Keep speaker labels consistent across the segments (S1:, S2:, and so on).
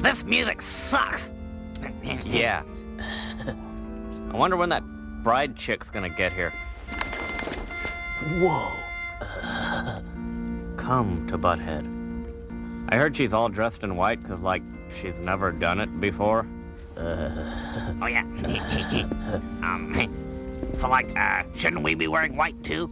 S1: This music sucks.
S2: Yeah. I wonder when that bride chick's gonna get here. Whoa. Come to Butthead. I heard she's all dressed in white because, like, she's never done it before.
S1: Oh yeah. um, so like, uh, shouldn't we be wearing white too?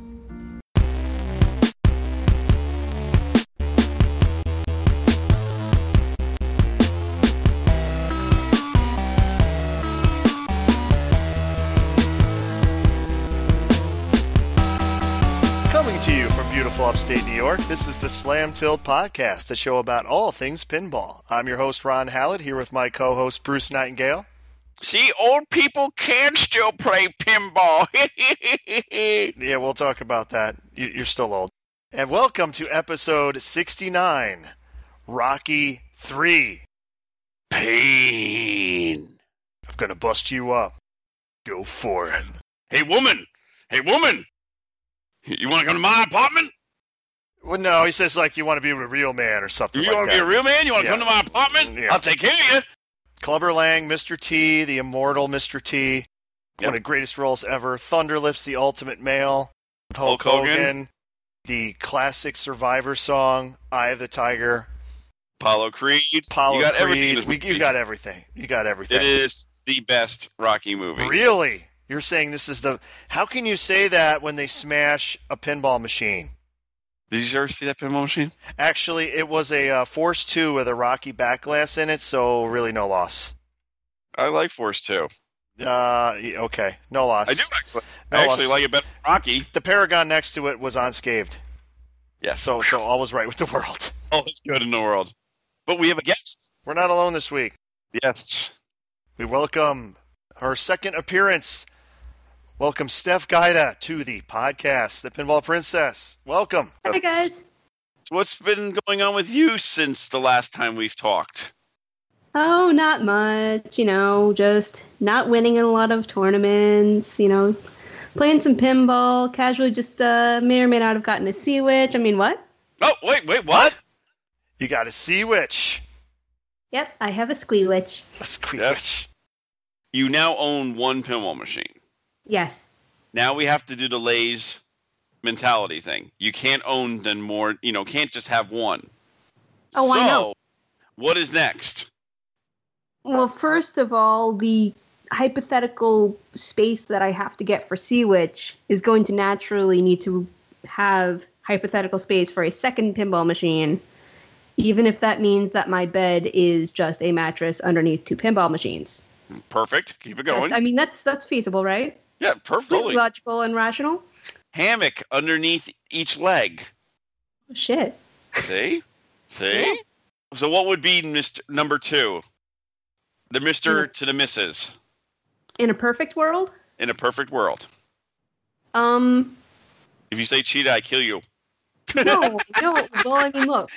S3: Coming to you from beautiful upstate New York, this is the Slam Tilt Podcast, a show about all things pinball. I'm your host, Ron Hallett, here with my co host, Bruce Nightingale.
S4: See, old people can still play pinball.
S3: Yeah, we'll talk about that. You- You're still old. And welcome to episode 69 Rocky 3.
S4: Pain.
S3: I'm going to bust you up. Go for it.
S4: Hey, woman. Hey, woman. You want to come to my apartment?
S3: Well, no, he says, like, you want to be a real man or something
S4: You
S3: like
S4: want to
S3: that.
S4: be a real man? You want to
S3: Yeah.
S4: come to my apartment?
S3: Yeah.
S4: I'll take care of you.
S3: Clubber Lang, Mr. T, the immortal Mr. T, one
S4: Yep.
S3: of the greatest roles ever. Thunderlips, the ultimate male, with Hulk,
S4: Hulk Hogan.
S3: the classic Survivor song, "Eye of the Tiger,"
S4: Apollo Creed.
S3: Apollo
S4: you got
S3: Creed.
S4: everything. this
S3: We-
S4: movie.
S3: you got everything. You got everything.
S4: It is the best Rocky movie.
S3: Really, you're saying this is the? How can you say that when they smash a pinball machine?
S4: Did you ever see that pinball machine?
S3: Actually, it was a uh, Force Two with a Rocky back glass in it, so really no loss.
S4: I like Force 2.
S3: Uh, y- okay, no loss.
S4: I do actually.
S3: No,
S4: I actually
S3: us-
S4: like it better than Rocky.
S3: The Paragon next to it was unscathed.
S4: Yeah.
S3: So, so all was right with the world.
S4: All is good in the world. But we have a guest.
S3: We're not alone this week.
S4: Yes.
S3: We welcome her second appearance. Welcome Steph Gaida to the podcast, The Pinball Princess. Welcome.
S5: Hi guys.
S4: So what's been going on with you since the last time we've talked?
S5: Oh, not much, you know, just not winning in a lot of tournaments, you know, playing some pinball, casually just uh, may or may not have gotten a sea witch. I mean, what?
S4: Oh, wait, wait, what?
S3: You got a sea witch.
S5: Yep, I have a squee witch.
S3: A squee
S4: Yes. You now own one pinball machine.
S5: Yes.
S4: Now we have to do the Lay's mentality thing. You can't own then more, you know, can't just have one.
S5: Oh,
S4: so,
S5: I know.
S4: What is next?
S5: Well, first of all, the hypothetical space that I have to get for sea witch is going to naturally need to have hypothetical space for a second pinball machine. Even if that means that my bed is just a mattress underneath two pinball machines.
S4: Perfect. Keep it going.
S5: I mean, that's that's feasible, right?
S4: yeah,
S5: Completely
S4: perfectly.
S5: Logical and rational.
S4: Hammock underneath each leg.
S5: Oh, Shit.
S4: See? See? So what would be Mr. number 2? The Mr. to the Mrs.
S5: In a perfect world,
S4: in a perfect world.
S5: um,
S4: If you say cheetah, I kill you.
S5: no, no. Well, I mean, look.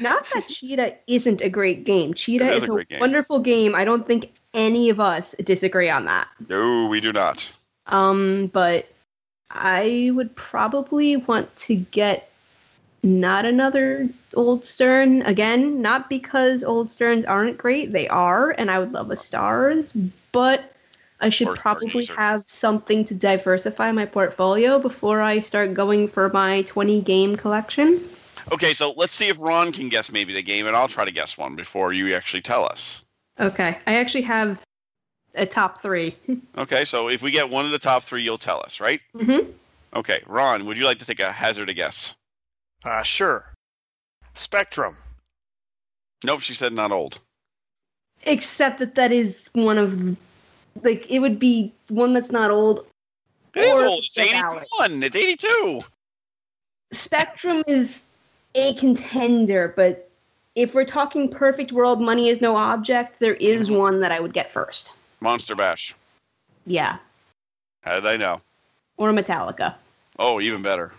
S5: Not that Cheetah isn't a great game. Cheetah
S4: It is
S5: is
S4: a
S5: a,
S4: great game.
S5: wonderful game. I don't think any of us disagree on that.
S4: No, we do not.
S5: Um, but I would probably want to get not another Old Stern again, not because Old Sterns aren't great, they are, and I would love a Stars, but I should
S4: Or Star
S5: probably
S4: Gazer.
S5: have something to diversify my portfolio before I start going for my 20 game collection.
S4: Okay, so let's see if Ron can guess maybe the game, and I'll try to guess one before you actually tell us.
S5: Okay, I actually have a top 3
S4: Okay, so if we get one of the top three, you'll tell us, right?
S5: Mhm.
S4: Okay, Ron, would you like to take a hazard a guess?
S3: Uh, sure. Spectrum.
S4: Nope, she said not old.
S5: Except that that is one of, like, it would be one that's not old
S4: It is
S5: Or
S4: old. It's
S5: the ballot.
S4: 81. It's 82.
S5: Spectrum is a contender, but if we're talking perfect world, money is no object, there is
S4: Mm-hmm.
S5: one that I would get first.
S4: Monster Bash.
S5: Yeah.
S4: How did I know?
S5: Or Metallica.
S4: Oh, even better.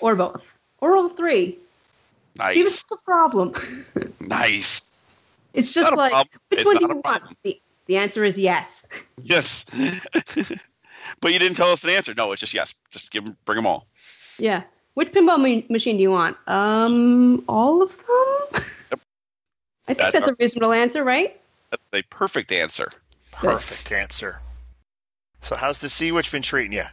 S5: Or both. Or all three. See, this
S4: Nice.
S5: is the problem.
S4: Nice.
S5: It's
S4: Not
S5: just
S4: a
S5: like,
S4: problem.
S5: which
S4: It's
S5: one do
S4: not a
S5: you
S4: problem.
S5: want? The, the answer is yes.
S4: Yes. but you didn't tell us an answer. No, it's just yes. Just give 'em- bring them all.
S5: Yeah. Which pinball ma- machine do you want? Um, all of them? I think
S4: That's
S5: that's a reasonable answer, right?
S4: That's a perfect answer.
S3: Perfect answer. So how's the sea witch been treating you?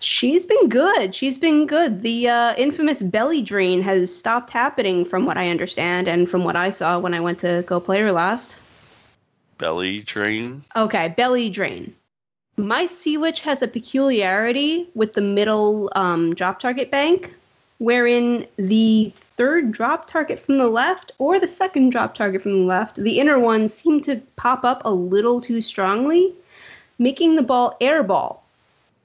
S5: She's been good. She's been good. The uh, infamous belly drain has stopped happening, from what I understand, and from what I saw when I went to go play her last.
S4: Belly drain.
S5: Okay, belly drain. My sea witch has a peculiarity with the middle um, drop target bank, wherein the third drop target from the left or the second drop target from the left, the inner ones seem to pop up a little too strongly, making the ball airball,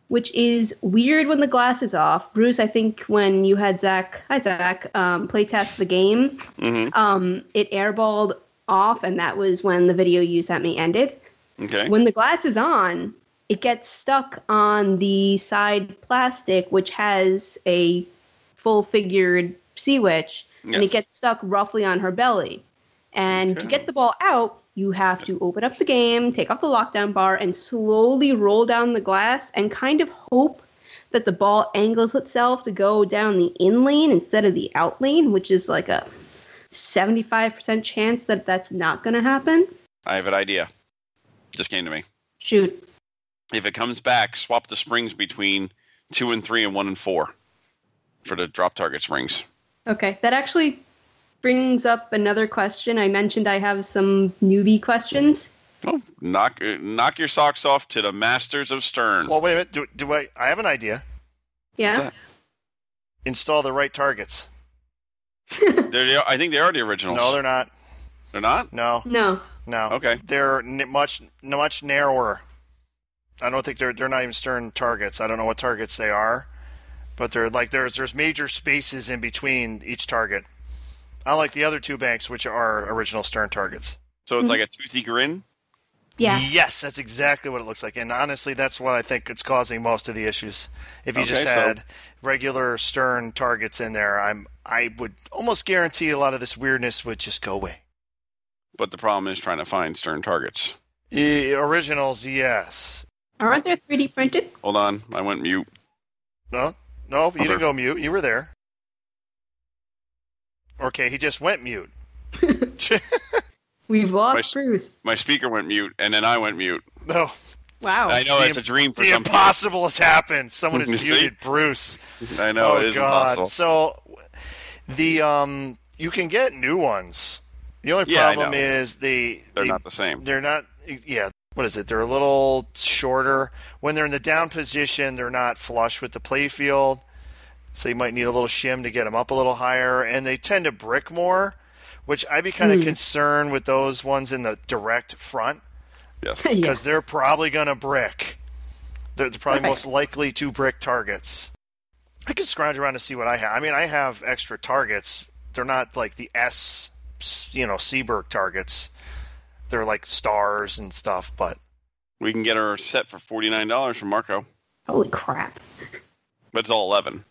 S5: which is weird when the glass is off. Bruce, I think when you had Zach, hi Zach, um, play test the game,
S4: hmm
S5: um, it airballed off, and that was when the video you sent me ended
S4: Okay.
S5: when the glass is on, it gets stuck on the side plastic, which has a full figured sea witch, and it
S4: Yes.
S5: gets stuck roughly on her belly. And to
S4: Okay.
S5: get the ball out, you have to open up the game, take off the lockdown bar, and slowly roll down the glass and kind of hope that the ball angles itself to go down the in lane instead of the out lane, which is like a 75% chance that that's not going to happen.
S4: I have an idea. Just came to me.
S5: Shoot,
S4: If it comes back, swap the springs between two and three and one and four for the drop target springs.
S5: Okay, that actually brings up another question. I mentioned I have some newbie questions.
S4: Oh, knock uh, knock your socks off to the masters of Stern.
S3: Well, wait a minute. Do, do I? I have an idea.
S5: Yeah.
S3: Install the right targets.
S4: They're the- I think they are the originals.
S3: No, they're not.
S4: They're not.
S3: No,
S5: No.
S3: no.
S4: Okay.
S3: They're n- much much narrower. I don't think they're they're not even stern targets. I don't know what targets they are, but they're like there's there's major spaces in between each target. Unlike the other two banks, which are original stern targets.
S4: So it's like a toothy grin.
S5: Yeah.
S3: Yes, that's exactly what it looks like. And honestly, that's what I think it's causing most of the issues. If you
S4: Okay,
S3: just
S4: so-
S3: had regular stern targets in there, I'm I would almost guarantee a lot of this weirdness would just go away.
S4: But the problem is trying to find Stern targets.
S3: E- originals, yes.
S5: Aren't they 3D printed?
S4: Hold on, I went mute.
S3: No, no, you didn't
S4: Okay.
S3: go mute. You were there. Okay, he just went mute.
S5: We've
S4: My
S5: lost
S4: s-
S5: Bruce.
S4: My speaker went mute, and then I went mute.
S3: No,
S5: Wow.
S4: I know
S3: Oh, The
S4: it's a dream for
S3: the
S4: some people.
S3: impossible has happened. Someone has
S4: You see?
S3: muted Bruce. Oh,
S4: I know it is impossible.
S3: So the um, you can get new ones. The only
S4: Yeah, I
S3: problem
S4: know.
S3: is the
S4: They're
S3: the-
S4: not the same.
S3: They're not. Yeah. What is it? They're a little shorter. When they're in the down position, they're not flush with the play field, so you might need a little shim to get them up a little higher. And they tend to brick more, which I'd be kind of concerned with those ones in the direct front
S4: Yes.
S5: Yeah.
S3: because they're probably going to brick. They're they're probably
S5: Okay.
S3: most likely to brick targets. I can scrounge around to see what I have. I mean, I have extra targets. They're not like the S, you know, Seaberg targets. They're like stars and stuff, but
S4: We can get our set for forty nine dollars from Marco,
S5: Holy crap.
S4: but it's all eleven.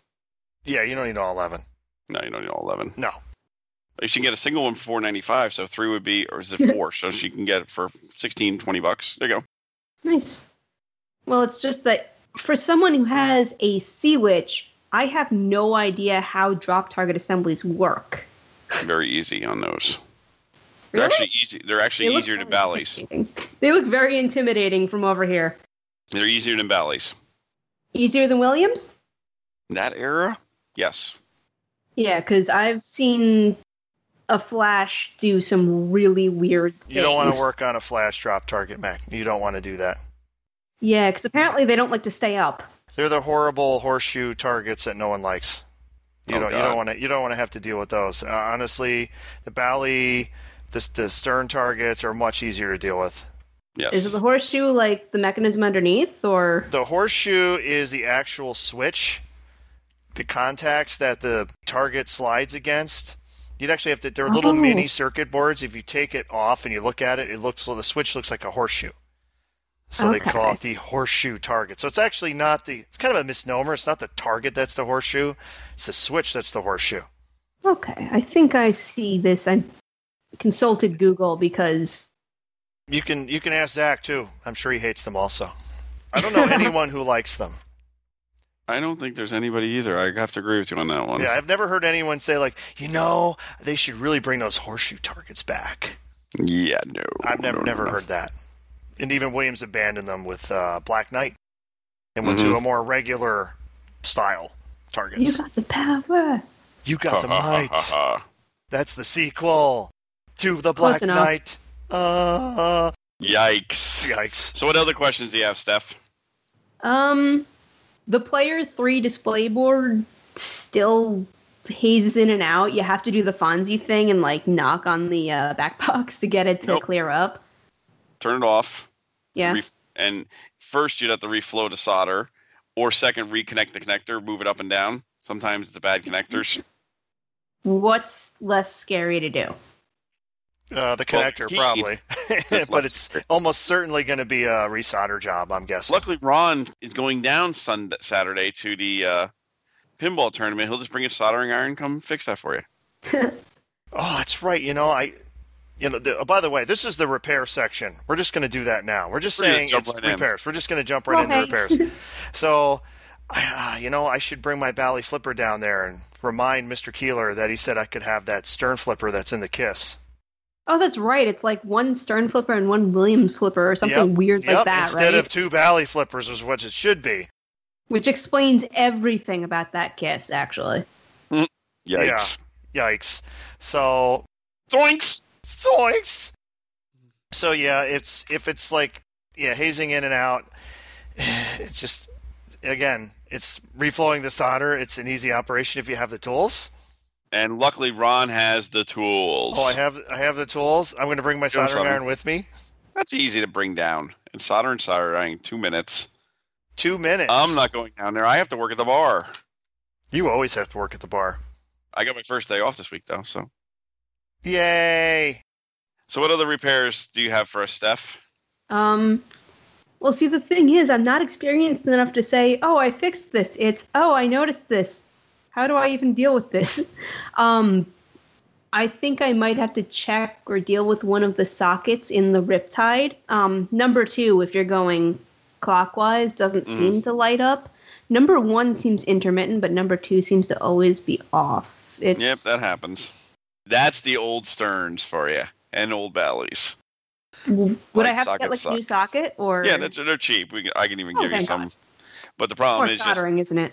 S3: yeah, you don't need all 11.
S4: No, you don't need all eleven.
S3: No.
S4: You can get a single one for four ninety five. So three would be, or is it four? so she can get it for 16, 20 bucks. There you go.
S5: Nice. Well, it's just that for someone who has a Sea Witch, I have no idea how drop target assemblies work.
S4: Very easy on those. They're
S5: Really?
S4: actually easy. They're actually
S5: They look
S4: easier to
S5: very
S4: bally's.
S5: intimidating. They look very intimidating from over here.
S4: They're easier than bally's.
S5: Easier than Williams?
S4: That era, yes.
S5: Yeah, because I've seen a Flash do some really weird things.
S3: You don't want to work on a flash drop target, Mac. You don't want to do that.
S5: Yeah, because apparently they don't like to stay up.
S3: They're the horrible horseshoe targets that no one likes. You
S4: Oh,
S3: don't. You
S4: God.
S3: don't want to. You don't want to have to deal with those. Uh, honestly, the bally, the the stern targets are much easier to deal with.
S4: Yes.
S5: Is it the horseshoe like the mechanism underneath, or
S3: The horseshoe is the actual switch, the contacts that the target slides against. You'd actually have to. They're little
S5: Oh.
S3: mini circuit boards. If you take it off and you look at it, it looks the switch looks like a horseshoe. So they call
S5: Okay.
S3: it the horseshoe target. So it's actually not the. It's kind of a misnomer. It's not the target that's the horseshoe. It's the switch that's the horseshoe.
S5: okay? I think I see this. I consulted Google because
S3: You can you can ask Zach too. I'm sure he hates them also. I don't know anyone who likes them.
S4: I don't think there's anybody either. I have to agree with you on that one.
S3: Yeah, I've never heard anyone say like, you know, they should really bring those horseshoe targets back.
S4: Yeah, no.
S3: I've never
S4: no,
S3: never
S4: no.
S3: heard that. And even Williams abandoned them with uh, Black Knight and went to
S4: Mhm.
S3: a more regular style
S5: You
S3: targets.
S5: got the power.
S3: You got the
S4: Ha, ha, ha,
S3: might.
S4: ha, ha.
S3: That's the sequel to the
S5: Close
S3: Black
S5: enough.
S3: Knight. Uh,
S4: Yikes.
S3: yikes.
S4: So, what other questions do you have, Steph?
S5: Um, the player three display board still hazes in and out. You have to do the Fonzie thing and like knock on the uh, back box to get it to
S4: Nope.
S5: clear up.
S4: Turn it off.
S5: Yeah.
S4: Ref- and first, you'd have to reflow the solder, or second, reconnect the connector, move it up and down. Sometimes it's the bad connectors.
S5: What's less scary to do?
S3: Uh, the
S4: Well,
S3: connector,
S4: he-
S3: probably. but
S4: left.
S3: it's almost certainly going to be a resolder job, I'm guessing.
S4: Luckily, Ron is going down Sunday, Saturday to the uh, pinball tournament. He'll just bring his soldering iron, come fix that for you.
S3: Oh, that's right. You know, I. You know, the, by the way, this is the repair section. We're just going to do that now. We're just
S4: We're gonna
S3: saying
S4: jump
S3: it's
S4: right in.
S3: repairs. We're just going to jump right into
S5: Okay.
S3: repairs. so, I, uh, you know, I should bring my Bally flipper down there and remind Mr. Keeler that he said I could have that stern flipper that's in the kiss.
S5: Oh, that's right. It's like one Stern flipper and one Williams flipper or something
S3: Yep.
S5: weird
S3: Yep,
S5: like that,
S3: Instead
S5: right?
S3: of two Bally flippers is what it should be.
S5: Which explains everything about that kiss, actually.
S4: Yikes.
S3: Yikes. So,
S4: Zoinks!
S3: Zoinks. So yeah, it's if it's like yeah, hazing in and out. It's just again, it's reflowing the solder. It's an easy operation if you have the tools.
S4: And luckily, Ron has the tools.
S3: Oh, I have I have the tools. I'm going to bring my
S4: Doing
S3: soldering
S4: something.
S3: iron with me.
S4: That's easy to bring down. And solder and soldering, two minutes.
S3: Two minutes.
S4: I'm not going down there. I have to work at the bar.
S3: You always have to work at the bar.
S4: I got my first day off this week, though. So,
S3: Yay!
S4: so what other repairs do you have for us, Steph?
S5: Um, well, see, the thing is, I'm not experienced enough to say, oh, I fixed this. It's, oh, I noticed this. How do I even deal with this? Um, I think I might have to check or deal with one of the sockets in the Riptide. Um, number two, if you're going clockwise, doesn't
S4: Mhm.
S5: seem to light up. Number one seems intermittent, but number two seems to always be off. It's,
S4: Yep, that happens. That's the old Sterns for you and old Bally's.
S5: would I
S4: like
S5: have to
S4: socket
S5: get like a new socket or
S4: Yeah, that's, um, they're cheap. We, can- I can even
S5: Oh,
S4: give you
S5: thank
S4: some.
S5: God.
S4: But the
S5: or
S4: problem is
S5: soldering, isn't it?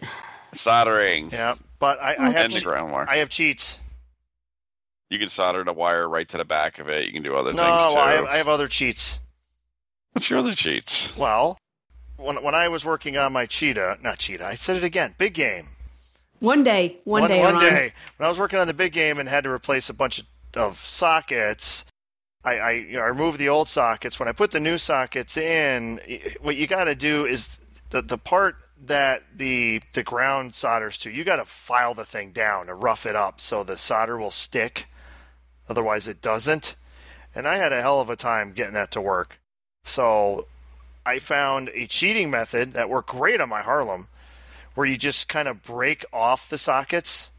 S4: just soldering
S3: Yeah, but I, I have
S4: and the
S5: Okay.
S3: che-
S4: ground wire.
S3: I have cheats.
S4: You can solder the wire right to the back of it. You can do other
S3: No,
S4: things too.
S3: I have, I have other cheats.
S4: What's your other cheats?
S3: Well, when when I was working on my cheetah, not cheetah, I said it again. Big game.
S5: One day, one, day,
S3: one
S5: Ron.
S3: day when I was working on the big game and had to replace a bunch of, of sockets, I, I, you know, I removed the old sockets. When I put the new sockets in, y- what you got to do is the the part that the the ground solders to, you got to file the thing down to rough it up so the solder will stick. Otherwise, it doesn't. And I had a hell of a time getting that to work. So I found a cheating method that worked great on my Harlem where you just kind of break off the sockets.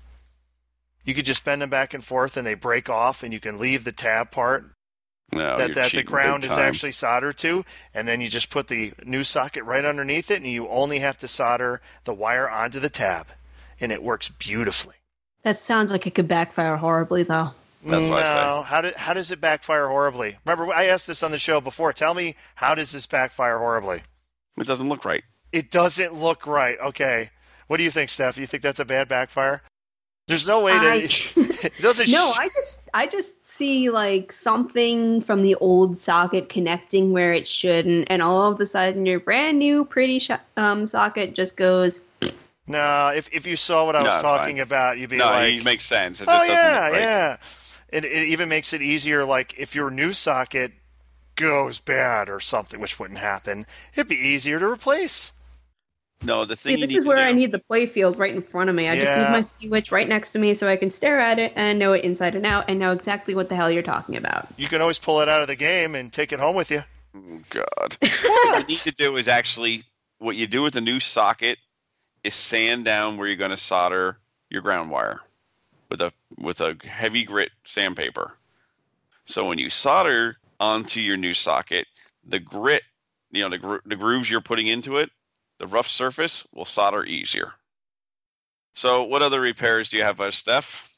S3: You could just bend them back and forth and they break off, and you can leave the tab part
S4: No,
S3: that,
S4: Oh, you're
S3: that the
S4: cheating big
S3: ground is
S4: time.
S3: actually soldered to, and then you just put the new socket right underneath it, and you only have to solder the wire onto the tab, and it works beautifully.
S5: That sounds like it could backfire horribly, though.
S4: That's
S3: no,
S4: what I say.
S3: How, do, how does it backfire horribly? Remember, I asked this on the show before. Tell me, how does this backfire horribly?
S4: It doesn't look right.
S3: It doesn't look right. Okay. What do you think, Steph? You think that's a bad backfire? There's no way to.
S5: I-
S3: It doesn't.
S5: no,
S3: sh-
S5: I just I just see like something from the old socket connecting where it shouldn't, and all of a sudden your brand new pretty sh- um, socket just goes.
S3: No, if if you saw what I
S4: No,
S3: was
S4: it's
S3: talking
S4: fine.
S3: about, you'd be
S4: no,
S3: like,
S4: it makes sense. It
S3: "Oh
S4: just doesn't
S3: yeah,
S4: look right.
S3: yeah." It it even makes it easier. Like if your new socket goes bad or something, which wouldn't happen, it'd be easier to replace.
S4: No, the thing
S5: See,
S4: you
S5: this
S4: need
S5: is where
S4: to
S5: I
S4: do-
S5: need the play field right in front of me. I just
S3: Yeah.
S5: need my switch right next to me so I can stare at it and know it inside and out and know exactly what the hell you're talking about.
S3: You can always pull it out of the game and take it home with you.
S4: Oh, God. what you need
S3: What?
S4: to do is actually what you do with the new socket is sand down where you're going to solder your ground wire with a with a heavy grit sandpaper. So when you solder onto your new socket, the grit, you know, the, gro- the grooves you're putting into it The rough surface will solder easier. So, what other repairs do you have, uh, Steph?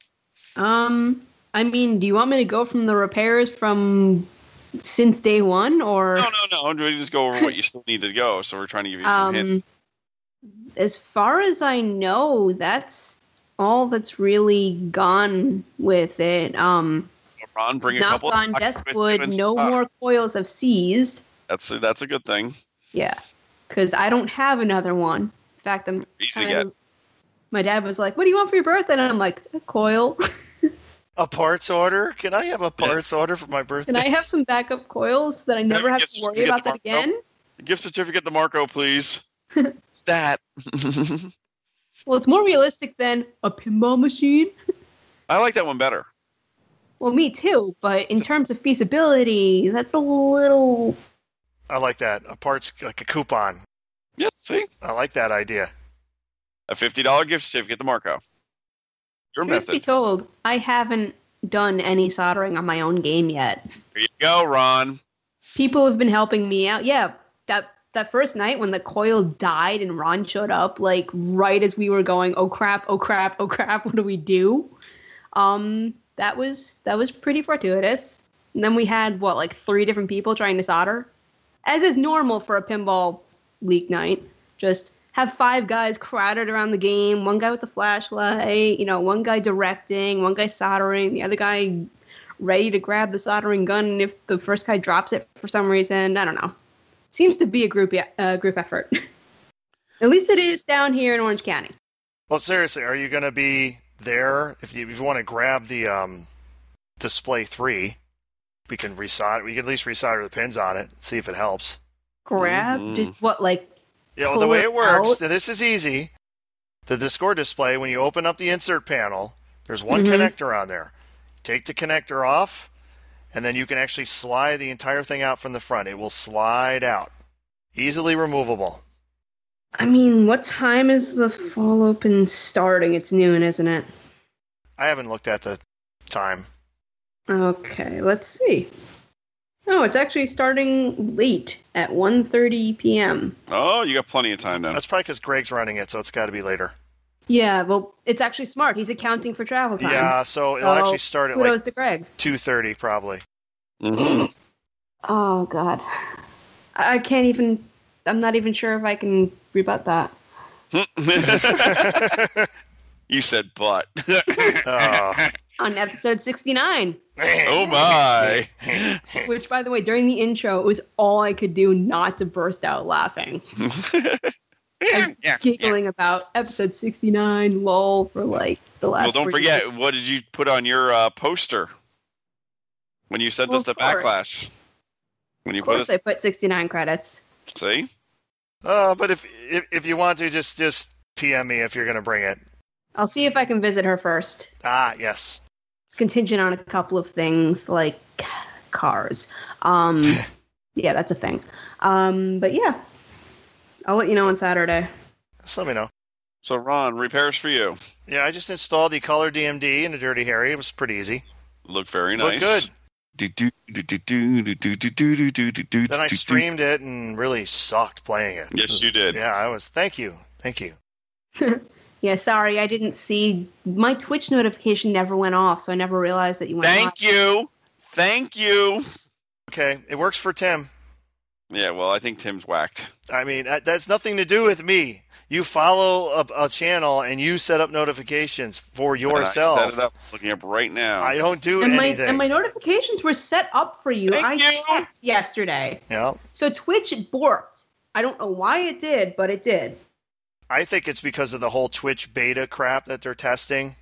S5: Um, I mean, do you want me to go from the repairs from since day one, or
S4: No, no, no. We just go over what you still need to go. So, we're trying to give you some hints.
S5: um, as far as I know, that's all that's really gone with it. Um,
S4: Ron, bring a
S5: knock
S4: couple. of
S5: on
S4: sockets with you and
S5: Deskwood, no
S4: solder.
S5: more coils have seized.
S4: That's a, that's a good thing.
S5: Yeah, because I don't have another one. In fact, I'm
S4: Easy to
S5: kind
S4: get.
S5: of. My dad was like, "What do you want for your birthday?" And I'm like, "A coil."
S3: A parts order? Can I have a parts
S4: Yes.
S3: order for my birthday?
S5: Can I have some backup coils that I never have
S4: gets-
S5: to
S4: you
S5: worry
S4: get
S5: about
S4: the
S5: that
S4: mark-
S5: again?
S4: Gift certificate to Marco, please. it's that.
S5: Well, it's more realistic than a pinball machine.
S4: I like that one better.
S5: Well, me too, but in terms of feasibility, that's a little.
S3: I like that. A parts like a coupon.
S4: Yeah, see?
S3: I like that idea.
S4: A $50 gift certificate to Marco. Your
S5: Truth be
S4: method.
S5: told, I haven't done any soldering on my own game yet.
S4: There you go, Ron.
S5: People have been helping me out. Yeah, that that first night when the coil died and Ron showed up, like right as we were going, oh crap, oh crap, oh crap, what do we do? Um, that was that was pretty fortuitous. And then we had what like three different people trying to solder, as is normal for a pinball league night. Just have five guys crowded around the game. One guy with the flashlight, you know, one guy directing, one guy soldering, the other guy ready to grab the soldering gun if the first guy drops it for some reason. I don't know. Seems to be a group e- uh, group effort. At least it is down here in Orange County.
S3: Well, seriously, are you going to be there if you, if you want to grab the um, display three? We can resolder. We can at least resolder the pins on it. See if it helps.
S5: Grab
S4: Mhm.
S3: Mm-hmm.
S5: just what like
S3: Yeah, well, the
S5: Pull
S3: way
S5: it
S3: it works,
S5: out.
S3: now this is easy. The Discord display, when you open up the insert panel, there's one
S5: Mhm.
S3: connector on there. Take the connector off, and then you can actually slide the entire thing out from the front. It will slide out, easily removable.
S5: I mean, what time is the fall open starting? It's noon, isn't it?
S3: I haven't looked at the time.
S5: Okay, let's see. Oh, it's actually starting late at 1:30 p.m.
S4: Oh, you got plenty of time now.
S3: That's probably because Greg's running it, so it's got to be later.
S5: Yeah, well, it's actually smart. He's accounting for travel time.
S3: Yeah, so it'll
S5: So,
S3: actually start at
S5: Kudos
S3: like
S5: to Greg.
S3: two thirty, probably.
S4: Mhm.
S5: Oh God, I I can't even. I'm not even sure if I can rebut that.
S4: you said but.
S3: Oh.
S5: On episode 69,
S4: oh, my.
S5: which by the way, during the intro, it was all I could do not to burst out laughing,
S4: yeah, yeah.
S5: giggling about episode 69. Lol for like the last.
S4: Well, don't
S5: 40
S4: forget, what did you put on your uh, poster when you sent
S5: Well,
S4: us
S5: of
S4: the
S5: course.
S4: backlash? When you
S5: Of
S4: put
S5: course,
S4: us,
S5: I put 69 credits.
S4: see?
S3: Uh, but if, if if you want to, just just PM me if you're going to bring it.
S5: I'll see if I can visit her first.
S3: Ah, yes.
S5: It's contingent on a couple of things like cars. Um, yeah, that's a thing. Um, but yeah, I'll let you know on Saturday.
S3: Just let me know.
S4: So, Ron, repairs for you.
S3: Yeah, I just installed the Color DMD in a Dirty Harry. It was pretty easy.
S4: Look very
S3: Looked
S4: nice.
S3: good.
S4: Do, do, do, do, do, do, do, do, do, do, do, do, do,
S3: Then I
S4: do, do.
S3: streamed it and really sucked playing it.
S4: Yes, you did.
S3: Yeah, I was. Thank you. Thank you.
S5: Yeah, sorry, I didn't see my Twitch notification never went off, so I never realized that you went
S4: Thank
S5: off.
S4: you. Thank you.
S3: Okay, it works for Tim.
S4: Yeah, well, I think Tim's whacked.
S3: I mean, that- that's nothing to do with me. You follow a, a channel and you set up notifications for
S4: And I
S3: yourself.
S4: set it up, looking up right now.
S3: I don't do
S5: And my
S3: anything.
S5: and my notifications were set up for you.
S4: Thank
S5: I
S4: you.
S5: checked yesterday.
S3: yeah.
S5: So Twitch borked. I don't know why it did, but it did.
S3: I think it's because of the whole Twitch beta crap that they're testing.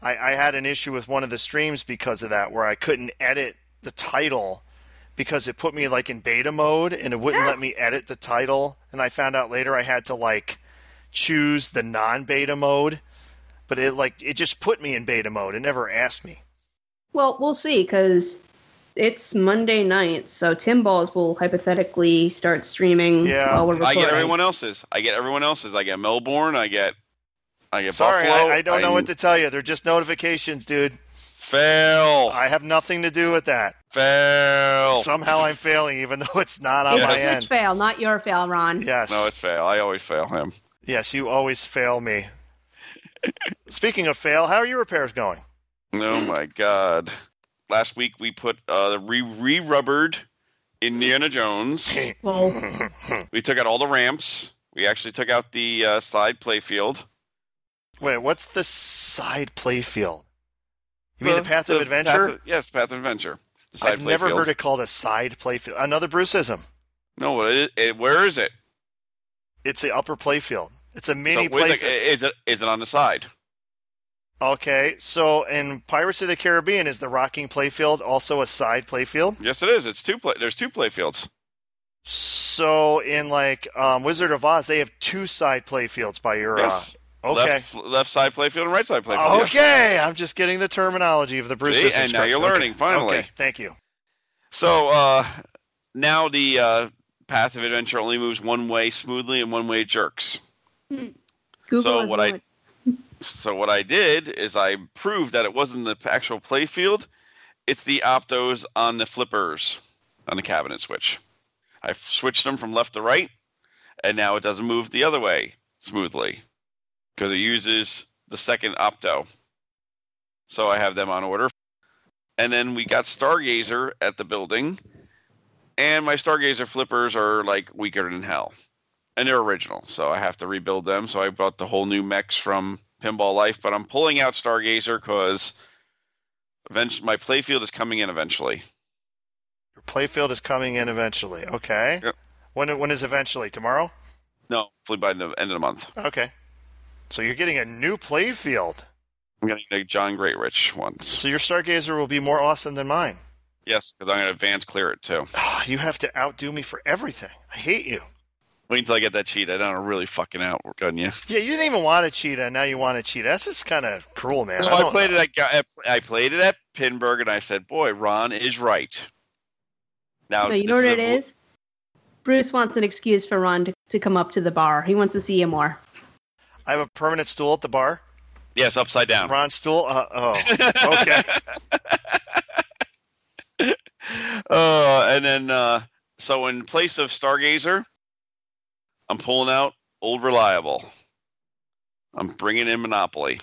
S3: I, I had an issue with one of the streams because of that, where I couldn't edit the title because it put me like in beta mode and it wouldn't
S5: Yeah.
S3: let me edit the title. And I found out later I had to like choose the non-beta mode, but it like it just put me in beta mode. It never asked me.
S5: Well, we'll see because it's Monday night, so Tim Balls will hypothetically start streaming
S3: Yeah.
S5: while we're
S4: I
S5: recording.
S4: get everyone else's. I get everyone else's. I get Melbourne. I get. I get
S3: Sorry,
S4: Buffalo.
S3: I, I don't know
S4: I'm
S3: what to tell you. They're just notifications, dude.
S4: Fail.
S3: I have nothing to do with that.
S4: fail.
S3: Somehow I'm failing, even though it's not on
S4: Yes.
S3: my
S5: It's
S3: end.
S5: fail, not your fail, Ron.
S3: Yes.
S4: no, it's fail. I always fail him.
S3: Yes, you always fail me. Speaking of fail, how are your repairs going?
S4: Oh my god! Last week we put uh, the re re rubbered Indiana Jones.
S5: Well,
S4: We took out all the ramps. We actually took out the uh, side playfield.
S3: Wait, what's the side playfield? You mean the Path of Adventure?
S4: path of- yes, path of adventure. The side
S3: I've never
S4: playfield.
S3: heard it called a side playfield. Another Bruceism.
S4: No, it, it, where is it?
S3: It's the upper playfield. It's a
S4: So
S3: mini
S4: where's it-
S3: playfield.
S4: is it is it on the side?
S3: Okay, so in Pirates of the Caribbean, is the rocking playfield also a side playfield?
S4: Yes, it is. It's two play. There's two playfields.
S3: So in like um, Wizard of Oz, they have two side playfields by your.
S4: Yes.
S3: Uh, okay.
S4: Left left side playfield and right side playfield. yes.
S3: Okay, I'm just getting the terminology of the Bruce.
S4: See, and now you're learning, finally.
S3: Okay, thank you.
S4: So uh, now the uh, path of adventure only moves one way smoothly and one way jerks.
S5: Google
S4: So
S5: is
S4: what
S5: not
S4: I- So what I did is I proved that it wasn't the actual playfield; it's the optos on the flippers on the cabinet switch. I f- switched them from left to right, and now it doesn't move the other way smoothly because it uses the second opto. So I have them on order. And then we got Stargazer at the building, and my Stargazer flippers are like weaker than hell and they're original, so I have to rebuild them. So I bought the whole new mechs from Pinball Life, but I'm pulling out Stargazer because eventually my playfield is coming in eventually.
S3: Your playfield is coming in eventually. Okay.
S4: Yep.
S3: When when is eventually tomorrow?
S4: No, hopefully by the end of the month.
S3: Okay. So you're getting a new playfield.
S4: I'm going to get John Greatrich once.
S3: So your Stargazer will be more awesome than mine. Ah,
S4: Yes, because I'm going to advance clear it too.
S3: you have to outdo me for everything. I hate you.
S4: Wait until I get that cheat. I don't really fucking outwork on you.
S3: Yeah, you didn't even want a cheetah, and now you want a cheetah. That's just kind of cruel, man.
S4: So
S3: I
S4: I
S3: don't-
S4: played it. At, Ga- I played it at Pinburg, and I said, "Boy, Ron is right." Now,
S5: No, you
S4: this
S5: know what it
S4: a-
S5: is? Bruce wants an excuse for Ron to, to come up to the bar. He wants to see you more.
S3: I have a permanent stool at the bar.
S4: Yes, upside down.
S3: Ron stool. Uh oh. Okay.
S4: uh, and then uh, so in place of Stargazer, I'm pulling out old reliable. I'm bringing in Monopoly.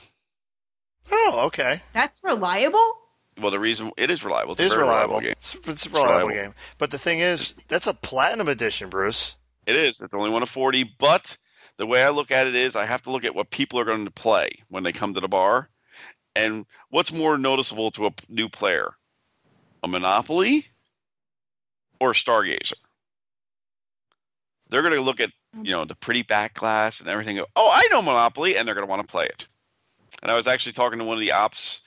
S3: oh, okay.
S5: That's reliable?
S4: Well, the reason it is reliable. It's
S3: It is
S4: a very
S3: reliable.
S4: game.
S3: It's, it's a reliable,
S4: reliable.
S3: game. But the thing is, that's a platinum edition, Bruce.
S4: It is. It's only one of forty. But the way I look at it is, I have to look at what people are going to play when they come to the bar, and what's more noticeable to a p- new player, a Monopoly or Stargazer. They're going to look at you know the pretty back glass and everything. go, Oh, I know Monopoly, and they're going to want to play it. And I was actually talking to one of the ops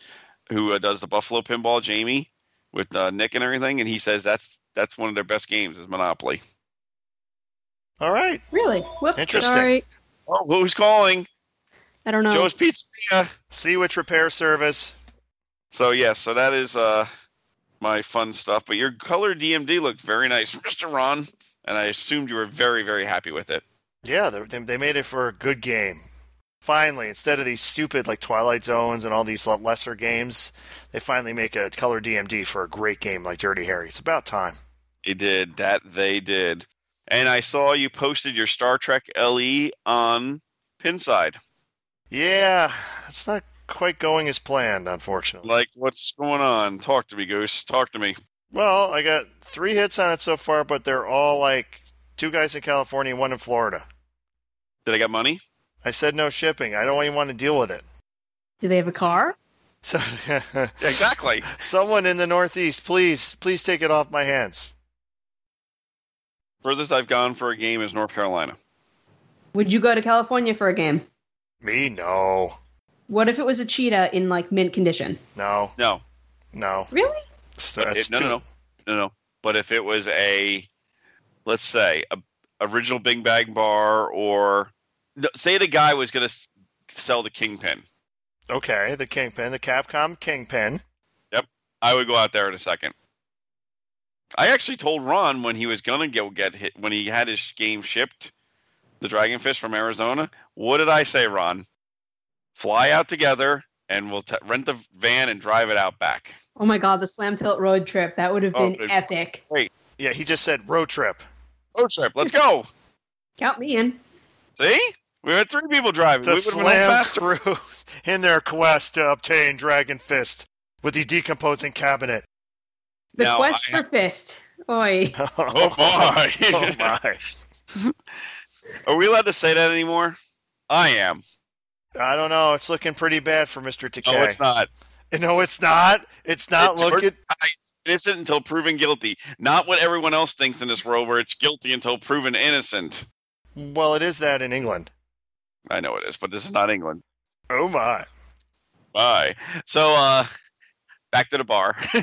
S4: who uh, does the Buffalo Pinball, Jamie, with uh, Nick and everything, and he says that's that's one of their best games is Monopoly.
S3: All right.
S5: Really? Whoop.
S3: Interesting.
S5: Sorry.
S4: Oh, who's calling?
S5: I don't know.
S4: Joe's Pizzeria.
S3: See which repair service.
S4: So yes, so that is uh my fun stuff. But your color DMD looked very nice, Mr. Ron, and I assumed you were very, very happy with it.
S3: Yeah, they- they, they made it for a good game. Finally, instead of these stupid like Twilight Zones and all these le- lesser games, they finally make a color DMD for a great game like Dirty Harry. It's about time.
S4: They did that. They did. And I saw you posted your Star Trek LE on Pinside.
S3: Yeah, it's not quite going as planned, unfortunately.
S4: Like, what's going on? Talk to me, Goose. Talk to me.
S3: Well, I got three hits on it so far, but they're all like two guys in California, and one in Florida.
S4: Did I get money?
S3: I said no shipping. I don't even want to deal with it.
S5: Do they have a car?
S3: So,
S4: Exactly.
S3: someone in the Northeast, please, please take it off my hands.
S4: Furthest I've gone for a game is North Carolina.
S5: Would you go to California for a game?
S3: Me, no,
S5: What if it was a cheetah in like mint condition?
S3: no,
S4: No,
S3: no.
S5: Really?
S3: It's-
S4: But
S3: that's
S4: it- no, no,
S3: too-
S4: no, no, no. But if it was a, let's say, a original Big Bang Bar, or no, say the guy was going to sell the Kingpin,
S3: Okay, the Kingpin, the Capcom Kingpin.
S4: I would go out there in a second. I actually told Ron when he was going to go get hit when he had his game shipped, the Dragonfish from Arizona. What did I say, Ron? Fly out together, and we'll t- rent the van and drive it out back.
S5: Oh my god, the slam tilt road trip. That would have
S4: Oh,
S5: been
S4: it's-
S5: epic.
S3: Yeah, he just said road trip.
S4: Road trip. Let's go.
S5: Count me in.
S4: See, we had three people driving.
S3: The
S4: we would've been home
S3: slam
S4: faster.
S3: crew in their quest to obtain Dragon Fist with the decomposing cabinet.
S5: The
S4: Now,
S5: quest
S4: I-
S5: for fist. Oi.
S4: Oh my.
S3: oh my!
S4: Are we allowed to say that anymore? I am.
S3: I don't know. It's looking pretty bad for Mister Takei.
S4: No, it's not.
S3: No, it's not. It's not
S4: It's
S3: looking.
S4: George Takei's innocent until proven guilty. Not what everyone else thinks in this world, where it's guilty until proven innocent.
S3: Well, it is that in England.
S4: I know it is, but this is not England.
S3: Oh my!
S4: Bye. So uh back to the bar.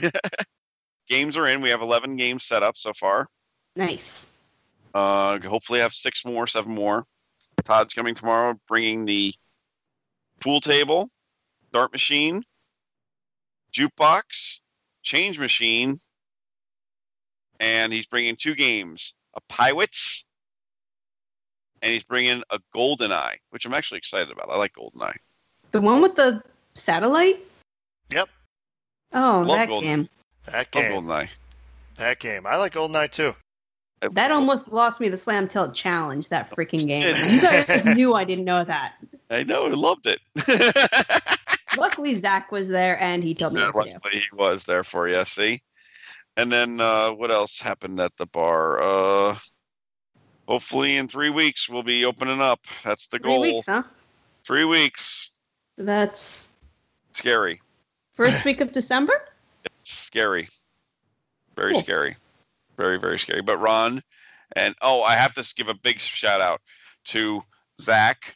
S4: games are in. We have eleven games set up so far.
S5: Nice.
S4: Uh hopefully have six more, seven more. Todd's coming tomorrow bringing the pool table, dart machine, jukebox, change machine, and he's bringing two games, a Pirates and he's bringing a Golden Eye, which I'm actually excited about. I like Golden Eye.
S5: The one with the satellite?
S3: Yep,
S5: Oh,
S4: Love
S5: that
S4: Golden.
S5: game.
S3: that
S4: Love
S3: game.
S4: Golden Eye.
S3: That game. I like Goldeneye too.
S5: That almost lost me the slam tilt challenge, that freaking game.
S4: Good.
S5: You guys knew I didn't know that.
S4: I know, I loved it.
S5: Luckily Zach was there and he told me
S4: Yeah,
S5: what to do.
S4: luckily he was there for you. See, and then uh, what else happened at the bar? Uh, hopefully, in three weeks we'll be opening up. That's the
S5: Three
S4: goal.
S5: weeks, huh?
S4: Three weeks.
S5: That's
S4: Scary.
S5: first week of December?
S4: It's scary. Very
S5: Cool.
S4: scary. Very very scary. But Ron, and oh, I have to s- give a big shout out to Zach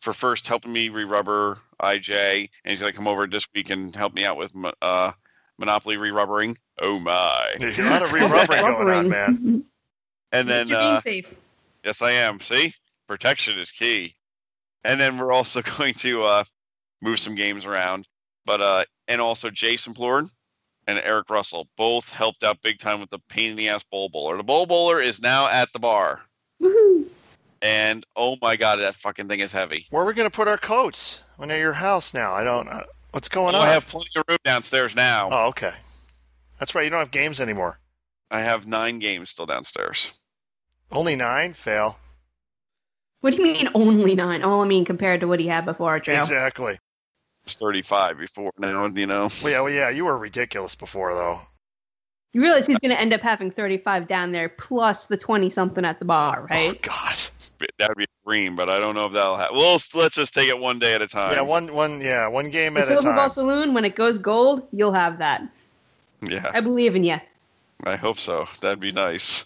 S4: for first helping me re-rubber IJ, and he's gonna come over this week and help me out with mo- uh, Monopoly re-rubbering. Oh my!
S3: There's a lot of re-rubbering going on, man.
S4: And then
S5: you're
S4: uh,
S5: being safe.
S4: Yes, I am. See, protection is key. And then we're also going to uh, move some games around. But uh, and also Jason Plourd and Eric Russell both helped out big time with the pain in the ass bowl bowler. The bowl bowler is now at the bar,
S5: Woohoo.
S4: and oh my god, that fucking thing is heavy.
S3: Where are we going to put our coats? When at your house now? I don't. Uh, what's going
S4: Oh,
S3: on?
S4: I have plenty of room downstairs now.
S3: oh, okay. That's right. You don't have games anymore.
S4: I have nine games still downstairs.
S3: Only nine. Fail.
S5: What do you mean only nine? Oh, I mean compared to what he had before, Joe.
S3: Exactly.
S4: It's thirty-five before now. You know,
S3: Well, yeah. Well, yeah. You were ridiculous before, though.
S5: You realize he's going to end up having 35 down there plus the 20 something at the bar,
S3: Oh
S5: right?
S3: God.
S4: that would be a dream, but I don't know if that'll happen. Well, let's- let's just take it one day at a time.
S3: Yeah. One. One. Yeah. One game
S5: The
S3: at a
S5: Silver Ball
S3: time.
S5: Saloon, when it goes gold, you'll have that.
S4: yeah.
S5: I believe in you.
S4: I hope so. That'd be nice.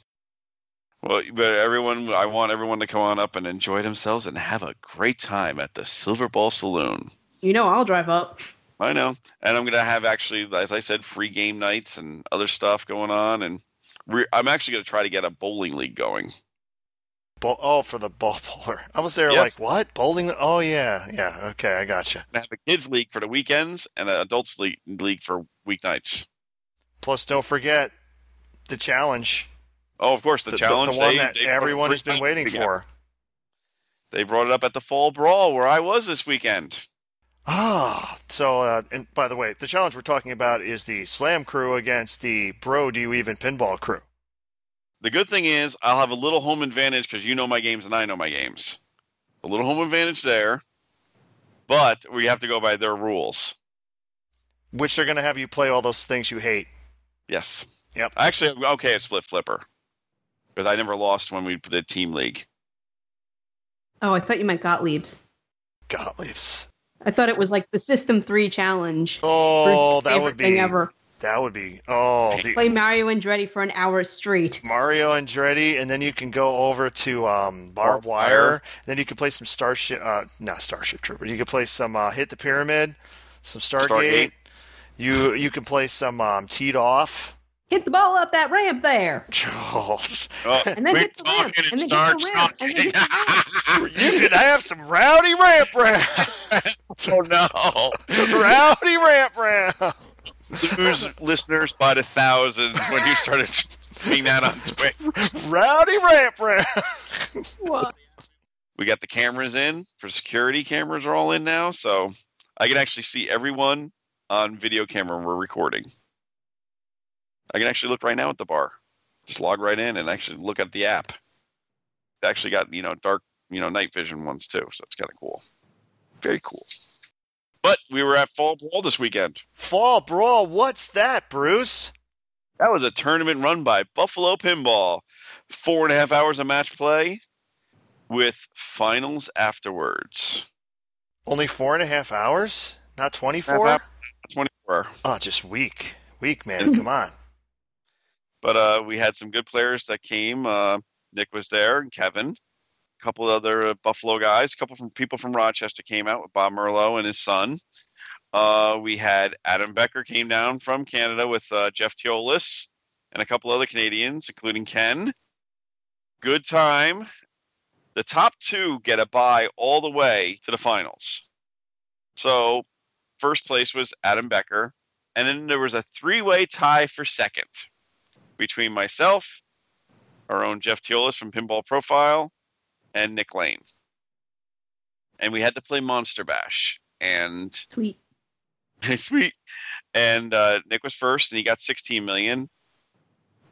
S4: Well, but everyone, I want everyone to come on up and enjoy themselves and have a great time at the Silver Ball Saloon.
S5: You know I'll drive up.
S4: I know, and I'm gonna have actually, as I said, free game nights and other stuff going on, and re- I'm actually gonna try to get a bowling league going.
S3: Bo- oh, for the ball bowler. I was there
S4: Yes.
S3: like what bowling? Oh yeah. Yeah. Okay. I gotcha.
S4: I have a kids league for the weekends and an adults league, league for weeknights.
S3: Plus, don't forget the challenge.
S4: Oh, of course, the, challenge.
S3: The, one
S4: they-
S3: that
S4: they brought it
S3: everyone
S4: three
S3: has been
S4: times
S3: waiting
S4: again.
S3: for.
S4: They brought it up at the Fall Brawl where I was this weekend.
S3: Ah, so uh, and by the way, the challenge we're talking about is the Slam Crew against the Bro Do You Even Pinball Crew.
S4: The good thing is I'll have a little home advantage because you know my games and I know my games. A little home advantage there, but we have to go by their rules.
S3: Which they're going to have you play all those things you hate.
S4: Yes.
S3: Yep.
S4: Actually, okay, it's split flipper because I never lost when we did team league.
S5: Oh, I thought you meant Gottlieb's.
S3: Gottlieb's.
S5: I thought it was like the System 3 challenge.
S3: Oh,
S5: First
S3: that
S5: favorite
S3: would
S5: thing
S3: be.
S5: ever.
S3: That would be. Oh, the
S5: Play Mario Andretti for an hour straight.
S3: Mario Andretti, and then you can go over to um, Barbed
S4: Barbed Wire.
S3: Wire. and then you can play some Starship. Uh, not Starship Trooper. You can play some uh, Hit the Pyramid, some Stargate.
S4: Stargate.
S3: You you can play some um, Teed Off.
S5: Hit the ball up that ramp there.
S4: Oh,
S5: And then
S4: we're
S5: hit the
S4: talking
S5: ramp,
S4: and
S5: and then hit
S4: start
S5: the ramp, and then hit the
S4: talking.
S3: you could have some rowdy ramp round.
S4: oh no!
S3: rowdy ramp round.
S4: Lose listeners by the thousand when you started seeing that on Twitch.
S3: Rowdy ramp round.
S5: What?
S4: We got the cameras in for security. Cameras are all in now, so I can actually see everyone on video camera when we're recording. I can actually look right now at the bar. Just log right in and actually look at the app. It's actually got, you know, dark, you know, night vision ones too, so it's kind of cool. Very cool. But we were at Fall Brawl this weekend.
S3: Fall Brawl, what's that, Bruce?
S4: That was a tournament run by Buffalo Pinball. Four and a half hours of match play with finals afterwards.
S3: Only four and a half hours? Not 24?
S4: Half 24.
S3: Oh, just weak. Weak, man. Come on.
S4: But uh, we had some good players that came. Uh, Nick was there and Kevin. A couple other uh, Buffalo guys, a couple from people from Rochester came out with Bob Merlo and his son. Uh, we had Adam Becker came down from Canada with uh, Jeff Teolis and a couple other Canadians, including Ken. Good time. The top two get a bye all the way to the finals. So, first place was Adam Becker, and then there was a three-way tie for second between myself, our own Jeff Teolis from Pinball Profile, and Nick Lane. And we had to play Monster Bash, and
S5: Sweet.
S4: sweet. And uh, Nick was first, and he got 16 million.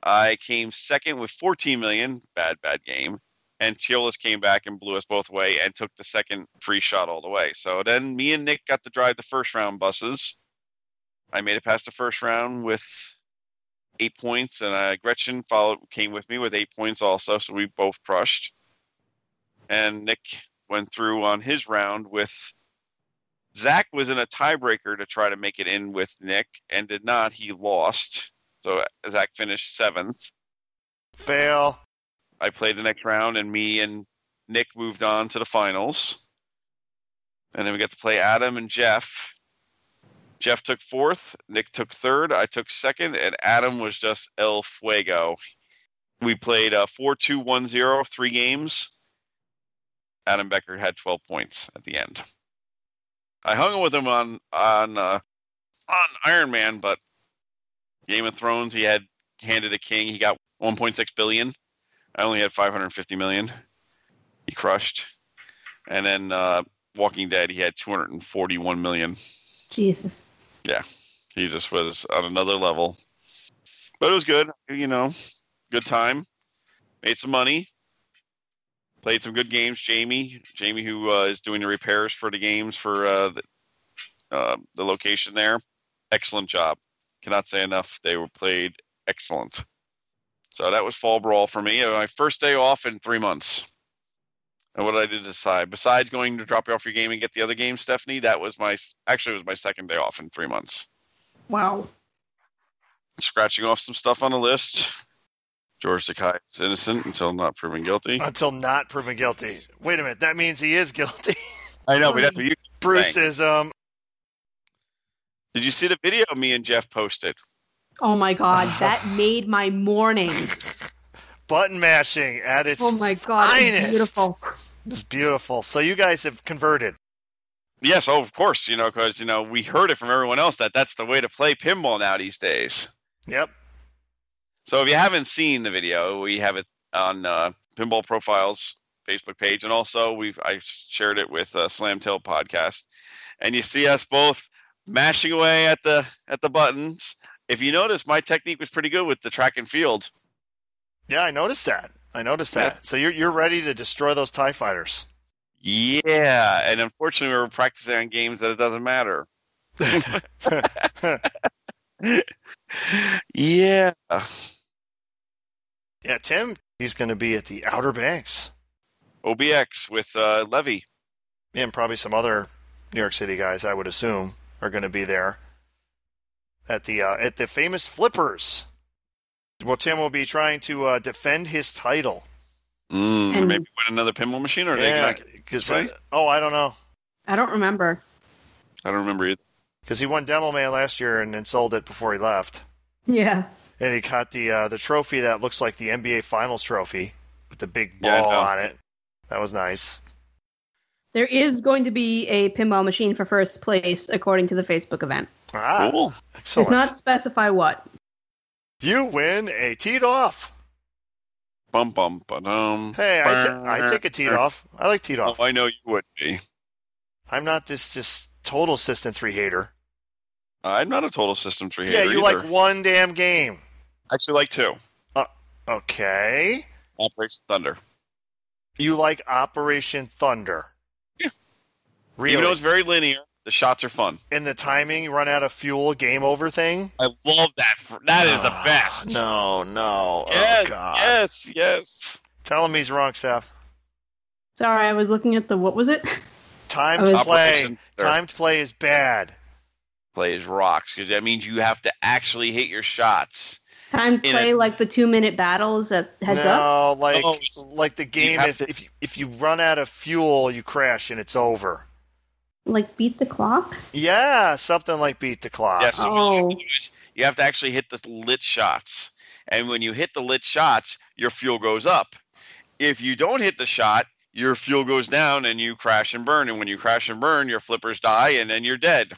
S4: I came second with 14 million. Bad, bad game. And Teolis came back and blew us both away and took the second free shot all the way. So then me and Nick got to drive the first round buses. I made it past the first round with eight points, and uh, Gretchen followed came with me with eight points also. So we both crushed. And Nick went through on his round with Zach was in a tiebreaker to try to make it in with Nick and did not. He lost. So Zach finished seventh.
S3: Fail.
S4: I played the next round, and me and Nick moved on to the finals. And then we got to play Adam and Jeff. Jeff took fourth, Nick took third, I took second, and Adam was just El Fuego. We played uh, 4 2 1 0, three games. Adam Becker had 12 points at the end. I hung with him on on uh, on Iron Man, but Game of Thrones, he had handed a king. He got 1.6 billion. I only had 550 million. He crushed. And then uh, Walking Dead, he had 241 million.
S5: Jesus.
S4: He just was on another level. But it was good, you know, good time. Made some money. Played some good games. Jamie, Jamie, who uh, is doing the repairs for the games for uh, the, uh, the location there, excellent job. Cannot say enough. They were played excellent. So that was fall brawl for me. Uh, My first day off in three months. And what did I do to decide? Besides going to drop you off your game and get the other game, Stephanie, that was my actually it was my second day off in three months
S5: Wow.
S4: scratching off some stuff on the list. George Takai is innocent until not proven guilty.
S3: Until not proven guilty. Wait a minute. That means he is guilty.
S4: I know, but that's what you.
S3: Bruceism.
S4: Did you see the video me and Jeff posted?
S5: Oh my God. That made my morning.
S3: Button mashing at its.
S5: Oh my God. it was
S3: finest.
S5: Beautiful.
S3: It's beautiful. So you guys have converted.
S4: Yes, oh, of course, you know, because you know we heard it from everyone else that that's the way to play pinball now these days.
S3: Yep.
S4: So if you haven't seen the video, we have it on uh, Pinball Profiles Facebook page, and also we've I shared it with uh, Slamtail Podcast, and you see us both mashing away at the at the buttons. If you notice, my technique was pretty good with the track and field.
S3: Yeah, I noticed that. I noticed that.
S4: Yes.
S3: So you're you're ready to destroy those Tie Fighters.
S4: Yeah, and unfortunately, we were practicing on games that it doesn't matter. yeah,
S3: Yeah, Tim. He's going to be at the Outer Banks
S4: OBX with uh, Levy.
S3: and probably some other New York City guys. I would assume are going to be there at the uh, at the famous Flippers. Well, Tim will be trying to uh, defend his title.
S4: Mm,
S5: And-
S4: maybe win another pinball machine, or
S3: yeah,
S4: they can.
S3: 'cause,
S4: right?
S3: uh, oh, I don't know,
S5: I don't remember.
S4: I don't remember either.
S3: because he won Demo Man last year and then sold it before he left.
S5: Yeah.
S3: and he caught the uh, the trophy that looks like the NBA Finals trophy with the big ball
S4: Yeah, I know.
S3: on it. That was nice.
S5: There is going to be a pinball machine for first place, according to the Facebook event.
S3: Ah,
S4: Cool.
S3: excellent.
S5: Does not specify what.
S3: You win a teed off.
S4: Bum bum ba-dum.
S3: Hey, I ta- I take a teed off. I like teed
S4: Oh,
S3: off.
S4: I know you would be.
S3: I'm not this just total System 3 hater.
S4: I'm not a total System 3
S3: yeah,
S4: hater
S3: you
S4: either.
S3: like one damn game.
S4: Actually, like two.
S3: Okay.
S4: Operation Thunder.
S3: You like Operation Thunder.
S4: Yeah.
S3: Really?
S4: Even though it's very linear, the shots are fun.
S3: and the timing, you run out of fuel, game over thing.
S4: I love that. fr- That is the
S3: Ah,
S4: best.
S3: No, no.
S4: Yes,
S3: oh, God.
S4: yes, yes.
S3: Tell him he's wrong, Steph.
S5: Sorry, I was looking at the what was it?
S3: Time
S5: I
S3: to
S5: was-
S3: play.
S4: Operation Thunder.
S3: Time to play is bad.
S4: Plays rocks because that means you have to actually hit your shots.
S5: Time to
S4: In
S5: play
S4: it.
S5: like the two minute battles at heads
S3: no,
S5: up.
S3: like
S4: Oh, it's-
S3: like the game.
S4: have
S3: If,
S4: to-
S3: if you- if you run out of fuel, you crash and it's over.
S5: Like beat the clock.
S3: Yeah, something like beat the clock.
S4: Yes, you-
S5: Oh.
S4: you have to actually hit the lit shots, and when you hit the lit shots, your fuel goes up. If you don't hit the shot, your fuel goes down, and you crash and burn. And when you crash and burn, your flippers die, and then you're dead.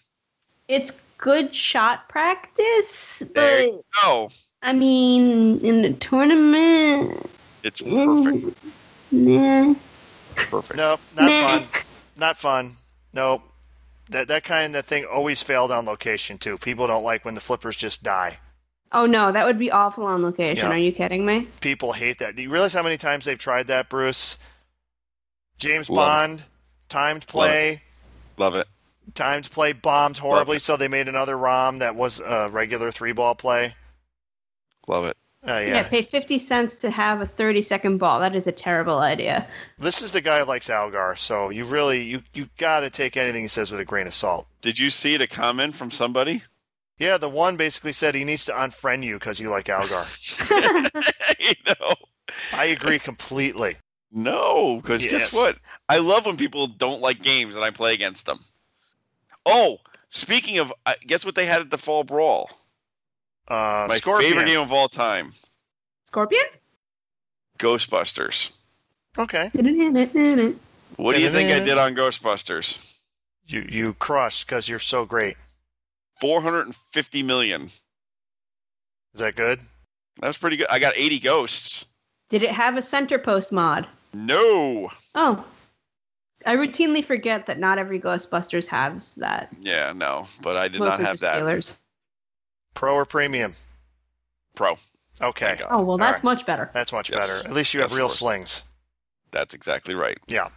S5: It's good shot practice,
S4: There
S5: but
S4: you No,
S5: I mean in the tournament.
S4: it's perfect.
S5: Nah.
S4: Perfect.
S3: Nope, not
S5: nah.
S3: fun. Not fun. Nope. That that kind of thing always failed on location too. People don't like when the flippers just die.
S5: Oh no, that would be awful on location.
S3: Yeah.
S5: Are you kidding me?
S3: People hate that. Do you realize how many times they've tried that, Bruce? James
S4: Love it.
S3: Bond, timed play,
S4: Love it.
S3: timed play bombed horribly,
S4: it.
S3: so they made another ROM that was a regular three ball play.
S4: Love it.
S3: Uh,
S5: Yeah. pay fifty cents to have a thirty second ball. That is a terrible idea.
S3: This is the guy who likes Algar, so you really you you gotta take anything he says with a grain of salt.
S4: Did you see the comment from somebody?
S3: Yeah, the one basically said he needs to unfriend you because you like Algar.
S4: you know,
S3: I agree completely.
S4: no, because
S3: Yes.
S4: guess what? I love when people don't like games and I play against them. Oh, speaking of, uh, guess what they had at the Fall Brawl?
S3: Uh,
S4: My
S3: Scorpion.
S4: favorite game of all time,
S5: Scorpion?
S4: Ghostbusters.
S3: Okay,
S4: What do you think I did on Ghostbusters?
S3: you you crushed because you're so great.
S4: Four hundred and fifty million.
S3: Is that good?
S4: That was pretty good. I got eighty ghosts.
S5: Did it have a center post mod?
S4: No.
S5: Oh. I routinely forget that not every Ghostbusters has that.
S4: Yeah, no. But I did
S5: Mostly
S4: not have
S5: just
S4: that.
S5: Steelers.
S3: Pro or premium?
S4: Pro. Thank
S3: Okay,
S4: God.
S5: Oh well, that's
S3: Alright.
S5: much better
S3: that's much
S4: Yes.
S3: better. At least you have
S4: Yes,
S3: real
S4: of course.
S3: slings.
S4: That's exactly right.
S3: Yeah,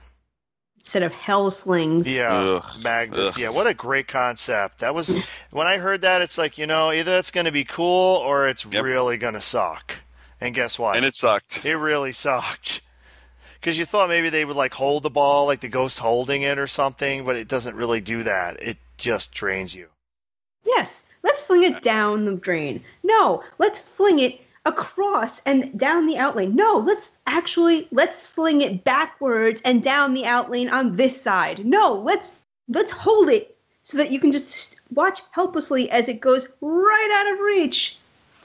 S5: instead of hell slings.
S3: yeah.
S4: Ugh.
S3: Mag-
S4: Ugh.
S3: yeah, what a great concept. That was when I heard that. It's like you know, either it's going to be cool or it's
S4: Yep.
S3: really going to suck. And guess what?
S4: And it sucked.
S3: It really sucked. Because you thought maybe they would like hold the ball, like the ghost holding it or something, but it doesn't really do that. It just drains you.
S5: Yes, let's fling it down the drain. No, let's fling it across and down the outlane. No, let's actually let's sling it backwards and down the outlane on this side. No, let's let's hold it so that you can just watch helplessly as it goes right out of reach.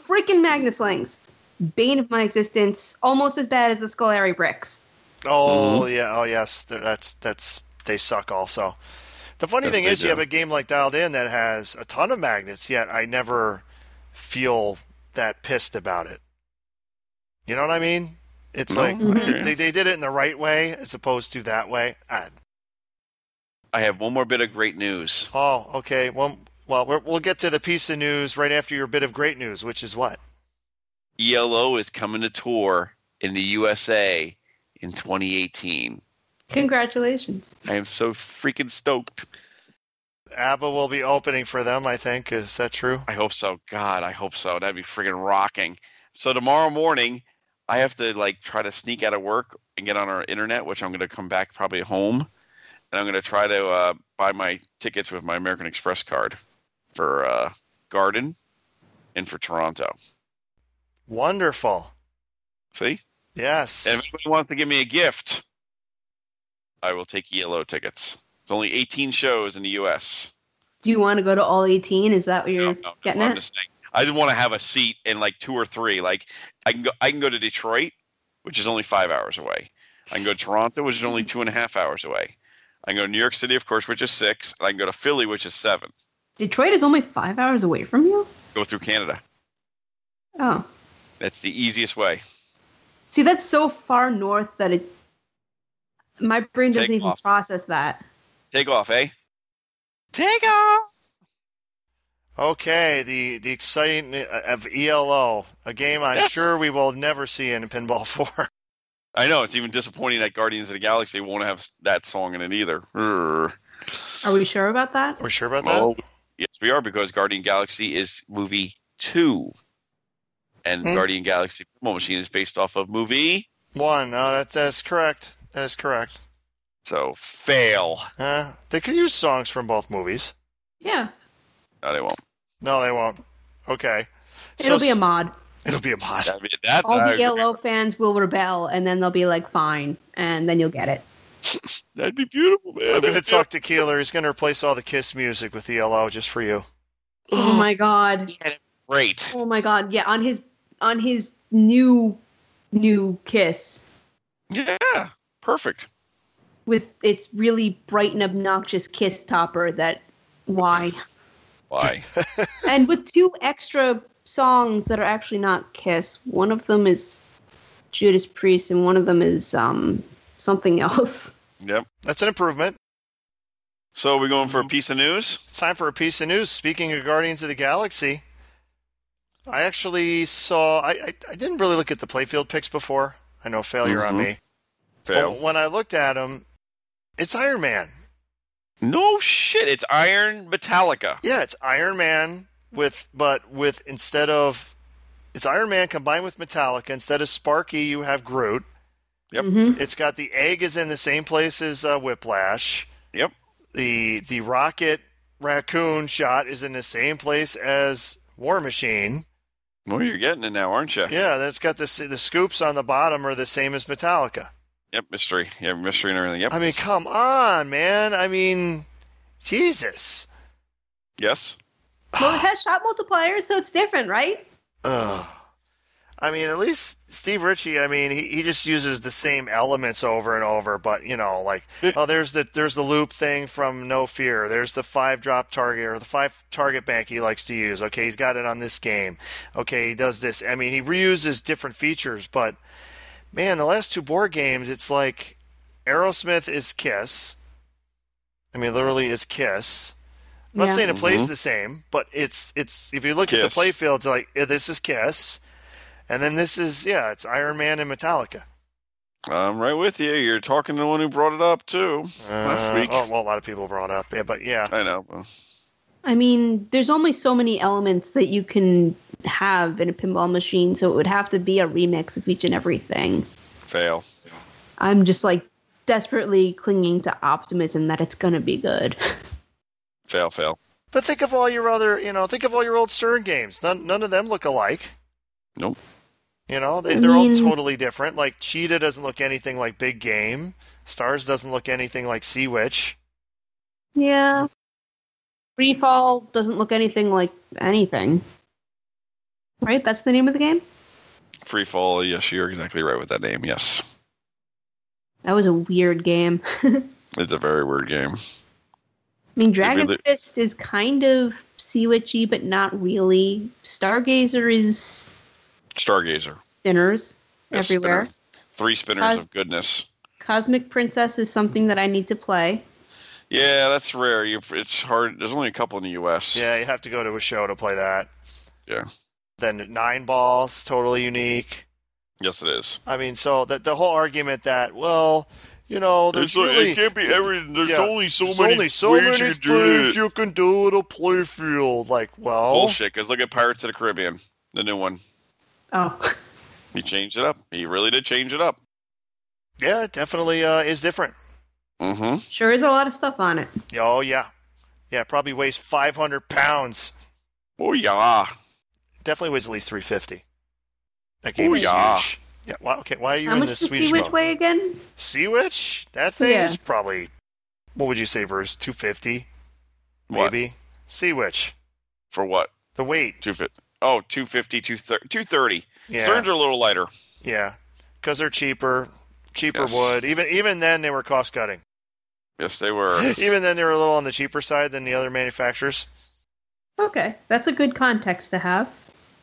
S5: Freaking Magnus Langs. Bane of my existence, almost as bad as the Scolari bricks.
S4: Mm-hmm.
S3: Oh yeah, oh yes, Th- that's that's they suck also. The funny
S4: Yes,
S3: thing
S4: they
S3: is, you
S4: do.
S3: have a game like Dialed In that has a ton of magnets, yet I never feel that pissed about it. You know what I mean? It's
S4: No,
S3: like
S4: I hear
S3: they-
S4: you.
S3: they, they did it in the right way as opposed to that way. Ah, I,
S4: I have one more bit of great news.
S3: Oh, okay. Well, well, we're, we'll get to the piece of news right after your bit of great news, which is what?
S4: ELO E is coming to tour in the USA in 2018.
S5: Congratulations.
S4: I am so freaking stoked.
S3: ABBA will be opening for them, I think. Is that true?
S4: I hope so. God, I hope so. That'd be freaking rocking. So tomorrow morning, I have to like try to sneak out of work and get on our internet, which I'm going to come back probably home, and I'm going to try to uh, buy my tickets with my American Express card for uh, Garden and for Toronto.
S3: Wonderful.
S4: See,
S3: Yes.
S4: and if anybody wants to give me a gift, I will take ELO tickets. It's only 18 shows in the U.S.
S5: Do you want to go to all 18? Is that what you're
S4: No, no, no,
S5: getting
S4: I'm
S5: at?
S4: just saying, I didn't want to have a seat in like two or three. Like I can go, I can go to Detroit, which is only five hours away. I can go to Toronto, which is only two and a half hours away. I can go to New York City, of course, which is six. And I can go to Philly, which is seven.
S5: Detroit is only five hours away from you?
S4: Go through Canada.
S5: Oh.
S4: That's the easiest way.
S5: See, that's so far north that it. My brain doesn't
S4: Take
S5: even
S4: off.
S5: process that.
S4: Take off, eh? Take off.
S3: Okay, the the exciting of ELO, a game I'm
S4: Yes.
S3: sure we will never see in Pinball Four.
S4: I know it's even disappointing that Guardians of the Galaxy won't have that song in it either. Urgh.
S5: Are we sure about that?
S3: We're sure about that.
S4: Oh, yes, we are because Guardian Galaxy is movie two, and
S3: Hmm.
S4: Guardian Galaxy Pinball Machine is based off of movie.
S3: One. Oh, that's that's correct. That is correct.
S4: So fail.
S3: Uh, they could use songs from both movies.
S5: Yeah.
S4: No, they won't.
S3: No, they won't. Okay.
S5: It'll be a
S3: s-
S5: mod.
S3: It'll be a mod.
S4: I mean, that,
S5: All
S4: I
S5: the
S4: agree.
S5: ELO fans will rebel, and then they'll be like, fine. And then you'll get it.
S4: That'd be beautiful, man.
S3: I'm gonna
S4: That'd be
S3: talk to Keeler. He's gonna replace all the Kiss music with ELO just for you.
S5: Oh my God.
S4: Great.
S5: Oh my God. Yeah. On his, on his new, new kiss.
S4: Yeah. Perfect.
S5: with its really bright and obnoxious kiss topper that why
S4: Why?
S5: and with two extra songs that are actually not kiss one of them is judas priest and one of them is um something else
S4: yep.
S3: That's an improvement.
S4: So we're going for a piece of news.
S3: It's time for a piece of news. Speaking of Guardians of the Galaxy, I actually saw. I I, I didn't really look at the playfield picks before. I know failure on
S5: Mm-hmm.
S4: Mhm.
S3: me. But when I looked at him, it's Iron Man.
S4: No shit. It's Iron Metallica.
S3: Yeah, it's Iron Man with but with instead of it's Iron Man combined with Metallica. Instead of Sparky, you have Groot.
S4: Yep.
S5: hmm
S3: It's got the egg is in the same place as uh, Whiplash.
S4: Yep.
S3: The the rocket raccoon shot is in the same place as War Machine.
S4: Well, you're getting it now, aren't you?
S3: Yeah, then it's got the the scoops on the bottom are the same as Metallica.
S4: Yep. Mystery. Yeah. Mystery and everything. Yep.
S3: I mean, come on, man. I mean, Jesus.
S4: yes.
S5: well it has shot multipliers so it's different right
S3: Ugh. I mean, at least Steve Ritchie. I mean, he, he just uses the same elements over and over. But you know, like oh, there's the there's the loop thing from No Fear. There's the five drop target or the five target bank he likes to use. Okay, he's got it on this game. Okay, he does this. I mean, he reuses different features. But man, the last two board games, it's like Aerosmith is Kiss. I mean, literally is Kiss. I'm not
S5: Yeah.
S3: saying it plays
S4: Mhm.
S3: the same, but it's it's if you look at
S4: Kiss.
S3: the playfield, it's like yeah, this is Kiss, and then this is yeah, it's Iron Man and Metallica.
S4: I'm right with you. You're talking to the one who brought it up too last
S3: Uh,
S4: week.
S3: Oh well, a lot of people brought up, yeah, but yeah,
S4: I know. Well,
S5: i mean there's only so many elements that you can have in a pinball machine so it would have to be a remix of each and everything
S4: fail.
S5: i'm just like desperately clinging to optimism that it's gonna be good
S4: Fail. Fail.
S3: but think of all your other, you know, think of all your old Stern games. None none of them look alike.
S4: Nope.
S3: You know, they,
S5: I
S3: they're
S5: mean-
S3: all totally different. Like Cheetah doesn't look anything like Big Game. Stars doesn't look anything like Sea Witch.
S5: Yeah. Freefall doesn't look anything like anything. Right? That's the name of the game?
S4: Free fall. Yes, you're exactly right with that name. Yes.
S5: That was a weird game. I
S4: It's a very weird game.
S5: mean, Dragon
S4: really-
S5: Fist is kind of Sea Witchy, but not really. Stargazer is
S4: Stargazer.
S5: spinners
S4: Yeah,
S5: everywhere.
S4: spinner. Three spinners
S5: Cos-
S4: of goodness.
S5: Cosmic Princess is something that I need to play.
S4: Yeah, that's rare. You, it's hard. There's only a couple in the U.S.
S3: Yeah, you have to go to a show to play that.
S4: Yeah.
S3: Then Nine Balls, totally unique.
S4: Yes, it is.
S3: I mean, so the, the whole argument that, well, you know, there's
S4: It's like-
S3: really
S4: it can't be everything. There's
S3: yeah,
S4: only so
S3: there's
S4: many
S3: only so
S4: ways
S3: many
S4: you can do
S3: things
S4: it.
S3: you can do at a playfield. Like, well,
S4: Bullshit. Because look at Pirates of the Caribbean, the new one.
S5: Oh.
S4: He changed it up. He really did change it up.
S3: yeah, it definitely uh, is different.
S4: Mm-hmm.
S5: Sure is a lot of stuff on it.
S3: Yeah, Oh yeah, yeah, it probably weighs 500 pounds.
S4: Oh yeah.
S3: Definitely weighs at least 350. That
S4: Ooh,
S3: game is
S4: yeah.
S3: huge. Yeah. Wow. Okay. Why are you
S5: How
S3: in
S5: much
S3: the
S5: does
S3: Swedish
S5: Sea Witch
S3: mode?
S5: weigh again?
S3: Sea Witch? That thing
S5: Yeah.
S3: is probably. What would you say, Bruce? 250,
S4: What?
S3: maybe. Sea Witch.
S4: For what?
S3: The weight.
S4: Two fifty. Oh, 250, 230. 230.
S3: Yeah.
S4: Sterns are a little lighter.
S3: Yeah, because they're cheaper, cheaper
S4: Yes.
S3: wood. Even even then, they were cost cutting.
S4: Yes, they were.
S3: even then, they were a little on the cheaper side than the other manufacturers.
S5: Okay. That's a good context to have.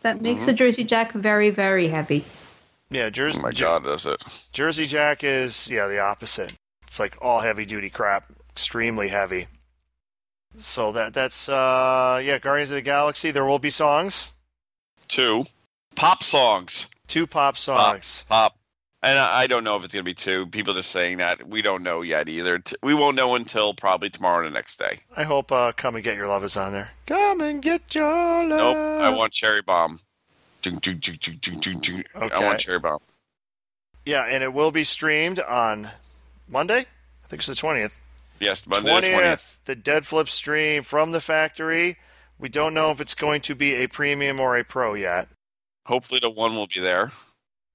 S5: That makes
S3: Mm-hmm.
S5: the Jersey Jack very, very heavy.
S3: Yeah, Jersey
S4: oh my god, does it?
S3: Jersey Jack is yeah the opposite. It's like all heavy duty crap, extremely heavy. So that that's uh yeah, Guardians of the Galaxy. There will be songs,
S4: Two pop songs.
S3: two pop songs.
S4: Pop. And I I don't know if it's going to be two. People just saying that. We don't know yet either. T- We won't know until probably tomorrow or the next day.
S3: I hope uh "Come and Get Your Love" is on there. Come and get your love.
S4: Nope. I want Cherry Bomb. Dun, dun, dun, dun, dun, dun, dun. I
S3: Okay.
S4: want Cherry Bomb.
S3: Yeah, and it will be streamed on Monday. I think it's the twentieth.
S4: Yes, Monday the 20th.
S3: the Dead Flip stream from the factory. We don't know if it's going to be a premium or a pro yet.
S4: Hopefully the one will be there.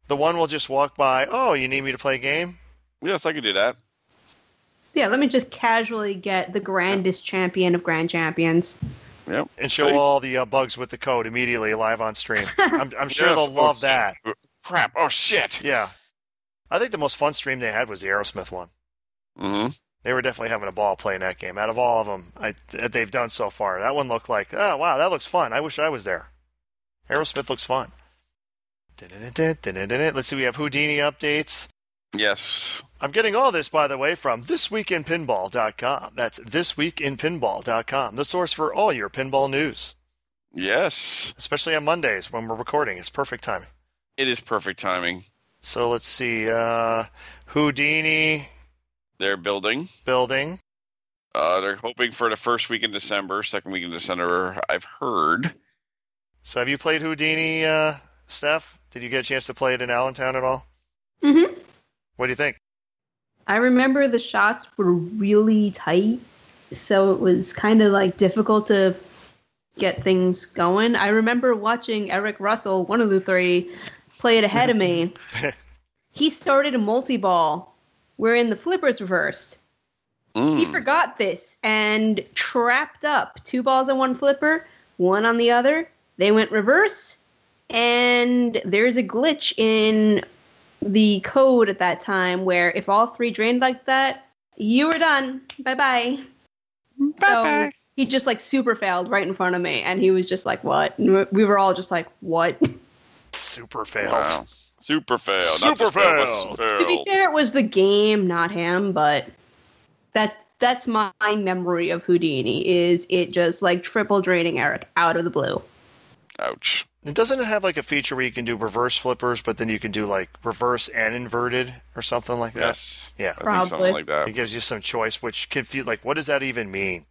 S3: The one will just walk by. Oh, you need me to play a game?
S4: Yes, I could do that.
S5: Yeah, let me just casually get the grandest champion of grand champions.
S4: Yep.
S3: And show
S4: See?
S3: all the uh, bugs with the code immediately live on stream. I'm, I'm sure
S4: Yes,
S3: they'll
S4: oh,
S3: love
S4: shit.
S3: that.
S4: Crap. Oh, shit.
S3: Yeah. I think the most fun stream they had was the Aerosmith one.
S4: Mm-hmm.
S3: They were definitely having a ball playing that game. Out of all of them I, that they've done so far, that one looked like, oh, wow, that looks fun. I wish I was there. Aerosmith looks fun. Dun-dun-dun-dun, dun-dun-dun-dun. Let's see, we have Houdini updates.
S4: Yes.
S3: I'm getting all this, by the way, from thisweekinpinball.com. That's thisweekinpinball.com, the source for all your pinball news,
S4: Yes.
S3: especially on Mondays when we're recording. It's perfect timing.
S4: It is perfect timing.
S3: So let's see. Uh, Houdini
S4: They're building.
S3: building.
S4: Uh, they're hoping for the first week in December, second week in December. I've heard.
S3: So have you played Houdini, uh, Steph? Did you get a chance to play it in Allentown at all?
S5: hmm
S3: What do you think?
S5: I remember the shots were really tight, so it was kind of like difficult to get things going. I remember watching Eric Russell, one of the three, play it ahead of me. he started a multi ball wherein the flippers reversed. He
S4: Mm.
S5: forgot this and trapped up two balls on one flipper, one on the other. They went reverse, and there's a glitch in the code at that time where if all three drained like that, you were done. Bye bye. So
S4: Bye-bye.
S5: he just like super failed right in front of me, and he was just like, "What?" And we were all just like, "What?"
S3: Super failed.
S4: Wow. Super fail.
S3: Super
S4: Not just fail,
S3: fail.
S4: but fail.
S5: to be fair, it was the game, not him, but that that's my memory of Houdini is it just like triple draining Eric out of the blue.
S4: Ouch.
S3: And doesn't it have like a feature where you can do reverse flippers, but then you can do like reverse and inverted or something like that?
S4: Yes.
S3: Yeah.
S4: I think something
S5: Probably.
S4: like
S3: It
S4: that.
S3: gives you some choice, which confuse like what does that even mean?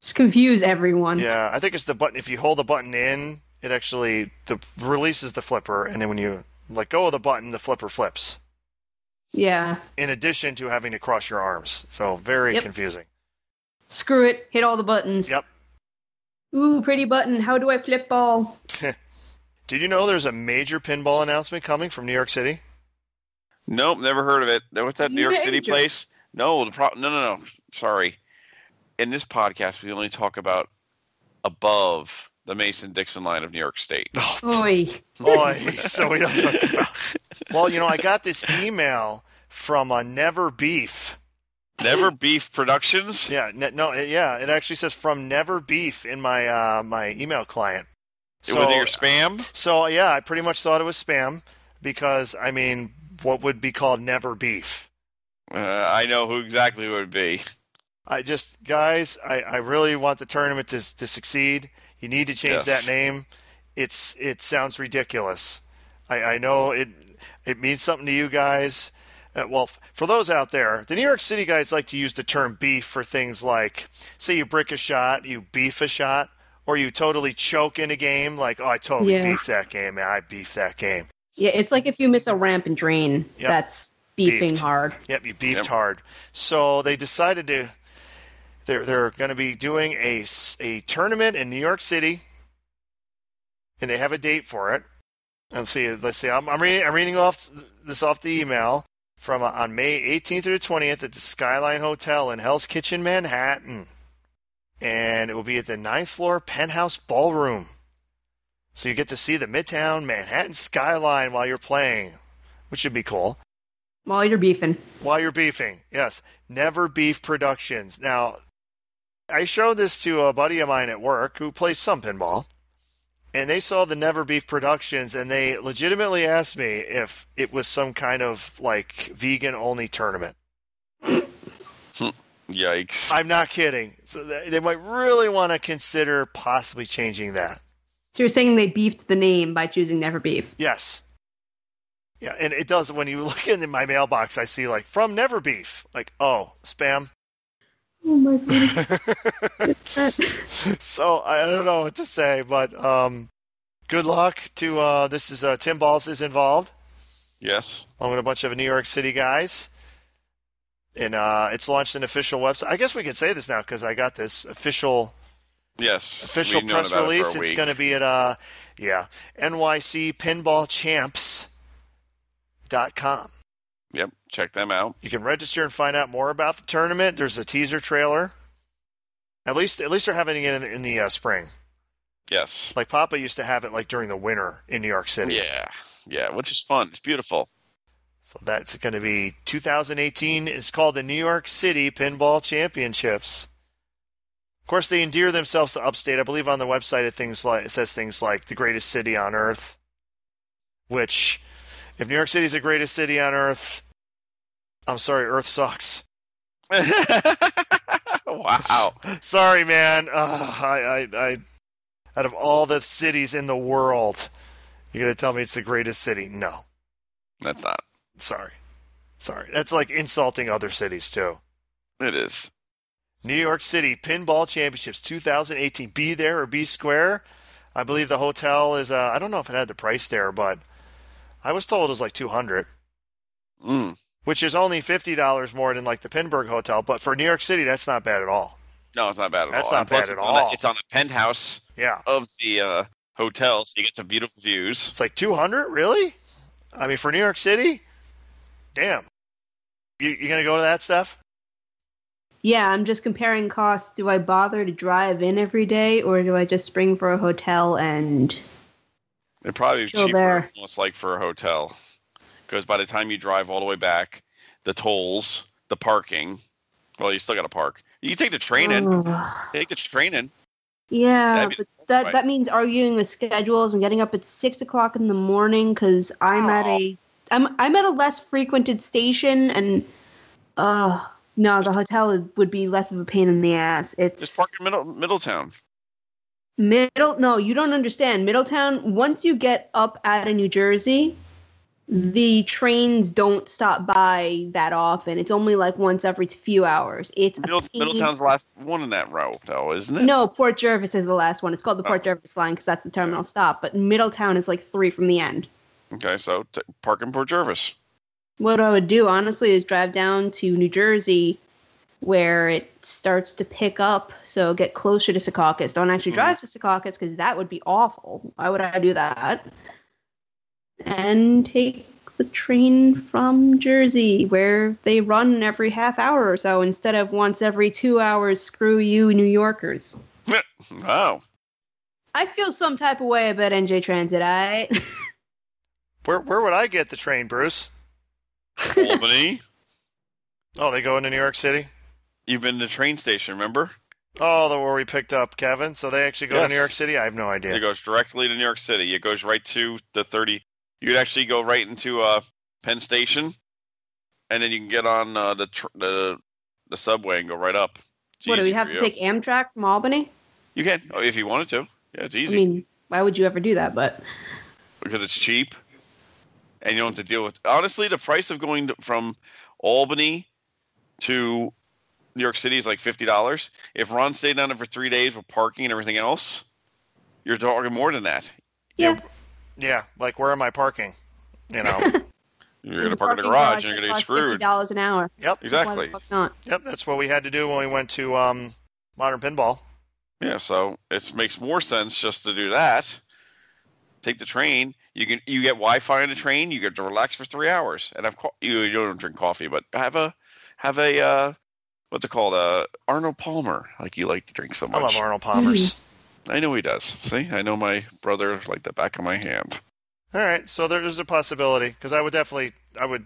S5: Just confuse everyone.
S3: Yeah, I think it's the button. If you hold the button in, it actually the releases the flipper, and then when you let go of the button, the flipper flips.
S5: Yeah.
S3: In addition to having to cross your arms, so very
S5: Yep.
S3: confusing.
S5: Screw it. Hit all the buttons.
S3: Yep.
S5: Ooh, pretty button. How do I flip ball?
S3: Did you know there's a major pinball announcement coming from New York City?
S4: Nope, never heard of it. Now, What's that New York City
S5: Major.
S4: place? No, the pro- no, no, no. Sorry. In this podcast, we only talk about above the Mason Dixon line of New York State.
S5: Oi.
S3: Boy, so we don't talk about. Well, you know, I got this email from uh, Never Beef.
S4: Never Beef Productions.
S3: Yeah, ne- no, it- yeah, it actually says from Never Beef in my uh, my email client.
S4: It was your spam.
S3: So yeah, I pretty much thought it was spam because I mean, what would be called never beef?
S4: Uh, I know who exactly it would be.
S3: I just guys, I, I really want the tournament to to succeed. You need to change
S4: Yes.
S3: that name. It's it sounds ridiculous. I, I know it it means something to you guys. Uh, well, f- for those out there, the New York City guys like to use the term beef for things like, say, you brick a shot, you beef a shot, or you totally choke in a game. Like, oh, I totally
S5: Yeah.
S3: beefed that game, man. I beefed that game.
S5: Yeah, it's like if you miss a ramp and drain.
S3: Yep.
S5: That's beefing
S3: Beefed.
S5: hard.
S3: Yep, you beefed
S4: Yep.
S3: hard. So they decided to. They're they're going to be doing a s- a tournament in New York City, and they have a date for it. And see, let's see. I'm, I'm reading I'm reading off s- this off the email from uh, on May 18th through the 20th at the Skyline Hotel in Hell's Kitchen, Manhattan, and it will be at the ninth floor penthouse ballroom. So you get to see the Midtown Manhattan skyline while you're playing, which should be cool.
S5: While you're beefing.
S3: While you're beefing, yes. Never Beef Productions. Now, I showed this to a buddy of mine at work who plays some pinball, and they saw the Never Beef Productions, and they legitimately asked me if it was some kind of like vegan only tournament.
S4: Yikes.
S3: I'm not kidding. So they they might really want to consider possibly changing that.
S5: So you're saying they beefed the name by choosing Never Beef.
S3: Yes. Yeah, and it does. When you look in my mailbox, I see like from Never Beef. Like, oh, spam.
S5: Oh my god.
S3: so I don't know what to say, but um, good luck to uh, this is uh, Tim Balls is involved
S4: yes.
S3: along with a bunch of New York City guys, and uh, it's launched an official website. I guess we could say this now because I got this official
S4: Yes.
S3: official
S4: We've known
S3: press
S4: about it for a
S3: release. It's
S4: week.
S3: going to be at uh, yeah, NYC Pinball Champs. Dot com.
S4: Yep. Check them out.
S3: You can register and find out more about the tournament. There's a teaser trailer. At least, at least they're having it in the, in the uh, spring.
S4: Yes.
S3: Like Papa used to have it like during the winter in New York City.
S4: Yeah. Yeah. Which is fun. It's beautiful.
S3: So that's going to be 2018. It's called the New York City Pinball Championships. Of course, they endear themselves to upstate. I believe on the website it things like it says things like the greatest city on earth. Which, if New York City's the greatest city on earth, I'm sorry, Earth sucks.
S4: wow.
S3: Sorry, man. Ugh, I, I, I, out of all the cities in the world, you're gonna tell me it's the greatest city? No,
S4: That's not.
S3: sorry, sorry. That's like insulting other cities too.
S4: It is.
S3: New York City Pinball Championships 2018. Be there or be square. I believe the hotel is. Uh, I don't know if it had the price there, but I was told it was like 200,
S4: Mm.
S3: which is only fifty dollars more than like the Pinburg Hotel. But for New York City, that's not bad at all.
S4: No, it's not bad at
S3: That's
S4: all.
S3: not
S4: And plus
S3: bad
S4: it's
S3: at
S4: on a-
S3: all.
S4: it's on a penthouse
S3: Yeah,
S4: of the uh, hotel, so you get some beautiful views.
S3: it's like 200. Really? I mean, for New York City, damn. You you gonna go to that stuff?
S5: yeah, I'm just comparing costs. Do I bother to drive in every day or do I just spring for a hotel and
S4: It probably be
S5: Chill
S4: cheaper,
S5: there.
S4: almost like for a hotel, because by the time you drive all the way back, the tolls, the parking. Well, you still got to park. You can take the train
S5: Mm.
S4: in.
S5: Ugh.
S4: Take the train in.
S5: Oh, Yeah,
S4: That'd be-
S5: but that
S4: that's
S5: that means arguing with schedules and getting up at six o'clock in the morning because I'm at a I'm I'm at a less frequented station and uh no, the hotel would be less of a pain in the ass.
S4: Just
S5: It's
S4: park in middle Middletown.
S5: middle. No, you don't understand. Middletown. Once you get up out of New Jersey, the trains don't stop by that often. It's only like once every few hours. It's a
S4: Middle,
S5: pain-
S4: Middletown's the last one in that row, though, isn't it?
S5: No, Port Jervis is the last one. It's called the Port
S4: Oh.
S5: Jervis line because that's the terminal stop. But Middletown is like three from the end.
S4: Okay, so t- park in Port Jervis.
S5: What I would do, honestly, is drive down to New Jersey where it starts to pick up. So get closer to Secaucus. Don't actually
S4: Mhm.
S5: drive to Secaucus because that would be awful. Why would I do that? And take the train from Jersey where they run every half hour or so instead of once every two hours. Screw you, New Yorkers.
S4: Oh,
S5: I feel some type of way about NJ Transit. I
S3: Where where would I get the train, Bruce?
S4: Albany.
S3: Oh, they go into New York City.
S4: You've been to the train station, remember?
S3: Oh, the where we picked up Kevin. So they actually go to
S4: Yes.
S3: New York City. I have no idea.
S4: It goes directly to New York City. It goes right to the 30. You'd actually go right into uh, Penn Station, and then you can get on uh, the, tr- the the subway and go right up. It's
S5: what do
S4: easy
S5: we have
S4: for
S5: to
S4: you.
S5: take Amtrak from Albany?
S4: You can, oh, if you wanted to. Yeah, it's easy
S5: I mean, why would you ever do that? But
S4: because it's cheap, and you don't have to deal with. Honestly, the price of going to, from Albany to New York City is like fifty dollars. If Ron stayed down there for three days with parking and everything else, you're talking more than that.
S5: yeah,
S3: Yeah, like where am I parking? You know.
S4: You're gonna park in the garage, and you're gonna get screwed.
S5: Dollars an hour.
S3: yep.
S5: Why
S4: Exactly.
S5: the fuck not?
S3: Yep, that's what we had to do when we went to um, Modern Pinball.
S4: Yeah, so it makes more sense just to do that. Take the train. You can you get Wi-Fi on the train. You get to relax for three hours, and have co- you, you don't drink coffee, but have a have a uh, what's it called? Uh, Arnold Palmer, like you like to drink so
S3: I
S4: much.
S3: love Arnold Palmer's.
S4: I know he does. See, I know my brother like the back of my hand.
S3: All right, so there's a possibility because I would definitely, I would,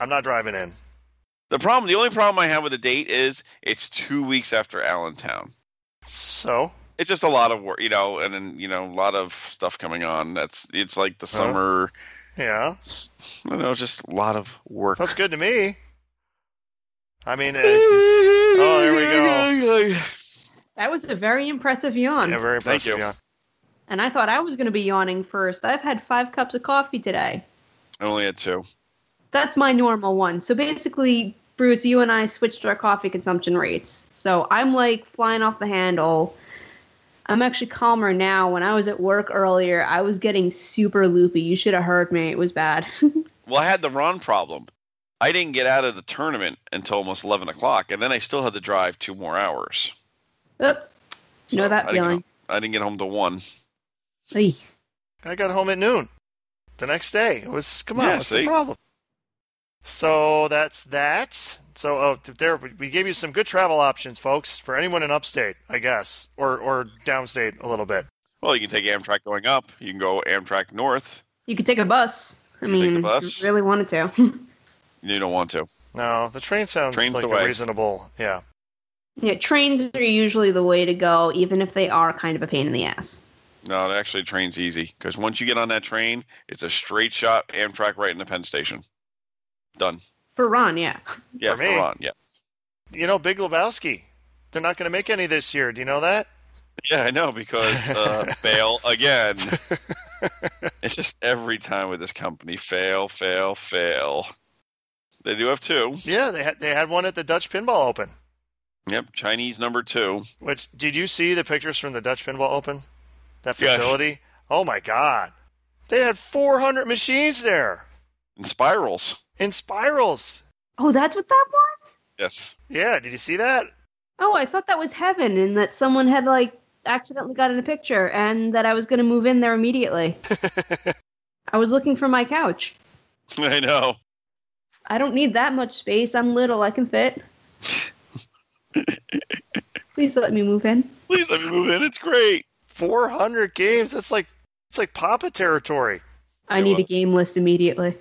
S3: I'm not driving in.
S4: The problem, the only problem I have with the date is it's two weeks after Allentown.
S3: So
S4: it's just a lot of work, you know, and then you know a lot of stuff coming on. That's it's like the
S3: Huh?
S4: summer.
S3: yeah,
S4: I don't know, just a lot of work.
S3: that's good to me. I mean, it, Oh, there we
S4: go.
S5: That was a very impressive yawn.
S3: Yeah, very
S4: Thank you.
S3: impressive. Yeah.
S5: And I thought I was going to be yawning first. I've had five cups of coffee today.
S4: I only had two.
S5: That's my normal one. So basically, Bruce, you and I switched our coffee consumption rates. So I'm like flying off the handle. I'm actually calmer now. When I was at work earlier, I was getting super loopy. You should have heard me. It was bad.
S4: Well, I had the run problem. I didn't get out of the tournament until almost eleven o'clock, and then I still had to drive two more hours.
S5: Oop. You know
S4: So
S5: that
S4: I didn't
S5: feeling.
S4: get- I didn't get home to one.
S5: Eey.
S3: I got home at noon the next day. It was come on,
S4: Yeah,
S3: what's
S4: see?
S3: the problem? So that's that. So oh, th- there we- we gave you some good travel options, folks, for anyone in upstate, I guess, or or downstate a little bit.
S4: Well, you can take Amtrak going up. You can go Amtrak north.
S5: You could take a bus. I
S4: You could take
S5: mean,
S4: the
S5: if
S4: bus.
S5: you really wanted to.
S4: You don't want to.
S3: No, the train sounds
S4: Train's
S3: like
S4: the
S3: a
S4: way.
S3: reasonable. Yeah,
S5: yeah, trains are usually the way to go, even if they are kind of a pain in the ass.
S4: No, actually, train's easy because once you get on that train, it's a straight shot Amtrak right into Penn Station. Done.
S5: For Ron, yeah.
S4: Yeah,
S3: For me.
S4: for Ron, Yeah.
S3: you know, Big Lebowski. They're not going to make any this year. Do you know that?
S4: Yeah, I know because uh, fail again. it's just every time with this company fail, fail, fail. They do have two.
S3: Yeah, they had they had one at the Dutch Pinball Open.
S4: Yep, Chinese number two.
S3: Which did you see the pictures from the Dutch Pinball Open? That
S4: Yes.
S3: facility? Oh my god. They had 400 machines there
S4: And spirals.
S3: in spirals.
S5: Oh, that's what that was?
S4: Yes.
S3: Yeah, did you see that?
S5: Oh, I thought that was heaven and that someone had, like, accidentally gotten a picture and that I was going to move in there immediately. I was looking for my couch.
S4: I know.
S5: I don't need that much space. I'm little. I can fit. Please let me move in.
S4: Please let me move in. It's great.
S3: 400 games. That's like it's like Papa territory.
S5: I
S4: Yeah,
S5: need a
S4: well-
S5: game list immediately.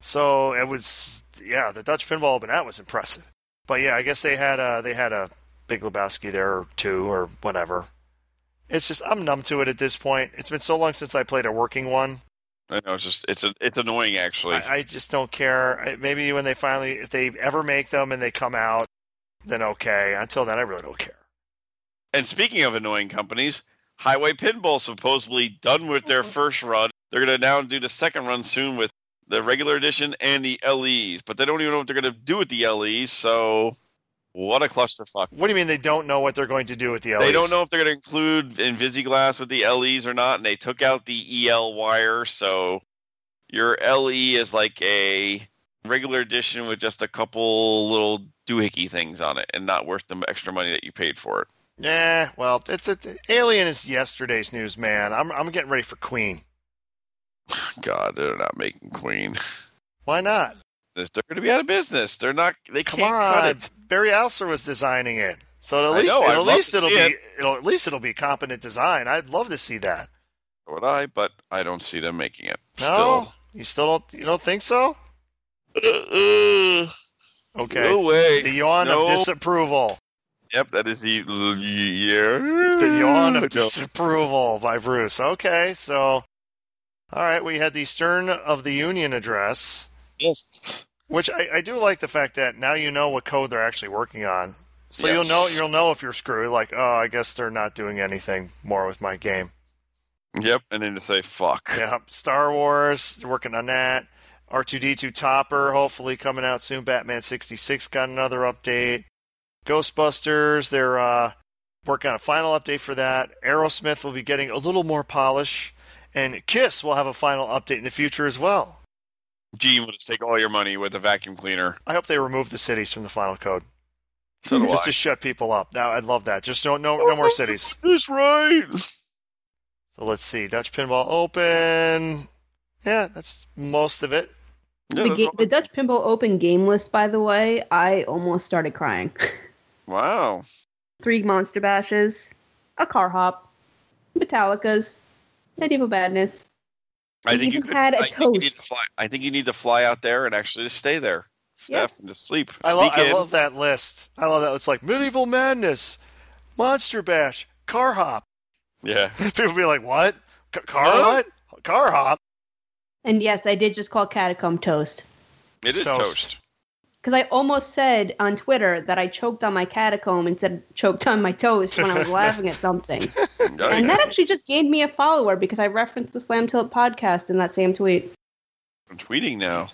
S3: so it was yeah, the Dutch Pinball Open that was impressive. But yeah, I guess they had a they had a Big Lebowski there or two or whatever. It's just I'm numb to it at this point. It's been so long since I played a working one.
S4: I know. It's just it's a, it's annoying actually.
S3: I, I just don't care. I, maybe when they finally, if they ever make them and they come out, then okay. Until then, I really don't care.
S4: And speaking of annoying companies, Highway Pinball supposedly done with their first run. They're going to now do the second run soon with the regular edition and the LEs, but they don't even know what they're going to do with the LEs. So, what a clusterfuck!
S3: What do you mean they don't know what they're going to do with the LEs?
S4: They don't know if they're going to include Invisiglass with the LEs or not, and they took out the EL wire. So, your LE is like a regular edition with just a couple little doohickey things on it, and not worth the extra money that you paid for it.
S3: Nah. Well, it's a, Alien is yesterday's news, man. I'm I'm getting ready for Queen.
S4: God, they're not making Queen.
S3: Why not?
S4: business. They're going to be out of business. They're not. They
S3: Come
S4: can't
S3: on.
S4: cut it.
S3: Barry Alser was designing it, so at
S4: I
S3: least
S4: know, I'd
S3: at
S4: love
S3: least
S4: to
S3: it'll be
S4: see
S3: will at least it'll be competent design. I'd love to see that.
S4: Or would I? But I don't see them making it.
S3: No, you still don't you don't think so?
S4: Still.
S3: Okay.
S4: Uh-uh. No way.
S3: The yawn of
S4: No.
S3: disapproval.
S4: Yep, that is the l- year.
S3: The yawn of
S4: No.
S3: disapproval by Bruce. Okay, so all right, we had the Stern of the Union address,
S4: Yes.
S3: which I, I do like the fact that now you know what code they're actually working on. So you'll
S4: Yes.
S3: know you'll know if you're screwed. Like, oh, I guess they're not doing anything more with my game.
S4: Yep, and then to say fuck.
S3: Yeah, Star Wars working on that. R2D2 Topper hopefully coming out soon. Batman 66 got another update. Ghostbusters they're uh, working on a final update for that. Aerosmith will be getting a little more polish, and Kiss will have a final update in the future as well.
S4: Gene will just take all your money with a vacuum cleaner.
S3: I hope they remove the cities from the final code
S4: So do
S3: Hmm, just
S4: I.
S3: to shut people up. Now I'd love that. Just don't no no more cities.
S4: That's right.
S3: So let's see. Dutch Pinball Open. Yeah, that's most of it.
S4: Yeah,
S5: the,
S4: that's
S5: ga-
S4: all-
S5: the Dutch Pinball Open game list, by the way, I almost started crying.
S4: Wow.
S5: Three Monster Bashes, a car hop, Metallica's, Medieval Badness.
S4: I
S5: You
S4: think you
S5: even
S4: could.
S5: had a
S4: I think you need
S5: toast.
S4: to fly. I think you need to fly out there and actually just stay there, Steph, and just sleep.
S3: I, lo-
S4: Sneak
S3: I
S4: in.
S3: love that list. I love that. It's like medieval madness, monster bash, car hop.
S4: Yeah.
S3: People be like, "What? C- car
S4: Huh?
S3: what? Car hop?"
S5: And yes, I did just call Catacomb Toast.
S4: It is
S3: Toast.
S4: toast.
S5: because I almost said on Twitter that I choked on my catacomb instead of choked on my toast when I was laughing at something.
S4: There you
S5: And
S4: go.
S5: that actually just gained me a follower because I referenced the Slam Tilt podcast in that same tweet.
S4: I'm tweeting now.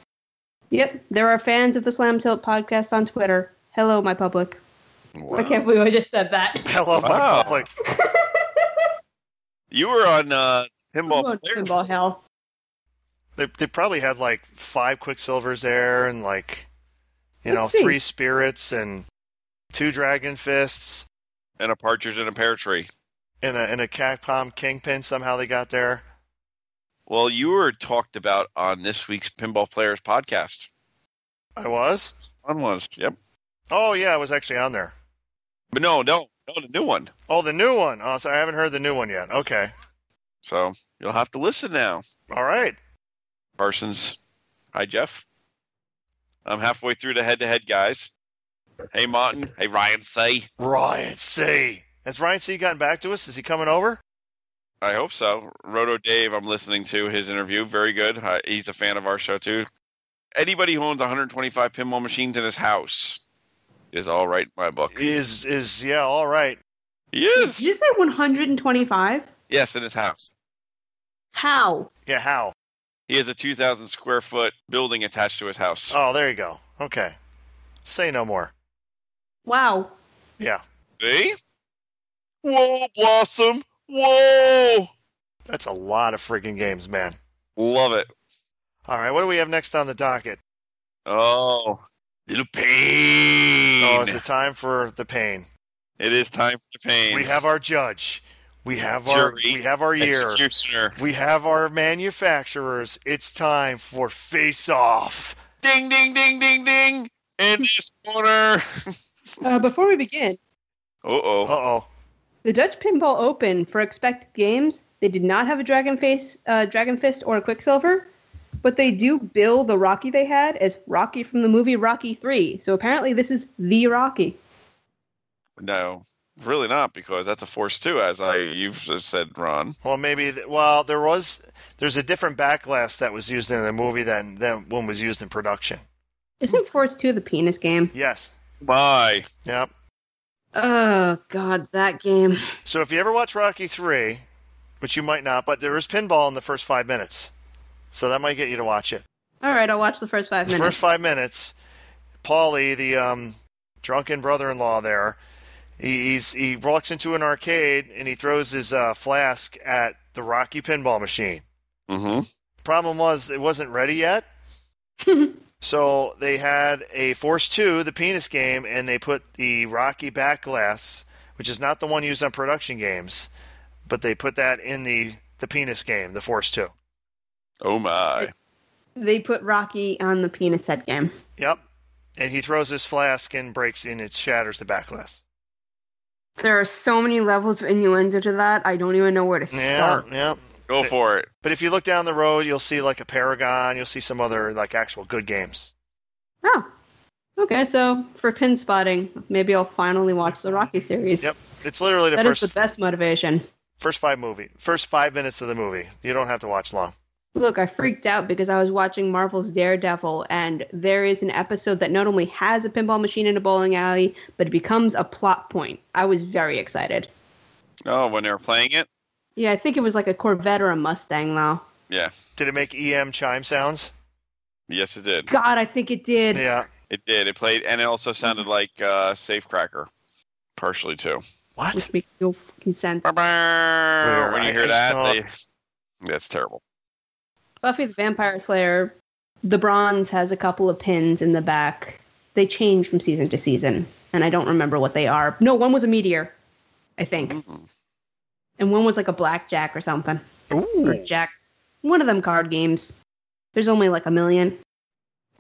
S5: Yep, there are fans of the Slam Tilt podcast on Twitter. Hello, my public.
S4: Wow.
S5: I can't believe I just said that.
S3: Hello,
S4: Wow.
S3: my public.
S4: You were on uh,
S5: Well,
S4: pinball. Player.
S5: pinball hell.
S3: They, they probably had like five Quicksilvers there and like, you know,
S5: Let's see.
S3: three spirits and two Dragon Fists
S4: and a partridge in a pear tree.
S3: and a, and a Capcom Kingpin somehow they got there.
S4: Well, you were talked about on this week's Pinball Players podcast.
S3: I was?
S4: One was, yep.
S3: Oh, yeah, I was actually on there.
S4: But no, no, no, the new one.
S3: Oh, the new one. Oh, sorry, I haven't heard the new one yet. Okay.
S4: So you'll have to listen now,
S3: All right.
S4: Parsons. Hi, Jeff. I'm halfway through the head-to-head guys. Hey, Martin. Hey, Ryan. Say,
S3: Ryan C. Has Ryan C. gotten back to us? Is he coming over?
S4: I hope so. Roto Dave, I'm listening to his interview. Very good. Uh, he's a fan of our show too. Anybody who owns 125 pinball machines in his house is all right in my book.
S3: Is is yeah, all right.
S4: Yes.
S5: Did you say 125?
S4: Yes, in his house.
S5: How?
S3: Yeah, how?
S4: He has a 2,000 square foot building attached to his house.
S3: Oh, there you go. Okay. Say no more.
S5: Wow.
S3: Yeah.
S4: See? Whoa, Blossom! Whoa!
S3: That's a lot of freaking games, man.
S4: Love it.
S3: All right, what do we have next on the docket?
S4: Oh, little pain.
S3: Oh, is it time for the pain?
S4: it is time for the pain.
S3: We have our judge. We have our
S4: Jury.
S3: we have our year.
S4: executioner.
S3: We have our manufacturers. It's time for face off.
S4: Ding, ding, ding, ding, ding. In this corner.
S5: Uh, before we begin,
S4: Uh oh.
S3: Uh-oh.
S5: the Dutch Pinball Open for expected games, they did not have a Dragon Face, uh, Dragon Fist, or a Quicksilver, but they do bill the Rocky they had as Rocky from the movie Rocky Three. So apparently, this is the Rocky.
S4: No, really not, because that's a force too, as I you've just said, Ron.
S3: Well, maybe th- well, there was there's a different backlash that was used in the movie than than one was used in production.
S5: Isn't Force Two the penis game?
S3: Yes.
S4: Bye.
S3: Yep.
S5: Oh God, that game.
S3: So if you ever watch Rocky 3, which you might not, but there is pinball in the first 5 minutes. So that might get you to watch it.
S5: All right, I'll watch the first five
S3: The
S5: minutes.
S3: first five minutes, Paulie, the um, drunken brother-in-law, there, he, he's he walks into an arcade and he throws his uh, flask at the Rocky pinball machine.
S4: Mm-hmm.
S3: Problem was it wasn't ready yet, so they had a Force Two, the penis game, and they put the Rocky back glass, which is not the one used on production games, but they put that in the the penis game, the Force Two.
S4: Oh my.
S5: they put Rocky on the penis head game.
S3: Yep. And he throws his flask and breaks and it shatters the back glass.
S5: There are so many levels of innuendo to that. I don't even know where to
S3: Yeah,
S5: start.
S3: yeah.
S4: Go for it.
S3: But if you look down the road, you'll see like a Paragon. You'll see some other like actual good games.
S5: Oh. Okay, so for pin spotting, maybe I'll finally watch the Rocky series.
S3: Yep, it's literally the
S5: That is
S3: first
S5: the best motivation.
S3: first five movie, first five minutes of the movie. You don't have to watch long.
S5: Look, I freaked out because I was watching Marvel's Daredevil, and there is an episode that not only has a pinball machine in a bowling alley, but it becomes a plot point. I was very excited.
S4: Oh, when they were playing it?
S5: Yeah, I think it was like a Corvette or a Mustang, though.
S4: Yeah.
S3: Did it make EM chime sounds?
S4: Yes, it did.
S5: God, I think it did.
S3: Yeah.
S4: It did. It played, and it also
S3: Mm-hmm.
S4: sounded like uh, Safecracker, partially too.
S3: What?
S5: Which makes no fucking sense.
S4: Ba-ba!
S3: Weird.
S4: When
S3: I-
S4: you
S3: I
S4: hear
S3: just
S4: that,
S3: don't-
S4: they- that's terrible.
S5: Buffy the Vampire Slayer, the bronze has a couple of pins in the back. They change from season to season, and I don't remember what they are. No, one was a meteor, I think,
S4: Mm.
S5: and one was like a blackjack or something, or
S3: Ooh.
S5: jack. One of them card games. There's only like a million.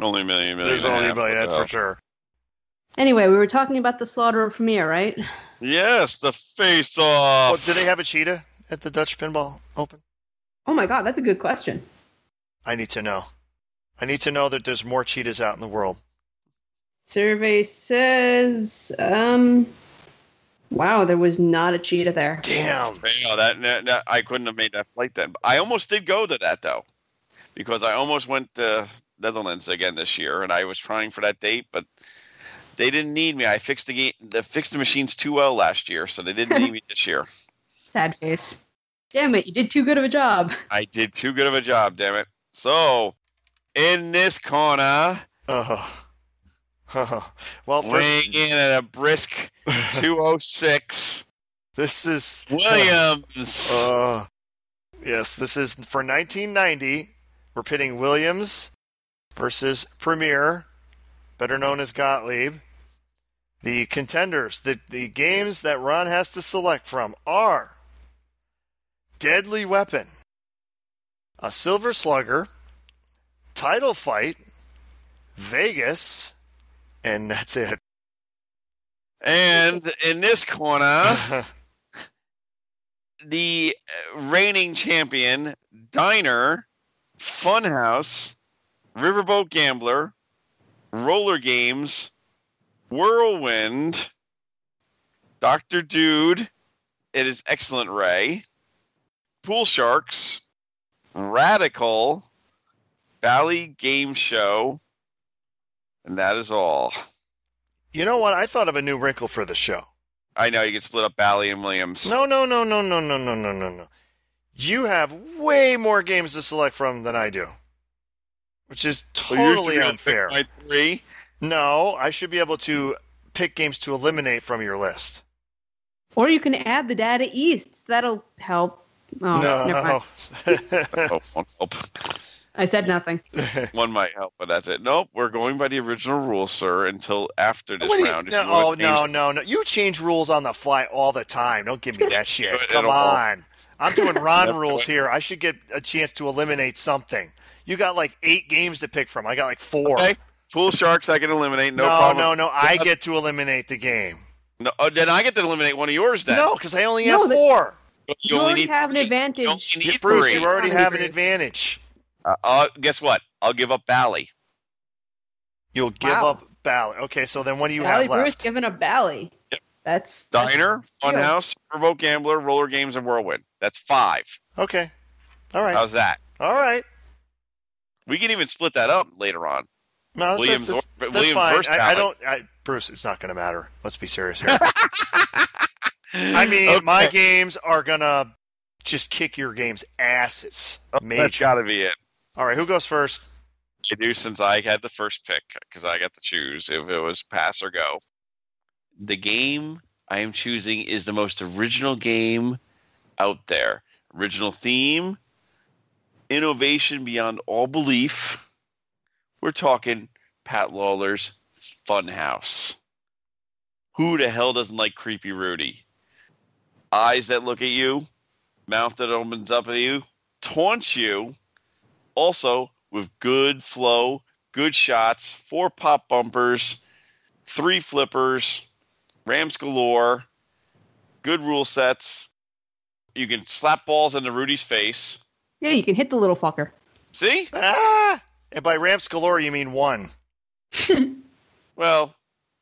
S4: Only a million, million.
S3: There's
S4: and a
S3: only
S4: half,
S3: about that's
S4: uh,
S3: for sure.
S5: Anyway, we were talking about the slaughter of Premier, right?
S4: Yes, the face
S3: Oh,
S4: off.
S3: do they have a cheetah at the Dutch Pinball Open?
S5: Oh my god, that's a good question.
S3: I need to know. I need to know that there's more cheetahs out in the world.
S5: Survey says, um, wow, there was not a cheetah there.
S3: Damn.
S4: Fail. That, that, that- I couldn't have made that flight then. I almost did go to that though, because I almost went to Netherlands again this year, and I was trying for that date, but they didn't need me. I fixed the game, the fixed the machines too well last year, so they didn't need me this year.
S5: Sad face. Damn it, you did too good of a job.
S4: I did too good of a job, damn it. So, in this corner,
S3: Oh. Oh. Well, first,
S4: weighing in at a brisk 206,
S3: this is
S4: Williams.
S3: Uh, yes, this is for 1990. We're pitting Williams versus Premier, better known as Gottlieb. The contenders, the, the games that Ron has to select from are Deadly Weapon, A Silver Slugger, Title Fight, Vegas, and that's it.
S4: and in this corner, the uh, reigning champion, Diner, Funhouse, Riverboat Gambler, Roller Games, Whirlwind, Dr. Dude, It Is Excellent Ray, Pool Sharks, Radical, Valley Game Show, and that is all.
S3: you know what? I thought of a new wrinkle for the show.
S4: I know you can split up Bally and Williams.
S3: No, no, no, no, no, no, no, no, no, no. You have way more games to select from than I do, which is
S4: Well, you're
S3: totally
S4: gonna pick
S3: unfair.
S4: My three.
S3: No, I should be able to pick games to eliminate from your list.
S5: Or you can add the data east. That'll help. Oh, never mind.
S4: Oh, one help.
S5: I said nothing.
S4: One might help, but that's it. Nope, we're going by the original rule, sir, until after this
S3: What do you-
S4: round. If
S3: no,
S4: you
S3: oh
S4: wanna change-
S3: no, no, no! You change rules on the fly all the time. Don't give me that shit.
S4: do it at
S3: Come
S4: all.
S3: on, I'm doing Ron
S4: That's
S3: rules
S4: what-
S3: here. I should get a chance to eliminate something. You got like eight games to pick from. I got like four.
S4: Okay. Pool sharks, I can eliminate. No,
S3: no,
S4: problem.
S3: no, no! I get to eliminate the game.
S4: No, oh, then I get to eliminate one of yours. Then
S3: No, because I only have
S5: No, that-
S3: four.
S5: You, already have an advantage.
S4: You only need
S3: Bruce,
S4: three.
S3: you already have an
S5: Bruce.
S3: advantage.
S4: Uh, uh, guess what? I'll give up Bally.
S3: You'll give
S5: Wow.
S3: up ballot. Okay, so then what do you
S5: Bally
S3: have
S5: Bruce
S3: left?
S5: giving a Bally. That's that's-
S4: Diner,
S5: true.
S4: Funhouse, Riverboat Gambler, Roller Games, and Whirlwind. That's five.
S3: Okay. All right.
S4: How's that?
S3: All right.
S4: We can even split that up later on.
S3: No, that's,
S4: Williams
S3: that's,
S4: or-
S3: that's
S4: Williams
S3: fine.
S4: versus
S3: I, I
S4: ballot.
S3: don't. I, Bruce, it's not going to matter. Let's be serious here. I mean,
S4: Okay.
S3: my games are going to just kick your game's asses.
S5: Oh,
S4: that's
S3: Major.
S4: got to be it.
S3: All right, who goes first?
S4: I do since I had the first pick because I got to choose if it was pass or go. The game I am choosing is the most original game out there. Original theme, innovation beyond all belief. We're talking Pat Lawler's Funhouse. Who the hell doesn't like Creepy Rudy? Eyes that look at you, mouth that opens up at you, taunts you also with good flow, good shots, four pop bumpers, three flippers, Rams galore, good rule sets. You can slap balls into Rudy's face.
S5: Yeah, you can hit the little fucker.
S4: See?
S3: Ah! And by ramps galore, you mean one.
S4: Well,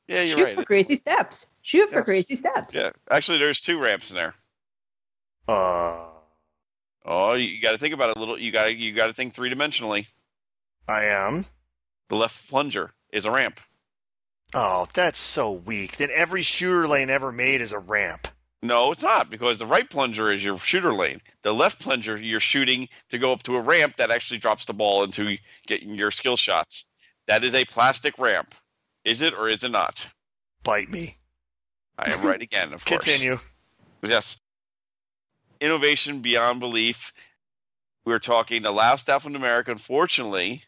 S4: yeah, you're
S5: Shoot
S4: right.
S5: for crazy steps. Shoot for
S4: Yes.
S5: crazy steps.
S4: Yeah, actually, there's two ramps in there.
S3: Uh,
S4: Oh, you got to think about it a little. You got to you got to think three dimensionally.
S3: I am.
S4: The left plunger is a ramp.
S3: Oh, that's so weak. Then every shooter lane ever made is a ramp.
S4: No, it's not because the right plunger is your shooter lane. The left plunger you're shooting to go up to a ramp that actually drops the ball into getting your skill shots. That is a plastic ramp. Is it or is it not?
S3: Bite me.
S4: I am right again, of course.
S3: Continue.
S4: Yes. Innovation beyond belief. We're talking the last alphanumeric, unfortunately,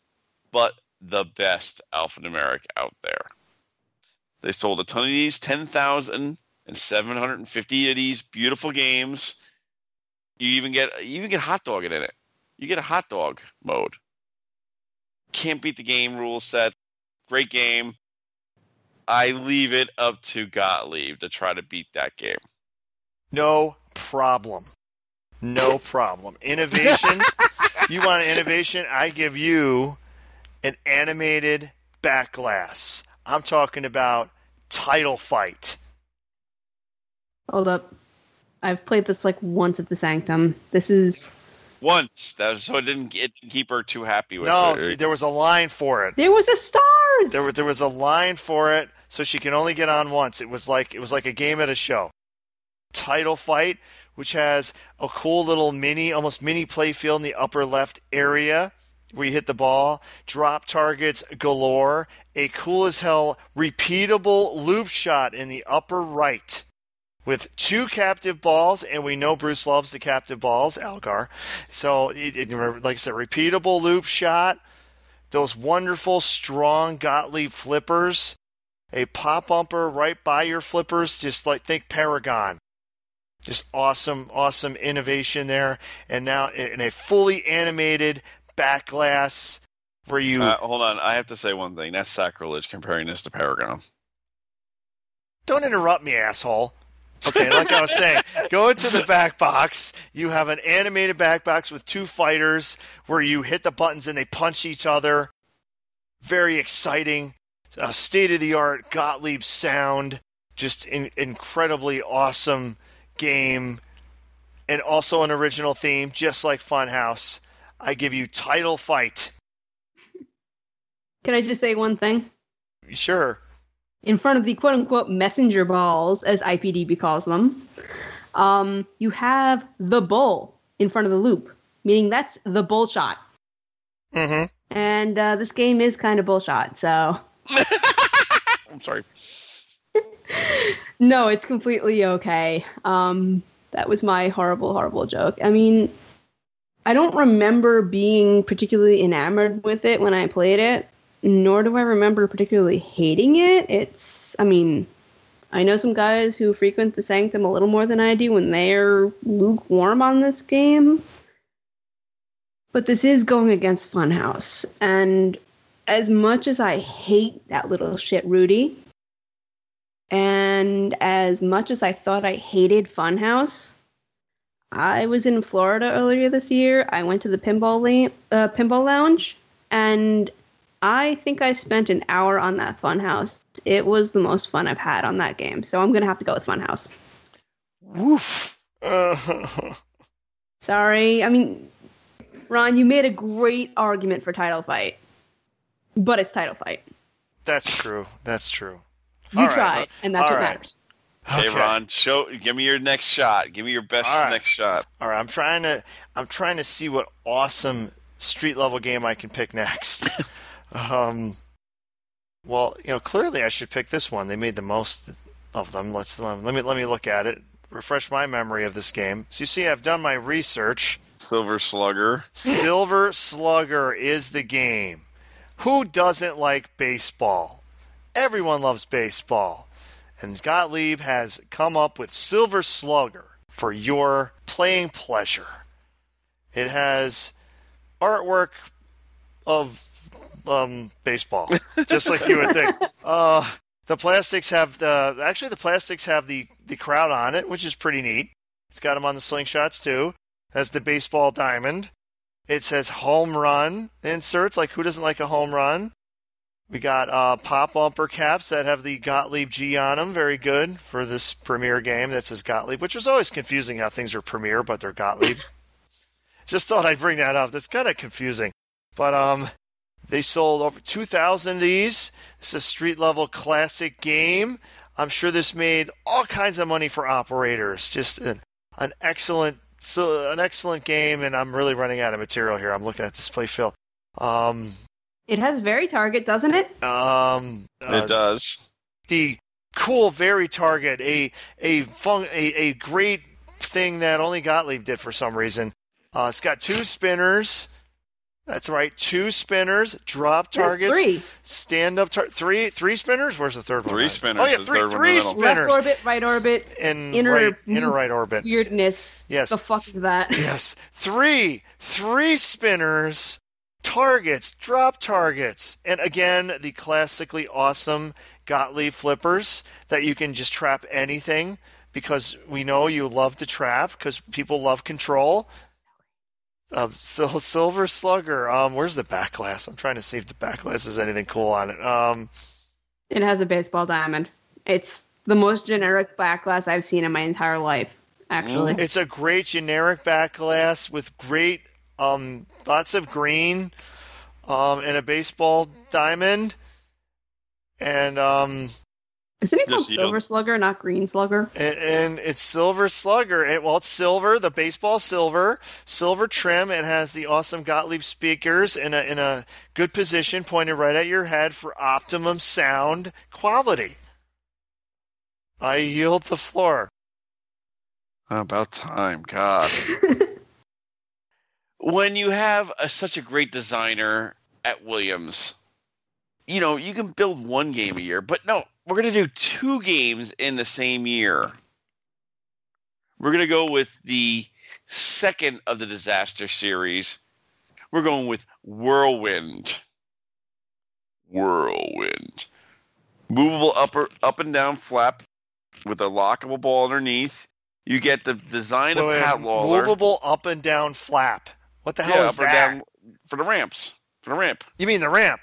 S4: but the best alphanumeric out there. They sold a ton of these, 10,750 of these beautiful games. You even get you even get hot dogging in it. You get a hot dog mode. Can't beat the game rule set. Great game. I leave it up to Gottlieb to try to beat that game.
S3: No problem. No problem. Innovation. you want an innovation? I give you an animated back glass. I'm talking about title fight.
S5: Hold up. I've played this like once at the Sanctum. This is
S4: once. That was, so it didn't, it didn't keep her too happy with
S3: No,
S4: it.
S3: there was a line for it.
S5: There was a stars.
S3: There was there was a line for it, so she can only get on once. It was like it was like a game at a show. Title fight, which has a cool little mini, almost mini play field in the upper left area where you hit the ball, drop targets galore, a cool as hell repeatable loop shot in the upper right with two captive balls, and we know Bruce loves the captive balls, Algar. So, it, it, like I said, repeatable loop shot, those wonderful, strong Gottlieb flippers, a pop bumper right by your flippers, just like think Paragon. Just awesome, awesome innovation there. And now in a fully animated back glass where you.
S4: Uh, hold on, I have to say one thing. That's sacrilege comparing this to Paragon.
S3: Don't interrupt me, asshole. Okay, like I was saying, go into the back box. You have an animated back box with two fighters where you hit the buttons and they punch each other. Very exciting, uh, state of the art Gottlieb sound. Just in- incredibly awesome game, and also an original theme, just like Funhouse. I give you title fight.
S5: Can I just say one thing?
S3: Sure.
S5: In front of the quote unquote messenger balls, as IPDB calls them, um, you have the bull in front of the loop, meaning that's the bull shot.
S3: Mm-hmm.
S5: And uh, this game is kind of bull shot, so
S4: I'm sorry.
S5: no, it's completely okay. Um, that was my horrible, horrible joke. I mean, I don't remember being particularly enamored with it when I played it, nor do I remember particularly hating it. It's, I mean, I know some guys who frequent the Sanctum a little more than I do, and they're lukewarm on this game. But this is going against Funhouse, and as much as I hate that little shit, Rudy, and as much as I thought I hated Funhouse, I was in Florida earlier this year. I went to the pinball la- uh, pinball lounge, and I think I spent an hour on that Funhouse. It was the most fun I've had on that game, so I'm gonna have to go with Funhouse.
S4: Woof.
S5: Sorry, I mean, Ron, you made a great argument for Title Fight, but it's Title Fight.
S3: that's true. That's true.
S5: You
S3: All right,
S5: tried, and that's
S3: all
S5: what
S3: right.
S5: matters.
S4: Hey Ron, show give me your next shot. Give me your best
S3: All right.
S4: next shot.
S3: All right, I'm trying to I'm trying to see what awesome street level game I can pick next. um, well, you know, clearly I should pick this one. They made the most of them. Let's let me let me look at it. Refresh my memory of this game. So you see, I've done my research.
S4: Silver Slugger.
S3: Silver Slugger is the game. Who doesn't like baseball? Everyone loves baseball. And Gottlieb has come up with Silver Slugger for your playing pleasure. It has artwork of um, baseball, just like you would think. Uh, the plastics have the actually the plastics have the the crowd on it, which is pretty neat. It's got them on the slingshots too. Has the baseball diamond. It says home run inserts. Like who doesn't like a home run? We got uh, pop bumper caps that have the Gottlieb G on them. Very good for this premiere game that says Gottlieb, which was always confusing how things are premiere, but they're Gottlieb. Just thought I'd bring that up. That's kind of confusing. But um, they sold over 2,000 of these. It's a street level classic game. I'm sure this made all kinds of money for operators. Just uh, an, an excellent, so an excellent game. And I'm really running out of material here. I'm looking at this play field. Um,
S5: It has very target, doesn't it?
S3: um,
S4: it does.
S3: the cool very target a a fun a, a great thing that only Gottlieb did for some reason. Uh, it's got two spinners. That's right, two spinners, drop
S5: There's
S3: targets,
S5: Three.
S3: stand up tar- three three spinners. Where's the third one?
S4: Three
S3: Ryan?
S4: spinners
S3: Oh yeah,
S4: is the
S3: three
S4: third one in
S3: three
S4: the middle.
S5: Left mm-hmm.
S3: spinners
S5: orbit, right orbit,
S3: in
S5: inner-
S3: right inner right orbit.
S5: weirdness.
S3: Yes.
S5: The fuck is that?
S3: Yes, three, three spinners, targets, drop targets, and again the classically awesome Gottlieb flippers that you can just trap anything because we know you love to trap because people love control. Uh, Sil- Silver Slugger. Um, where's the back glass? I'm trying to see if the back glass has anything cool on it. Um,
S5: It has a baseball diamond. It's the most generic back glass
S3: Mm.
S5: I've seen in my entire life, actually.
S3: It's a great generic back glass with great Um, lots of green um, and a baseball diamond. And um,
S5: Isn't it called
S4: Just, you know-
S5: Silver Slugger, not Green Slugger?
S3: and, and it's silver slugger. It, well, it's silver. The baseball silver, silver trim. It has the awesome Gottlieb speakers in a in a good position, pointed right at your head for optimum sound quality. I yield the floor.
S4: About time, God. when you have a, such a great designer at Williams, you know, you can build one game a year, but no, we're going to do two games in the same year. We're going to go with the second of the disaster series. We're going with Whirlwind. Whirlwind. Movable upper up and down flap with a lockable ball underneath. You get the design of
S3: Wait,
S4: Pat Lawler.
S3: movable up and down flap. What the hell
S4: yeah,
S3: is
S4: up or
S3: that?
S4: down for the ramps. For the ramp.
S3: You mean the ramp?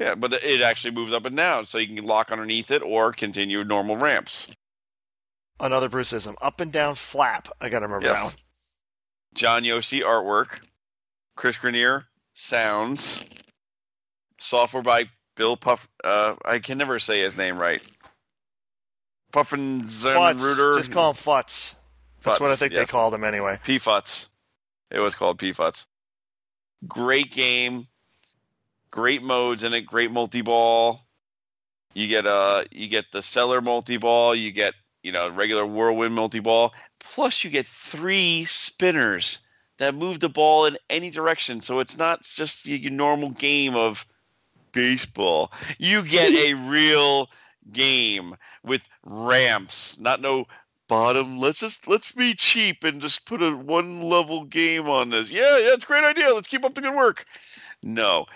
S4: Yeah, but it actually moves up and down, so you can lock underneath it or continue normal ramps.
S3: Another Bruceism. Up and down flap. I gotta remember that one.
S4: Yes. John Yossi artwork, Chris Grenier sounds, software by Bill Puff. Uh, I can never say his name right. Puffenzenruder.
S3: Futz. Just call him Futz. That's
S4: Futz,
S3: what I think
S4: yes.
S3: they called him anyway.
S4: PFUTs. It was called PFUTs. Great game. Great modes in it. Great multi ball. You get uh you get the seller multi ball. You get you know regular whirlwind multi ball. Plus you get three spinners that move the ball in any direction. So it's not just your, your normal game of baseball. You get a real game with ramps, not no bottom. Let's just let's be cheap and just put a one level game on this. Yeah, yeah, it's a great idea. Let's keep up the good work. No.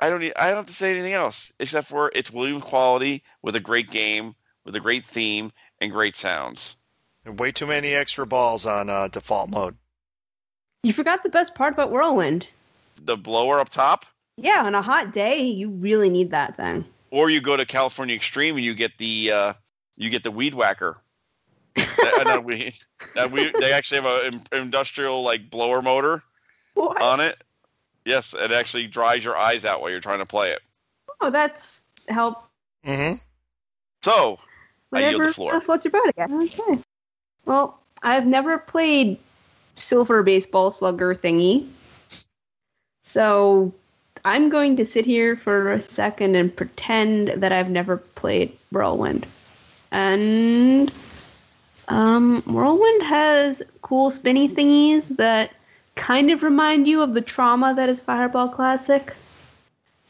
S4: I don't need I don't have to say anything else except for it's Williams quality with a great game, with a great theme and great sounds.
S3: Way too many extra balls on uh, default mode.
S5: You forgot the best part about Whirlwind.
S4: The blower up top,
S5: Yeah, on a hot day, you really need that thing.
S4: or you go to California Extreme and you get the uh, you get the weed whacker. that, uh, not weed, that weed, they actually have an industrial like blower motor
S5: What?
S4: on it. Yes, it actually dries your eyes out while you're trying to play it.
S5: Oh, that's help.
S3: Mm-hmm.
S4: So, I yield the
S5: Whatever
S4: floor.
S5: kinda floats your boat again. Okay. Well, I've never played Silver Baseball Slugger thingy, so I'm going to sit here for a second and pretend that I've never played Whirlwind. And um, Whirlwind has cool spinny thingies that kind of remind you of the trauma that is Fireball Classic,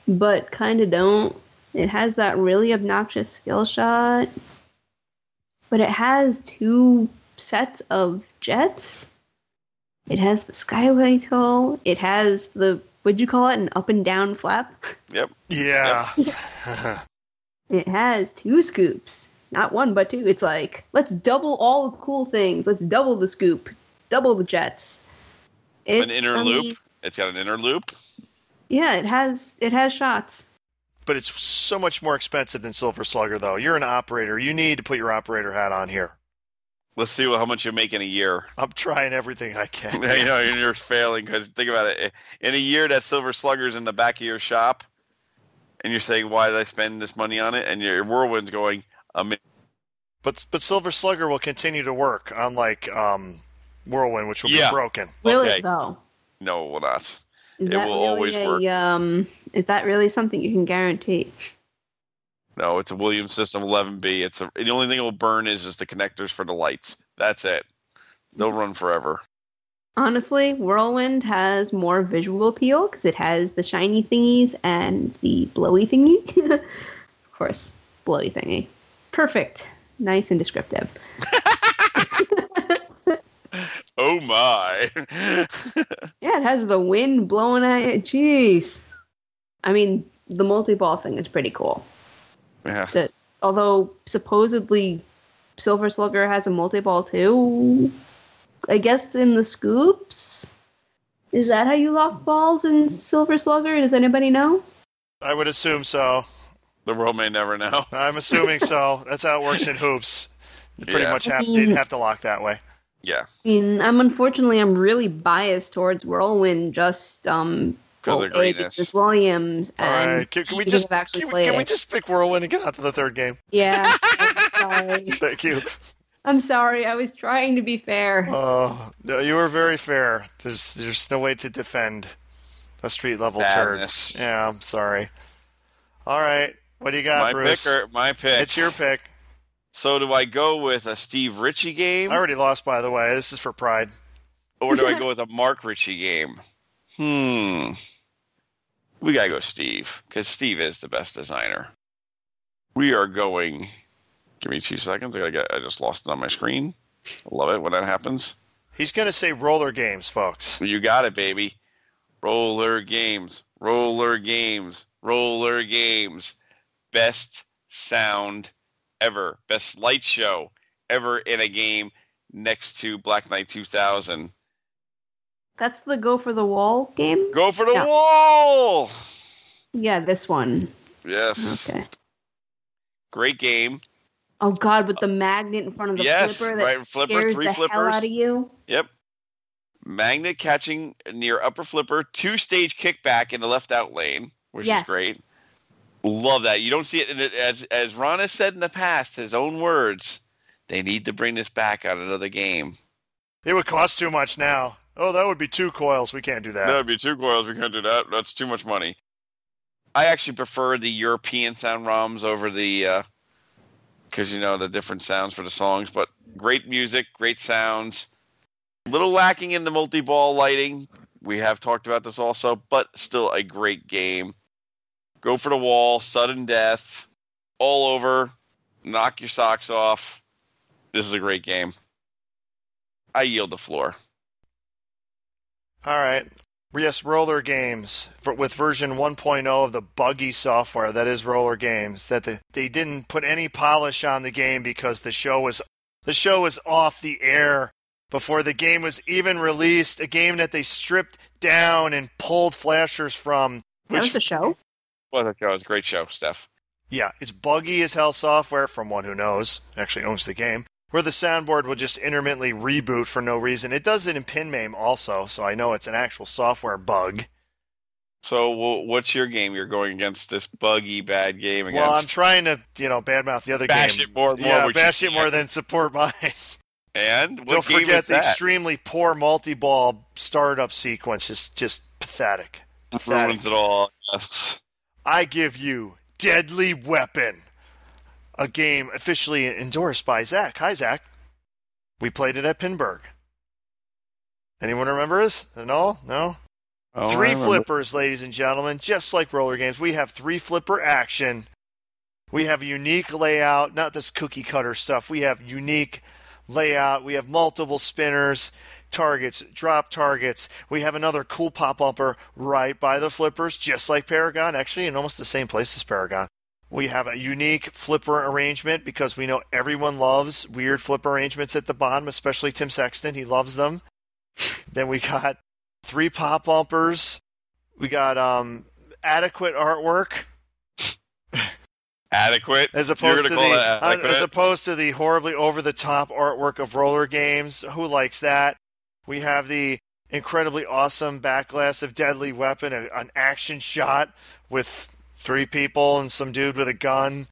S5: but kind of don't. It has that really obnoxious skill shot, but it has two sets of jets. It has the Skyway Toll. It has the, would you call it an up and down flap?
S3: Yeah.
S5: It has two scoops. Not one, but two. It's like, let's double all the cool things. Let's double the scoop, double the jets. It's,
S4: an inner
S5: I mean,
S4: loop. It's got an inner loop.
S5: Yeah, it has it has shots.
S3: but it's so much more expensive than Silver Slugger, though. You're an operator. You need to put your operator hat on here.
S4: Let's see what, how much you make in a year.
S3: I'm trying everything I
S4: you
S3: can.
S4: know, you're failing because think about it. In a year, that silver slugger's in the back of your shop, and you're saying, "Why did I spend this money on it?" And your whirlwind's going, "A mi-
S3: But but Silver Slugger will continue to work, unlike um, Whirlwind, which will
S4: Yeah.
S3: be broken.
S5: Will
S4: Okay.
S5: it though?
S4: "No, it will not."
S5: Is
S4: It
S5: that
S4: will
S5: really
S4: always
S5: a,
S4: work.
S5: Um, is that really something you can guarantee?
S4: No, it's a Williams System 11B. It's a, the only thing it will burn is just the connectors for the lights. That's it. They'll run forever.
S5: Honestly, Whirlwind has more visual appeal because it has the shiny thingies and the blowy thingy. of course, blowy thingy. Perfect. Nice and descriptive.
S4: Oh my!
S5: Yeah, it has the wind blowing at it. Jeez. I mean, the multi ball thing is pretty cool.
S4: yeah.
S5: Although, supposedly, Silver Slugger has a multi ball too. I guess in the scoops? Is that how you lock balls in Silver Slugger? Does anybody know?
S3: I would assume so.
S4: The world may never know.
S3: I'm assuming so. That's how it works in hoops. You pretty
S4: Yeah.
S3: much have to, you have to lock that way.
S4: Yeah,
S5: I mean, I'm unfortunately I'm really biased towards Whirlwind just um
S3: Oh,
S4: because
S5: well,
S4: of
S5: A,
S4: greatness.
S5: because Williams
S3: All
S5: and
S3: right, can, can we
S5: she
S3: just
S5: um, have actually
S3: can, we-
S5: played
S3: can we
S5: it.
S3: just pick Whirlwind and get out to the third game?
S5: Yeah. I'm sorry.
S3: Thank you.
S5: I'm sorry. I was trying to be fair.
S3: Oh, no, you were very fair. There's there's no way to defend a street level turd.
S4: Badness.
S3: Yeah, I'm sorry. All right, what do you got,
S4: my
S3: Bruce?
S4: pick, or, my pick.
S3: It's your pick.
S4: So do I go with a Steve Ritchie game,
S3: I already lost, by the way. This is for pride.
S4: or do I go with a Mark Ritchie game? Hmm. We gotta go Steve because Steve is the best designer. We are going. Give me two seconds. I gotta get. I just lost it on my screen. I love it when that happens.
S3: He's gonna say roller games, folks.
S4: You got it, baby. Roller games, roller games, roller games. Best sound ever. Best light show ever in a game next to Black Knight 2000.
S5: That's the go for the wall game?
S4: Go for the
S5: Yeah.
S4: wall!
S5: Yeah, this one.
S4: Yes.
S5: Okay.
S4: Great game.
S5: Oh god, with the magnet in front of the
S4: Yes,
S5: flipper that
S4: right, flipper,
S5: scares
S4: three
S5: the hell
S4: flippers.
S5: out of you.
S4: Yep. Magnet catching near upper flipper, two stage kickback in the left out lane, which
S5: Yes.
S4: is great. Love that. You don't see it in it as as Ron has said in the past, his own words. They need to bring this back on another game.
S3: It would cost too much now. Oh, that would be two coils. We can't do that.
S4: That'd be two coils. We can't do that. That's too much money. I actually prefer the European sound ROMs over the because you know the different sounds for the songs. But great music, great sounds. Little lacking in the multi-ball lighting. We have talked about this also, but still a great game. Go for the wall, sudden death, all over, knock your socks off. This is a great game. I yield the floor.
S3: All right. Yes, Roller Games for, with version 1.0 of the buggy software that is Roller Games. That the, they didn't put any polish on the game because the show was the show was off the air before the game was even released. A game that they stripped down and pulled flashers from.
S5: That was the show.
S4: Well, that was a great show, Steph.
S3: Yeah, it's buggy as hell software from one who knows actually owns the game. Where the soundboard will just intermittently reboot for no reason. It does it in PinMame also, so I know it's an actual software bug.
S4: So, wh- what's your game you're going against this buggy bad game against?
S3: Well, I'm trying to, you know, badmouth the other
S4: Bash
S3: game.
S4: it more and more,
S3: Yeah,
S4: which
S3: bash
S4: is-
S3: it more than support mine.
S4: and what
S3: Don't
S4: game
S3: forget
S4: is
S3: the
S4: that?
S3: extremely poor multi-ball startup sequence is just pathetic. Pathetic.
S4: ruins it all. Yes.
S3: I give you Deadly Weapon, a game officially endorsed by Zach. Hi, Zach. We played it at Pinburg. Anyone remember us? No? No?
S4: Oh,
S3: Three flippers, ladies and gentlemen, just like roller games. We have three flipper action. We have unique layout, not this cookie cutter stuff. We have unique layout. We have multiple spinners, targets, drop targets. We have another cool pop upper right by the flippers, just like Paragon, actually, in almost the same place as Paragon. We have a unique flipper arrangement because we know everyone loves weird flipper arrangements at the bottom, especially Tim Sexton. He loves them. Then we got three pop bumpers. We got um, adequate artwork
S4: Adequate.
S3: as
S4: You're
S3: opposed
S4: gonna
S3: to
S4: call
S3: the
S4: that
S3: uh,
S4: adequate?
S3: as opposed to the horribly over the top artwork of roller games. Who likes that? We have the incredibly awesome backlash of Deadly Weapon, a, an action shot with three people and some dude with a gun,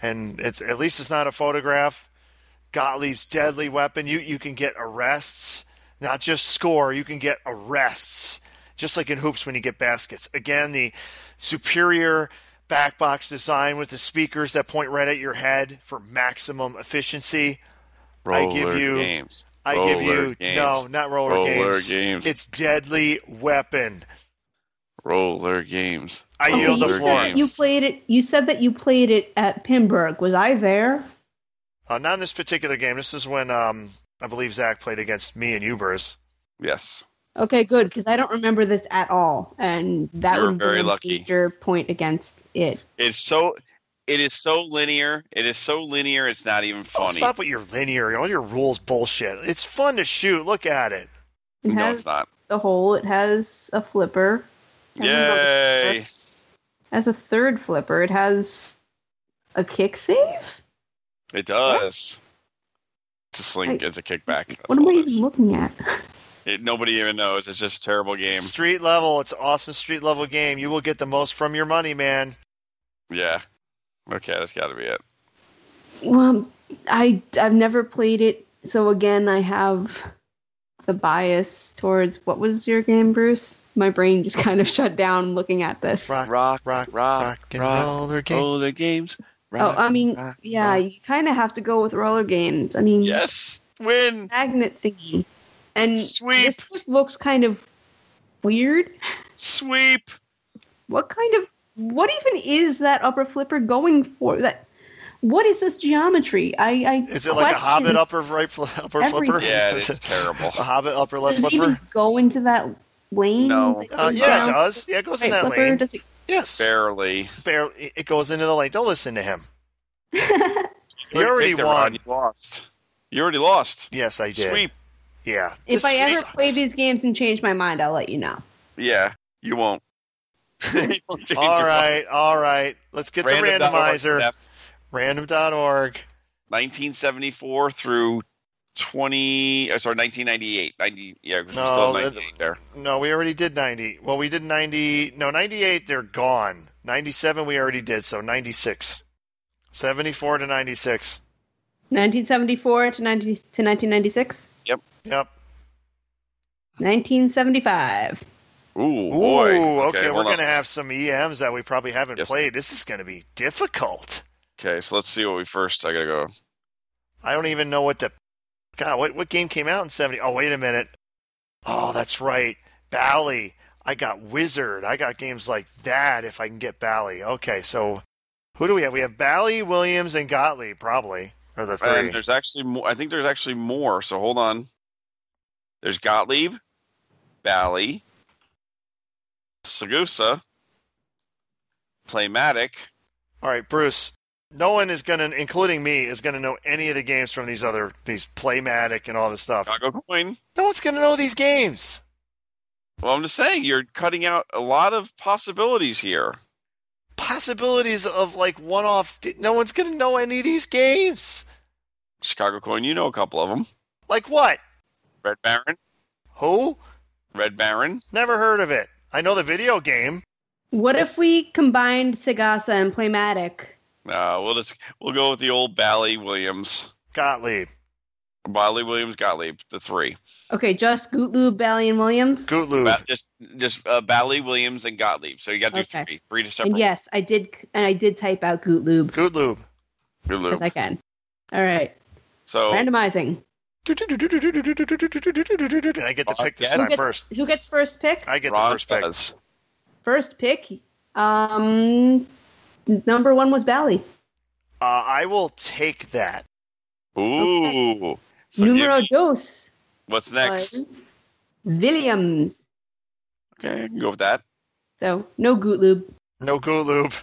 S3: and it's at least it's not a photograph. Gottlieb's Deadly Weapon. You you can get arrests, not just score. You can get arrests, just like in hoops when you get baskets. Again, the superior back box design with the speakers that point right at your head for maximum efficiency. I give
S4: Roller
S3: you-
S4: Games.
S3: I give
S4: Roller
S3: you
S4: games.
S3: no, not roller,
S4: Roller
S3: games.
S4: games.
S3: It's Deadly Weapon.
S4: Roller games.
S3: I
S5: Okay,
S3: yield the
S5: you
S4: Roller
S5: said
S3: floor.
S5: that You played it you said that you played it at Pimburg. Was I there?
S3: Uh, not in this particular game. This is when um, I believe Zach played against me and Ubers.
S4: Yes.
S5: Okay, good, because I don't remember this at all. And that
S4: You were
S5: was
S4: very lucky.
S5: major point against it.
S4: It's so. It is so linear. It is so linear. It's not even
S3: Oh,
S4: funny.
S3: stop with your linear, all your rules bullshit. It's fun to shoot. Look at it.
S5: It
S4: no,
S5: has
S4: it's not.
S5: the hole, it has a flipper. It has another
S4: Yay!
S5: flipper, it has a third flipper. It has a kick save?
S4: It does. It's a sling. It's a kickback. That's
S5: what am I
S4: all it is.
S5: even looking at?
S4: It- nobody even knows. It's just a terrible game.
S3: Street level. It's an awesome street level game. You will get the most from your money, man.
S4: Yeah. Okay, that's got to be it.
S5: Well, I I've never played it, so again, I have the bias towards what was your game, Bruce? My brain just kind of shut down looking at this.
S3: Rock,
S4: Rock,
S3: rock, rock,
S4: rock,
S3: and
S4: rock,
S3: roller game.
S4: Oh, the games.
S5: oh, I mean,
S4: rock,
S5: yeah,
S4: rock.
S5: you kind of have to go with roller games. I mean,
S4: Yes. Win.
S5: magnet thingy, and
S4: Sweep.
S5: Um, this just looks kind of weird.
S4: Sweep.
S5: What kind of what even is that upper flipper going for? That what is this geometry? I, I
S3: Is it like a
S5: question-
S3: Hobbit upper right fl- upper flipper?
S5: Everything.
S4: Yeah, it's terrible.
S3: a Hobbit upper left
S5: Does it
S3: flipper.
S5: even go into that lane?
S4: No.
S5: that
S3: Uh,
S5: goes
S3: yeah,
S5: down
S3: it
S5: to
S3: does. Yeah, it goes in
S5: right
S3: that
S5: flipper?
S3: lane.
S5: Does it
S3: Yes,
S4: Barely.
S3: barely. It goes into the lane. Don't listen to him. He
S4: Look,
S3: already
S4: picked it, Ron.
S3: won.
S4: You lost. You already lost.
S3: Yes, I did.
S4: Sweep.
S3: Yeah.
S5: if
S3: This
S5: I ever
S3: sucks.
S5: play these games and change my mind, I'll let you know.
S4: Yeah, you won't. You won't change
S3: All
S4: your mind.
S3: right, all right. Let's get the
S4: Random.org,
S3: randomizer.
S4: Steph.
S3: Random.org.
S4: 1974 through 20. oh, sorry, 1998. 90. Yeah, we're
S3: No,
S4: still
S3: that-
S4: 98 there.
S3: No, we already did 90. Well, we did 90. No, 98, they're gone. 97, we already did. So 96. 74 to 96.
S5: 1974 to 90 to 1996,
S3: Yep.
S5: 1975.
S4: Ooh,
S3: Ooh,
S4: boy.
S3: okay. we're
S4: hold on.
S3: going to have some EMs that we probably haven't
S4: Yes.
S3: played. This is going to be difficult.
S4: Okay, so let's see what we first. I gotta go.
S3: I don't even know what the. God, what, what game came out in 70? Oh, wait a minute. Oh, that's right. Bally. I got Wizard. I got games like that if I can get Bally. Okay, so who do we have? We have Bally, Williams, and Gottlieb, probably. Or the three.
S4: And there's actually more. I think there's actually more. So hold on. There's Gottlieb, Bally, Sagusa, Playmatic.
S3: All right, Bruce. No one is going to, including me, is going to know any of the games from these other, these Playmatic and all this stuff.
S4: Chicago Coin.
S3: No one's going to know these games.
S4: Well, I'm just saying you're cutting out a lot of possibilities here.
S3: Possibilities of like one off. No one's going to know any of these games.
S4: Chicago Coin, you know a couple of them.
S3: Like what?
S4: Red Baron,
S3: Who?
S4: Red Baron.
S3: Never heard of it. I know the video game.
S5: What if we combined Sagasa and Playmatic?
S4: Uh, we'll just we'll go with the old Bally Williams,
S3: Gottlieb,
S4: Bally Williams, Gottlieb, the three.
S5: Okay, just Gutloo, Bally, and Williams.
S3: Gutlube.
S4: Ba- just just uh, Bally Williams and Gottlieb. So you got to do
S5: Okay.
S4: three, three to
S5: And
S4: separate.
S5: yes, I did, and I did type out Gutloo
S3: Gutlube.
S4: Good loop.
S5: because I can. All right,
S4: So
S5: randomizing.
S3: I get to pick this
S4: Again?
S3: time
S5: Who gets,
S3: first.
S5: who gets first pick?
S3: I get the
S4: Ron
S3: first pick.
S4: does.
S5: First pick. Um, number one was Bally.
S3: Uh, I will take that.
S4: Ooh. So
S5: Numero
S4: give-
S5: dos
S4: what's next?
S5: was Williams.
S4: Okay, I can go with that.
S5: So no Gutloob.
S3: No Gutlube.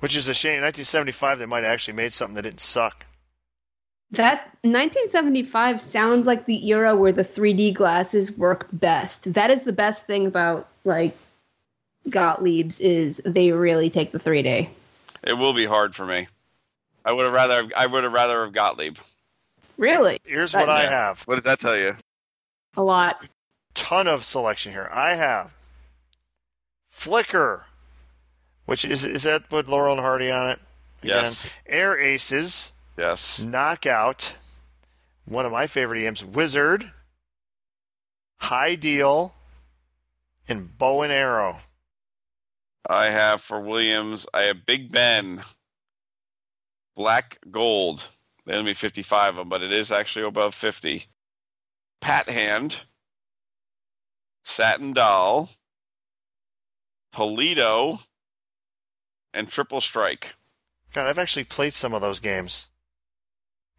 S3: Which is a shame. In 1975, they might have actually made something that didn't suck.
S5: That 1975 sounds like the era where the 3D glasses work best. That is the best thing about like Gottlieb's is they really take the 3D.
S4: It will be hard for me. I would have rather I would have rather have Gottlieb.
S5: Really,
S3: Here's what I
S4: Yeah.
S3: have.
S4: What does that tell you?
S5: a lot.
S3: Ton of selection here. I have Flicker, which is is that with Laurel and Hardy on it? Again.
S4: Yes.
S3: Air Aces,
S4: Yes.
S3: Knockout, one of my favorite EMs, Wizard, High Deal, and Bow and Arrow.
S4: I have for Williams, I have Big Ben, Black Gold. They only made 55 of them, but it is actually above 50. Pat Hand, Satin Doll, Polito, and Triple Strike.
S3: God, I've actually played some of those games.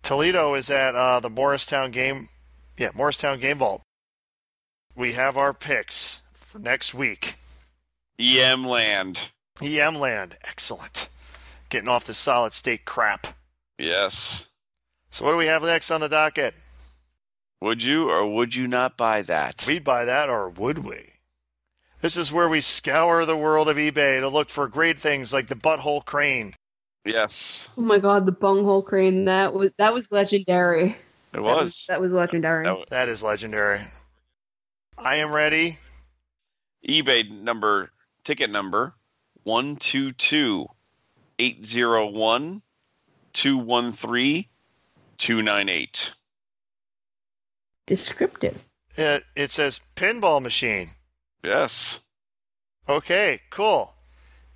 S3: Toledo is at uh, the Morristown game. Yeah, Morristown Game Vault. We have our picks for next week.
S4: EM E Land.
S3: EM Land, excellent. Getting off the solid state crap.
S4: Yes.
S3: So what do we have next on the docket?
S4: Would you or would you not buy that?
S3: We'd buy that, or would we? This is where we scour the world of eBay to look for great things like the butthole crane.
S4: yes.
S5: Oh my god, the bunghole crane that was that was legendary.
S4: It was.
S5: That was legendary.
S4: That was-
S3: That is legendary. I am ready.
S4: eBay number ticket number one two two eight zero one two one three two nine eight.
S5: Descriptive.
S3: It, it says pinball machine.
S4: Yes.
S3: Okay, cool.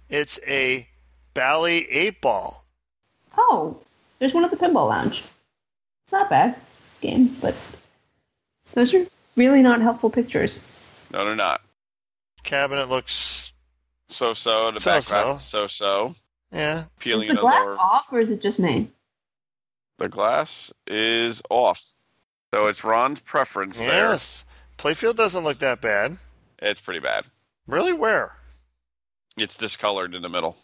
S3: It's a Bally 8 ball.
S5: Oh, there's one at the Pinball Lounge. It's not bad game, but those are really not helpful pictures.
S4: No, they're not.
S3: Cabinet looks,
S4: So so the back
S3: So-so.
S4: glass so so
S3: yeah.
S4: peeling
S5: is
S4: it
S5: the glass
S4: lower.
S5: off, or is it just me?
S4: The glass is off. So it's Ron's preference
S3: Yes. Playfield doesn't look that bad.
S4: there. It's pretty bad.
S3: Really? Where?
S4: It's discolored in the middle.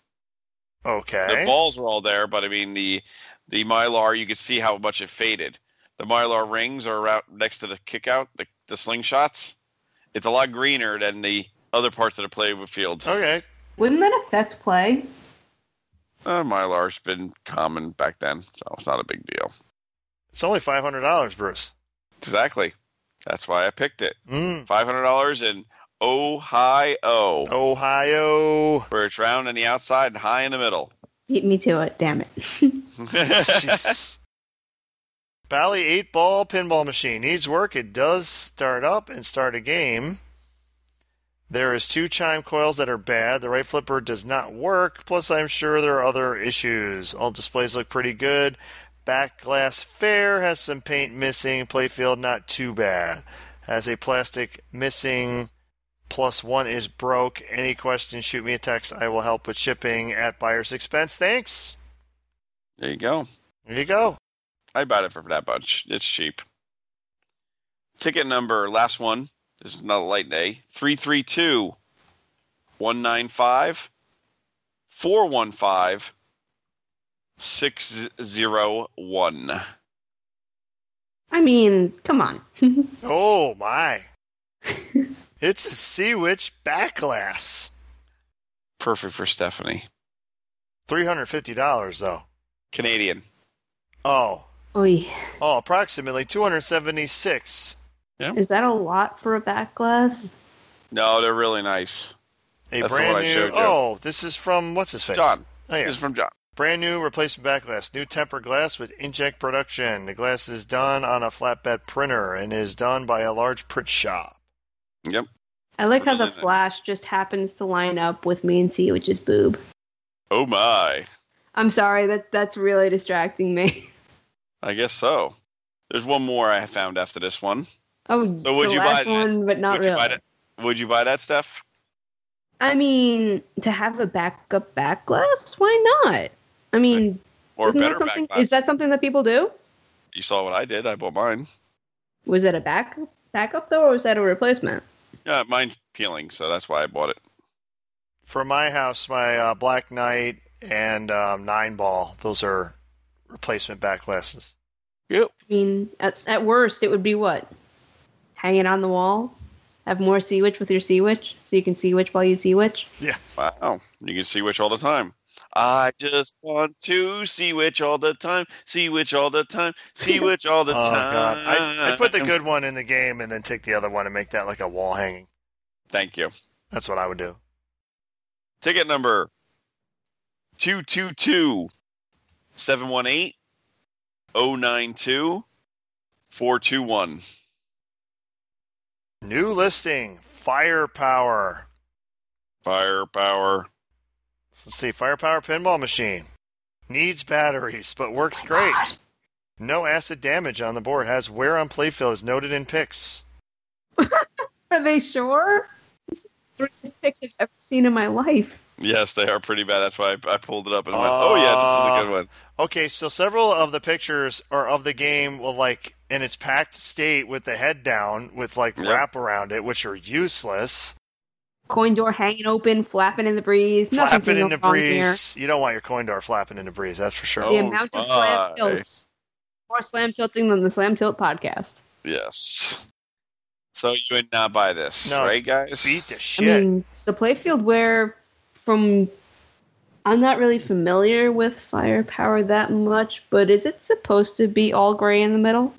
S3: Okay.
S4: The balls were all there, but I mean the the mylar you could see how much it faded. The mylar rings are out next to the kickout, the the slingshots. It's a lot greener than the other parts of the play field.
S3: Okay.
S5: Wouldn't that affect play?
S4: Uh, mylar's been common back then, so it's not a big deal.
S3: It's only $500, Bruce.
S4: Exactly. That's why I picked it.
S3: Mm.
S4: Five hundred dollars in Ohio,
S3: Oh. Ohio.
S4: where it's round on the outside and high in the middle.
S5: Beat me to it, damn it.
S3: Jesus. Bally 8 ball pinball machine needs work. It does start up and start a game. There is two chime coils that are bad. The right flipper does not work. Plus, I'm sure there are other issues. All displays look pretty good. Back glass fair has some paint missing. Playfield not too bad. Has a plastic missing. Plus one is broke. Any questions? Shoot me a text. I will help with shipping at buyer's expense. Thanks.
S4: there you go.
S3: There you go.
S4: I bought it for that much. It's cheap. Ticket number, last one. This is not a light day. 332 195 415 601.
S5: I mean, come on.
S3: Oh my. it's a Sea Witch back glass.
S4: Perfect for Stephanie.
S3: $350 though.
S4: Canadian.
S3: Oh.
S5: Oy,
S3: Oh, approximately 276.
S5: is that a lot for a back glass?
S4: No, they're really nice.
S3: A
S4: That's the
S3: brand
S4: one I
S3: new
S4: showed you.
S3: Oh, this is from what's his face?
S4: John.
S3: Oh, yeah.
S4: This is from John.
S3: Brand new replacement back glass. New tempered glass with inkjet production. The glass is done on a flatbed printer and is done by a large print shop.
S4: Yep.
S5: I like how the
S4: Really nice.
S5: flash just happens to line up with me and see, which is boob.
S4: Oh my.
S5: I'm sorry that that's really distracting me.
S4: I guess so. There's one more I found after this one.
S5: Oh,
S4: So would
S5: the
S4: you
S5: last
S4: buy that?
S5: one, but not
S4: would you buy
S5: really.
S4: that? Would you buy that, Steph?
S5: I mean, to have a backup back glass, why not? I mean,
S4: Or
S5: isn't
S4: better
S5: that something?
S4: back
S5: Is
S4: glass?
S5: that something that people do?
S4: You saw what I did. I bought mine.
S5: Was it a back backup though, or was that a replacement?
S4: Yeah, mine's peeling, so that's why I bought it.
S3: For my house, my uh, Black Knight and um, Nine Ball, those are replacement back glasses.
S4: Yep.
S5: I mean, at, at worst, it would be what? Hang it on the wall. Have more sea witch with your sea witch, so you can sea witch while you sea witch.
S4: Wow. You can see which all the time. I just want to see which all the time, see which all the time, see which all the
S3: oh
S4: time.
S3: god! I, I put the good one in the game and then take the other one and make that like a wall hanging.
S4: Thank you.
S3: That's what I would do.
S4: Ticket number 222 718 092 421.
S3: New listing: Firepower.
S4: Firepower.
S3: So let's see, Firepower pinball machine needs batteries but works great. No acid damage on the board. Has wear on playfield. Is noted in pics.
S5: Are they sure? This is the greatest pics I've ever seen in my life.
S4: Yes, they are pretty bad. That's why I, I pulled it up and went, oh, yeah, this is a
S3: Uh,
S4: good one.
S3: Okay, so several of the pictures are of the game with like in its packed state with the head down with like
S4: Yep.
S3: wrap around it, which are useless.
S5: Coin door hanging open, flapping in the breeze. Nothing can
S3: Flapping
S5: go
S3: in the
S5: wrong here.
S3: breeze. You don't want your coin door flapping in the breeze, that's for sure.
S4: Oh,
S5: the amount of
S4: my.
S5: slam tilts. More slam tilting than the slam tilt podcast.
S4: Yes. So you would not buy this,
S3: No,
S4: right, guys?
S3: Beat the shit.
S5: I mean, the playfield where from I'm not really familiar with firepower that much, but is it supposed to be all gray in the middle?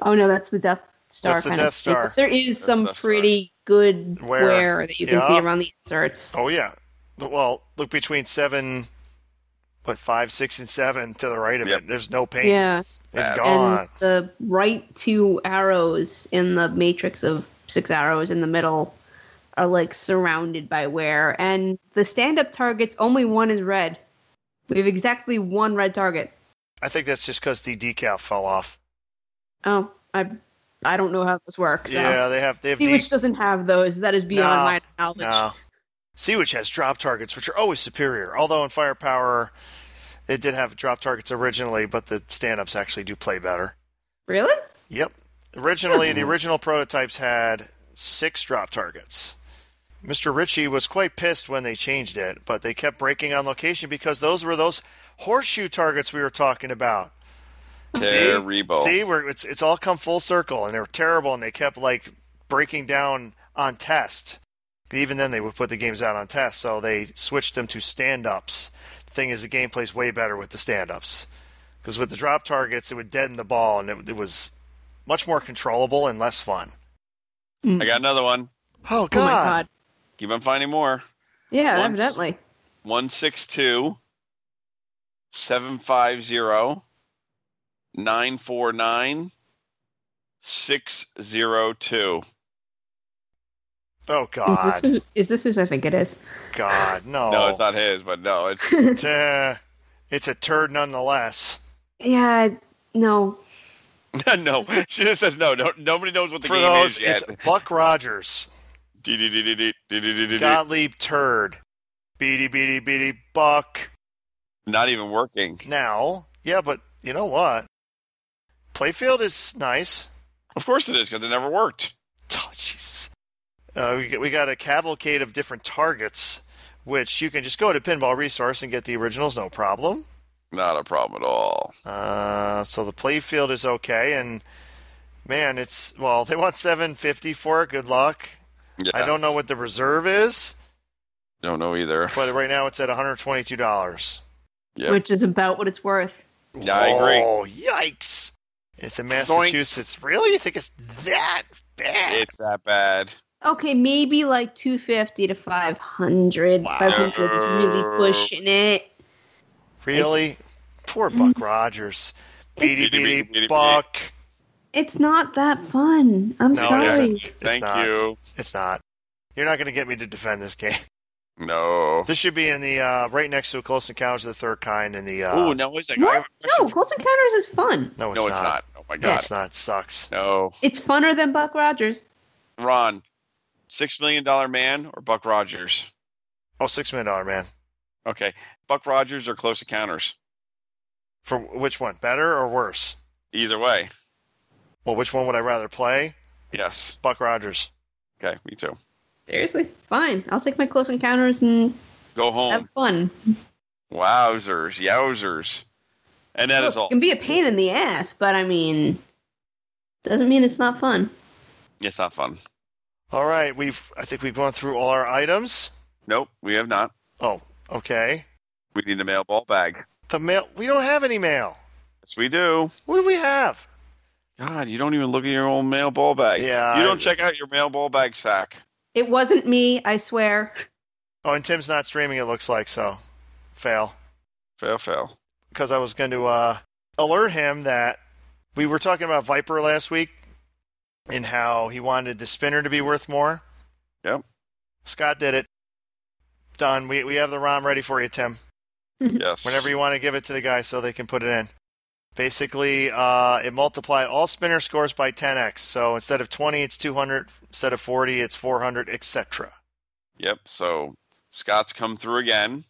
S5: Oh no, that's the Death Star.
S3: That's the
S5: kind of
S3: Death
S5: thing.
S3: Star.
S5: But There is
S4: That's
S5: some
S4: Death Star.
S5: pretty good
S3: Wear.
S5: wear, that you can see
S3: Yeah.
S5: around the inserts.
S3: Oh yeah. Well, look between seven, what five, six, and seven to the right of
S4: Yep.
S3: it. There's no paint.
S5: Yeah,
S3: It's
S4: And-
S3: gone.
S5: and the right two arrows in the matrix of six arrows in the middle are like surrounded by wear, and the stand-up targets only one is red. We have exactly one red target.
S3: I think that's just because the decal fell off.
S5: Oh, I, I don't know how this works. so.
S3: Yeah, they have they have
S5: See,
S3: de-
S5: which doesn't have those. That is beyond
S3: No,
S5: my knowledge.
S3: no. Sea Witch has drop targets, which are always superior. Although in Firepower, it did have drop targets originally, but the stand-ups actually do play better.
S5: Really?
S3: Yep. Originally, the original prototypes had six drop targets. Mr. Ritchie was quite pissed when they changed it, but they kept breaking on location because those were those horseshoe targets we were talking about.
S4: Terrible.
S3: See, we're, it's it's all come full circle, and they were terrible, and they kept like breaking down on test. Even then, they would put the games out on test, so they switched them to stand-ups. The thing is, the game plays way better with the stand-ups because with the drop targets, it would deaden the ball, and it, it was much more controllable and less fun.
S4: I got another one.
S3: Oh
S5: Hmm. Oh my
S3: God!
S5: god.
S4: Keep on finding more.
S5: Yeah,
S4: Once-
S5: evidently.
S4: 162 750 949 602.
S3: oh
S5: Is this,
S3: God!
S5: who, is this who I think it is?
S3: God! No!
S4: No, it's not his, but no, it's
S3: It's, uh, it's a turd nonetheless.
S5: Yeah, no.
S4: no. She just says no. no nobody knows what the
S3: For
S4: game
S3: those,
S4: is yet.
S3: it's Buck Rogers.
S4: Dee-dee-dee-dee-dee, dee-dee-dee-dee-dee.
S3: Gottlieb Turd. Beady, beady, beady, buck.
S4: Not even working.
S3: Now, yeah, but you know what? Playfield is nice.
S4: Of course it is because it never worked.
S3: Oh, jeez. Uh, we, got- we got a cavalcade of different targets, which you can just go to Pinball Resource and get the originals, no problem.
S4: Not a problem at all.
S3: Uh, so the playfield is okay, and man, it's well, they want 750 for it. Good luck.
S4: Yeah,
S3: I don't know what the reserve is,
S4: don't know either.
S3: but right now it's at 122 dollars.
S4: Yep.
S5: Which is about what it's worth.
S4: Yeah, I agree.
S3: Oh, yikes. It's in Massachusetts. Really? You think it's that bad?
S4: It's that bad.
S5: Okay, maybe like 250 to 500.
S3: Wow.
S5: 500 is really pushing it.
S3: really? Poor Buck Rogers. Beady,
S4: Beady, beady,
S3: beady,
S4: beady,
S3: Buck.
S5: It's not that fun. I'm
S3: No, it
S5: sorry.
S3: isn't. It's
S4: Thank
S3: not.
S4: you.
S3: It's not. You're not going to get me to defend this game.
S4: No.
S3: This should be in the uh, right next to Close Encounters of the Third Kind in the. Uh,
S4: Oh, now wait a second. I have
S5: What?
S4: a question
S5: No, Close Encounters is fun.
S3: no, it's not.
S4: No, it's not. Oh my
S3: No,
S4: god.
S3: it's not. It sucks.
S4: No.
S5: It's funner than Buck Rogers.
S4: Ron, six million dollar man or Buck Rogers?
S3: Oh, six million dollar man.
S4: Okay. Buck Rogers or Close Encounters?
S3: For which one? Better or worse?
S4: Either way.
S3: Well, which one would I rather play?
S4: Yes.
S3: Buck Rogers.
S4: Okay, me too.
S5: Seriously? Fine. I'll take my Close Encounters and
S4: Go
S5: have
S4: home.
S5: fun.
S4: Wowzers, yowzers. And that is
S5: Look,
S4: all.
S5: It can be a pain in the ass, but I mean, doesn't mean it's not fun.
S4: It's not fun.
S3: All right, we've. I think we've gone through all our items.
S4: Nope, we have not.
S3: Oh, okay.
S4: We need a mail ball bag.
S3: The mail. We don't have any mail.
S4: Yes, we do.
S3: What do we have?
S4: God, you don't even look at your own mail ball bag.
S3: Yeah,
S4: You
S3: I-
S4: don't check out your mail ball bag sack.
S5: It wasn't me, I swear.
S3: Oh, and Tim's not streaming. It looks like so. Fail.
S4: Fail, fail.
S3: Because I was going to uh, alert him that we were talking about Viper last week and how he wanted the spinner to be worth more.
S4: Yep.
S3: Scott did it. Done. We we have the ROM ready for you, Tim.
S4: Yes.
S3: Whenever you want to give it to the guy, so they can put it in. Basically, uh, it multiplied all spinner scores by 10x. So instead of 20, it's 200. Instead of 40, it's 400, etc.
S4: Yep. So Scott's come through again.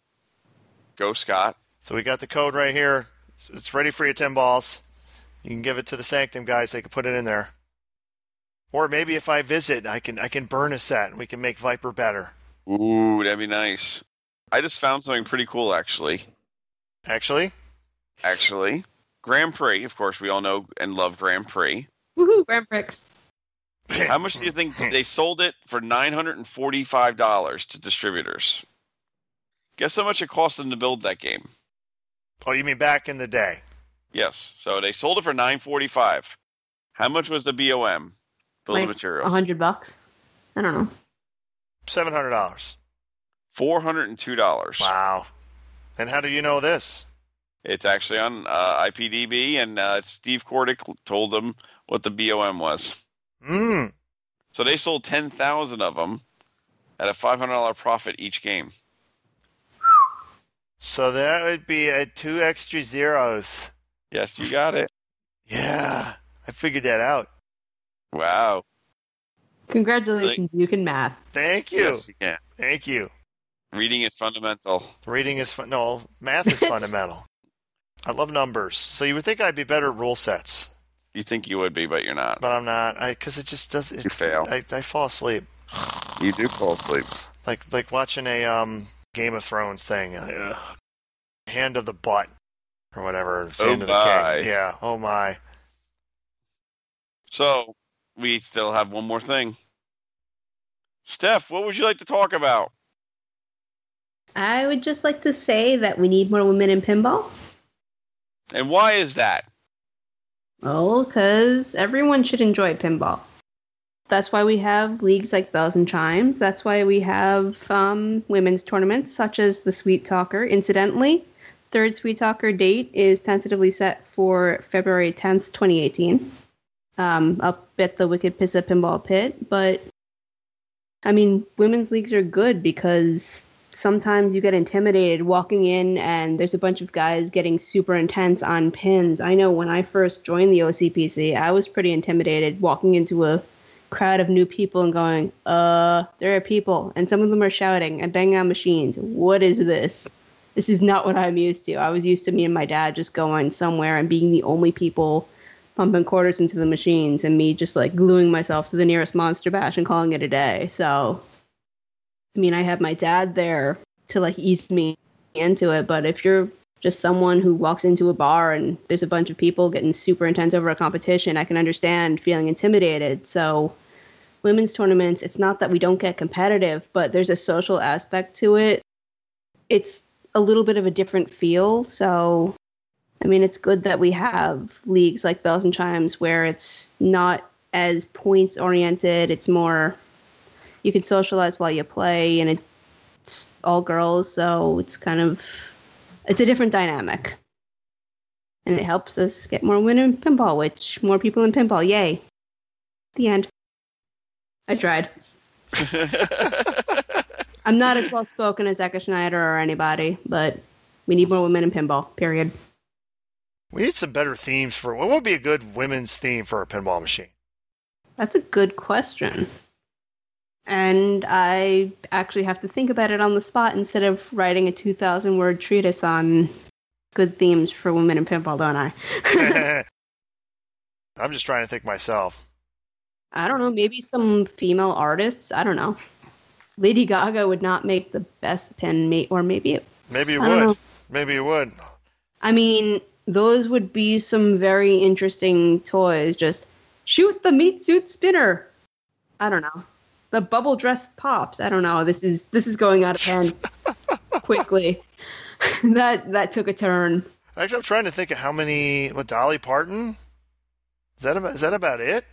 S4: Go Scott.
S3: So we got the code right here. It's, it's ready for you, ten balls. You can give it to the Sanctum guys. They can put it in there. Or maybe if I visit, I can I can burn a set and we can make Viper better.
S4: Ooh, that'd be nice. I just found something pretty cool actually.
S3: Actually,
S4: Actually, Grand Prix, of course, we all know and love Grand Prix.
S5: Woohoo, Grand Prix.
S4: How much do you think they sold it for $945 to distributors? Guess how much it cost them to build that game?
S3: oh, you mean back in the day?
S4: Yes. So they sold it for 945. How much was the BOM? Bill
S5: Like,
S4: of materials.
S5: A hundred bucks. I don't know.
S3: Seven hundred dollars.
S4: Four hundred and two dollars.
S3: Wow. And how do you know this?
S4: It's actually on uh, IPDB, and uh, Steve Kordick told them what the BOM was.
S3: Mm.
S4: So they sold ten thousand of them at a five hundred dollar profit each game.
S3: So that would be uh, two extra zeros.
S4: Yes, you got it.
S3: Yeah, I figured that out.
S4: Wow.
S5: Congratulations, you can math.
S3: Thank you.
S4: Yes, you can.
S3: Thank you.
S4: Reading is fundamental.
S3: Reading is fun. No, math is fundamental. I love numbers. So you would think I'd be better at rule sets,
S4: You think you would be, but you're not.
S3: but I'm not. I because it just does. It,
S4: You fail.
S3: I, I fall asleep.
S4: You do fall asleep.
S3: Like like watching a um Game of Thrones thing. Uh, hand of the butt or whatever. it's
S4: Oh
S3: hand of the
S4: my.
S3: king. Yeah. Oh my.
S4: So we still have one more thing. Steph, what would you like to talk about?
S5: I would just like to say that we need more women in pinball.
S4: And why is that?
S5: Oh, because everyone should enjoy pinball. That's why we have leagues like Bells and Chimes. That's why we have um, women's tournaments such as the Sweet Talker. Incidentally, third Sweet Talker date is tentatively set for February 10th, 2018, um, up at the Wicked Pizza Pinball Pit. But, I mean, women's leagues are good because sometimes you get intimidated walking in and there's a bunch of guys getting super intense on pins. I know when I first joined the OCPC, I was pretty intimidated walking into a crowd of new people and going, uh, there are people. And some of them are shouting and banging on machines. What is this? This is not what I'm used to. I was used to me and my dad just going somewhere and being the only people pumping quarters into the machines and me just like gluing myself to the nearest monster bash and calling it a day. So I mean, I have my dad there to like ease me into it, but if you're just someone who walks into a bar and there's a bunch of people getting super intense over a competition, I can understand feeling intimidated. So, women's tournaments, it's not that we don't get competitive, but there's a social aspect to it. It's a little bit of a different feel. So, I mean, it's good that we have leagues like Bells and Chimes where it's not as points oriented, it's more you can socialize while you play and it's all girls so it's kind of it's a different dynamic and it helps us get more women in pinball which more people in pinball yay the end i tried i'm not as well spoken as Eka schneider or anybody but we need more women in pinball period
S3: We need some better themes for what would be a good women's theme for a pinball machine.
S5: That's a good question. And I actually have to think about it on the spot instead of writing a 2,000 word treatise on good themes for women in pinball, don't I?
S3: I'm just trying to think myself.
S5: I don't know. Maybe some female artists. I don't know. Lady Gaga would not make the best pin, ma- or maybe it
S3: Maybe you
S5: I don't
S3: would.
S5: know.
S3: Maybe you would.
S5: I mean, those would be some very interesting toys. Just shoot the meat suit spinner. I don't know. The bubble dress pops. I don't know. This is this is going out of hand quickly. that that took a turn.
S3: Actually, I'm trying to think of how many. What Dolly Parton? Is that about? Is that about it?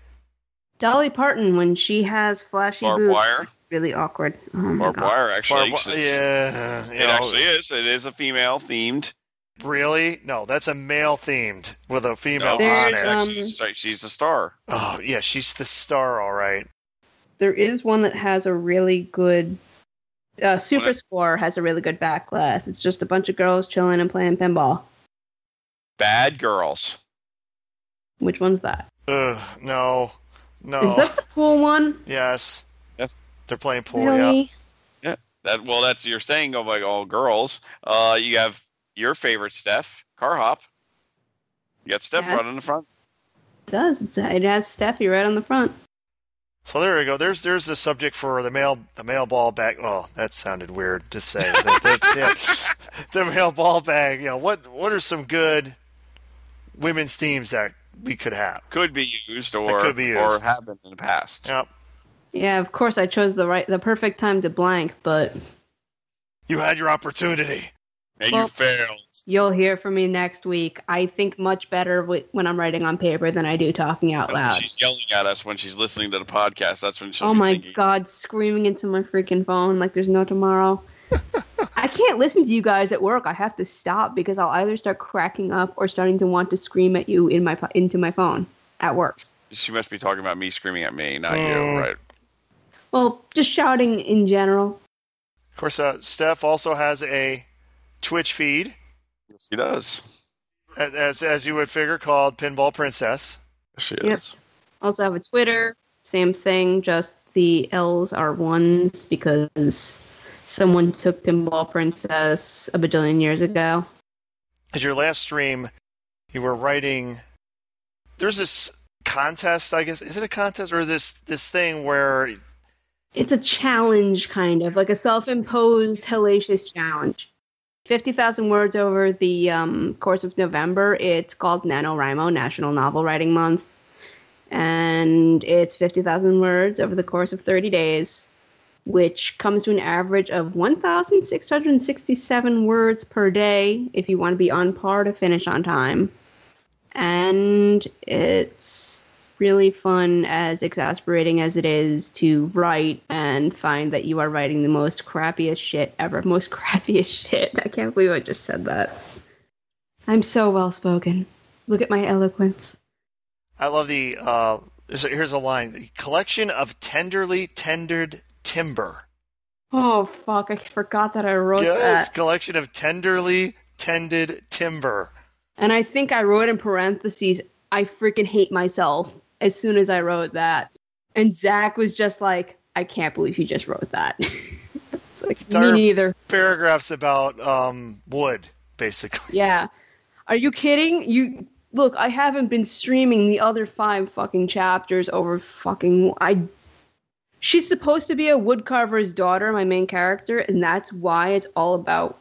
S5: Dolly Parton when she has flashy
S4: Barbed
S5: boobs,
S4: wire?
S5: it's really awkward. Oh my
S4: Barbed
S5: God.
S4: wire, actually.
S3: Barb-
S4: since-
S3: yeah. you
S4: It
S3: know,
S4: actually is. It is a female themed.
S3: Really? No, that's a male themed with a female
S5: No,
S3: on
S4: she's,
S5: There's,
S3: it.
S5: um,
S4: actually- she's- she's a star.
S3: Oh yeah, she's the star, all right.
S5: There is one that has a really good. Uh, Super
S4: What?
S5: Score has a really good back glass. It's just a bunch of girls chilling and playing pinball.
S4: Bad girls.
S5: Which one's that?
S3: Ugh, no, no.
S4: Oh.
S5: Is that the pool one?
S3: yes.
S4: Yes.
S3: They're playing pool.
S5: really?
S3: Yeah.
S4: That well, that's you're saying of like all girls. Uh, you have your favorite Steph Car Hop. You got Steph
S5: Yes.
S4: running the front.
S5: It does. It's- It has Steffi right on the front.
S3: So there we go. There's there's the subject for the male the male ball bag. Oh, that sounded weird to say. the, the, yeah. the male ball bag. You know what? What are some good women's themes that we could have?
S4: Could be used or
S3: could be
S4: or
S3: used.
S4: have been in the past.
S3: Yep.
S5: Yeah, of course I chose the right, the perfect time to blank, but
S3: You had your opportunity.
S4: And
S5: Well-
S4: you failed.
S5: You'll hear from me next week. I think much better wi- when I'm writing on paper than I do talking out loud.
S4: Oh, She's yelling at us when she's listening to the podcast. That's when she's
S5: Oh my god, screaming into my freaking phone like there's no tomorrow. I can't listen to you guys at work. I have to stop because I'll either start cracking up or starting to want to scream at you in my pho- into my phone at work.
S4: She must be talking about me screaming at me, not
S3: Mm.
S4: you, right?
S5: Well, just shouting in general.
S3: Of course, uh, Steph also has a Twitch feed,
S4: She does.
S3: a- as as you would figure, called Pinball Princess.
S4: She
S5: Yep.
S4: is.
S5: Also have a Twitter, same thing, just the L's are ones because someone took Pinball Princess a bajillion years ago.
S3: At your last stream, you were writing. There's this contest, I guess. Is it a contest or this this thing where
S5: it's a challenge kind of like a self-imposed hellacious challenge 50,000 words over the um, course of November. It's called NaNoWriMo, National Novel Writing Month. And it's 50,000 words over the course of 30 days, which comes to an average of 1,667 words per day if you want to be on par to finish on time. And it's really fun, as exasperating as it is to write and find that you are writing the most crappiest shit ever. Most crappiest shit. I can't believe I just said that. I'm so well spoken. Look at my eloquence.
S3: I love the uh, there's a- here's a line: the collection of tenderly tendered timber.
S5: Oh fuck! I forgot that I wrote
S3: Yes,
S5: that,
S3: collection of tenderly tended timber.
S5: and I think I wrote in parentheses. I freaking hate myself as soon as I wrote that, and Zach was just like, "I can't believe you just wrote that." it's like
S3: Start-
S5: me neither.
S3: Paragraphs about um, wood, basically.
S5: Yeah. Are you kidding? You look, I haven't been streaming the other five fucking chapters over fucking I She's supposed to be a woodcarver's daughter, my main character, and that's why it's all about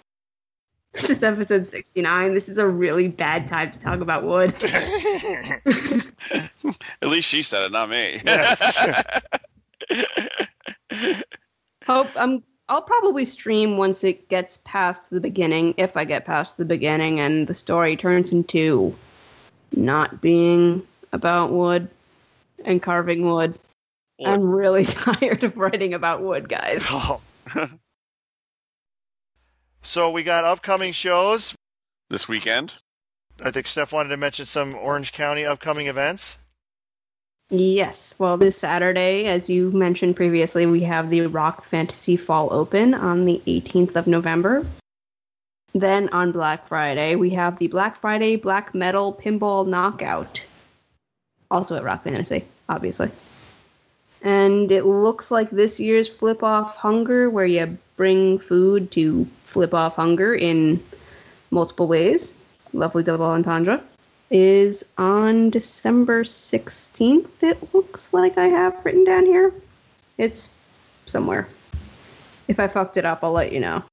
S5: This is episode 69. This is a really bad time to talk about wood.
S4: At least she said it, not me.
S3: Yes.
S5: Hope I'm I'll probably stream once it gets past the beginning, if I get past the beginning and the story turns into not being about wood and carving wood. I'm really tired of writing about wood, guys.
S3: Oh. so we got upcoming shows.
S4: this weekend.
S3: I think Steph wanted to mention some Orange County upcoming events.
S5: Yes. Well, this Saturday, as you mentioned previously, we have the Rock Fantasy Fall Open on the 18th of November. Then on Black Friday, we have the Black Friday Black Metal Pinball Knockout. Also at Rock Fantasy, obviously. And it looks like this year's Flip Off Hunger, where you bring food to flip off hunger in multiple ways. Lovely double entendre. is on December 16th, it looks like I have written down here. It's somewhere. If I fucked it up, I'll let you know.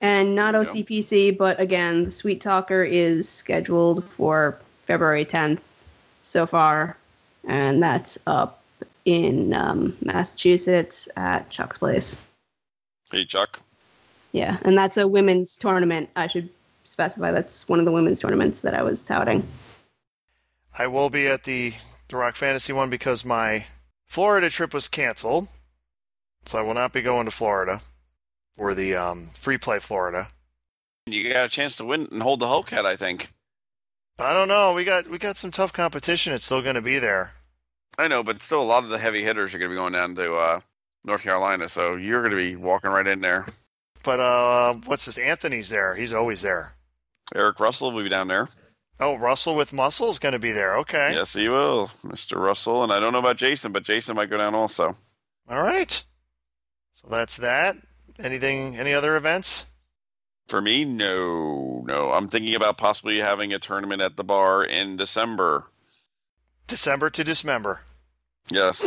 S5: And not
S4: There you go.
S5: OCPC, but again, the Sweet Talker is scheduled for February 10th so far, and that's up in um, Massachusetts at Chuck's Place.
S4: Hey, Chuck.
S5: Yeah, and that's a women's tournament. I should specify that's one of the women's tournaments that I was touting.
S3: I will be at the, the Rock Fantasy one because my Florida trip was canceled. So I will not be going to Florida for the um, Free Play Florida.
S4: You got a chance to win and hold the Hellcat, I think.
S3: I don't know. We got we got some tough competition. It's still going to be there.
S4: I know, but still, a lot of the heavy hitters are going to be going down to uh, North Carolina, so you're going to be walking right in there.
S3: But uh, what's this? Anthony's there. He's always there.
S4: Eric Russell will be down there.
S3: Oh, Russell with muscle is going to be there. Okay.
S4: Yes, he will, Mr. Russell. And I don't know about Jason, but Jason might go down also.
S3: All right. So that's that. Anything? Any other events?
S4: For me, no, no. I'm thinking about possibly having a tournament at the bar in December.
S3: December to dismember.
S4: Yes,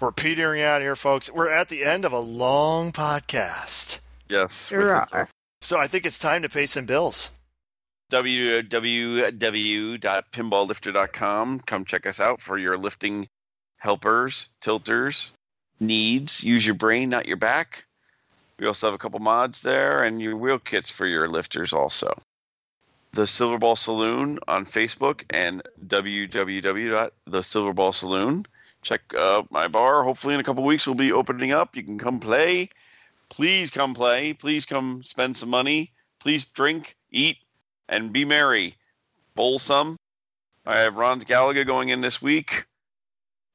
S3: We're petering out here, folks. We're at the end of a long podcast.
S4: yes.
S5: Sure
S4: with
S5: are.
S3: So I think it's time to pay some bills.
S4: www.pinballlifter.com. Come check us out for your lifting helpers, tilters, needs. Use your brain, not your back. We also have a couple mods there and your wheel kits for your lifters also. The Silver Ball Saloon on Facebook and www.thesilverballsaloon. Check uh, my bar. Hopefully, in a couple weeks, we'll be opening up. You can come play. Please come play. Please come spend some money. Please drink, eat, and be merry. Bowl some. I have Ron's Galaga going in this week.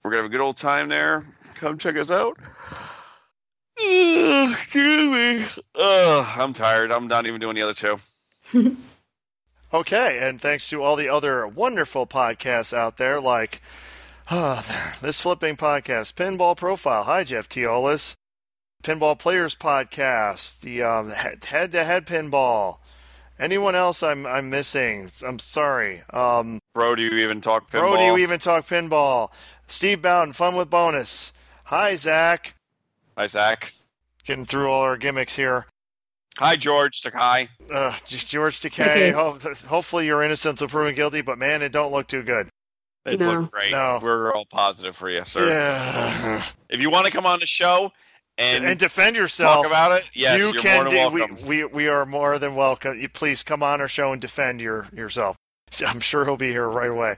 S4: We're gonna have a good old time there. Come check us out. Ugh, Excuse me. Ugh, I'm tired. I'm not even doing the other two.
S3: Okay, and thanks to all the other wonderful podcasts out there, like uh, this flipping podcast, Pinball Profile. Hi, Jeff Teolis. Pinball Players Podcast, the um, Head to Head Pinball. Anyone else I'm I'm missing? I'm sorry. Um,
S4: Bro, do you even talk pinball?
S3: Bro, do you even talk pinball? Steve Bowden, Fun with Bonus. Hi, Zach.
S4: Hi, Zach.
S3: Getting through all our gimmicks here.
S4: Hi, George. Hi.
S3: Uh, just George Decay. Ho- hopefully, your innocence will prove guilty, but man, it don't look too good.
S4: They
S5: No.
S4: look great.
S3: No.
S4: We're all positive for you, sir.
S3: Yeah.
S4: If you want to come on the show and,
S3: And, defend yourself.
S4: talk about it, yes,
S3: you
S4: are
S3: can.
S4: more than
S3: do-
S4: welcome.
S3: We, we we are more than welcome. You please come on our show and defend your yourself. I'm sure he'll be here right away.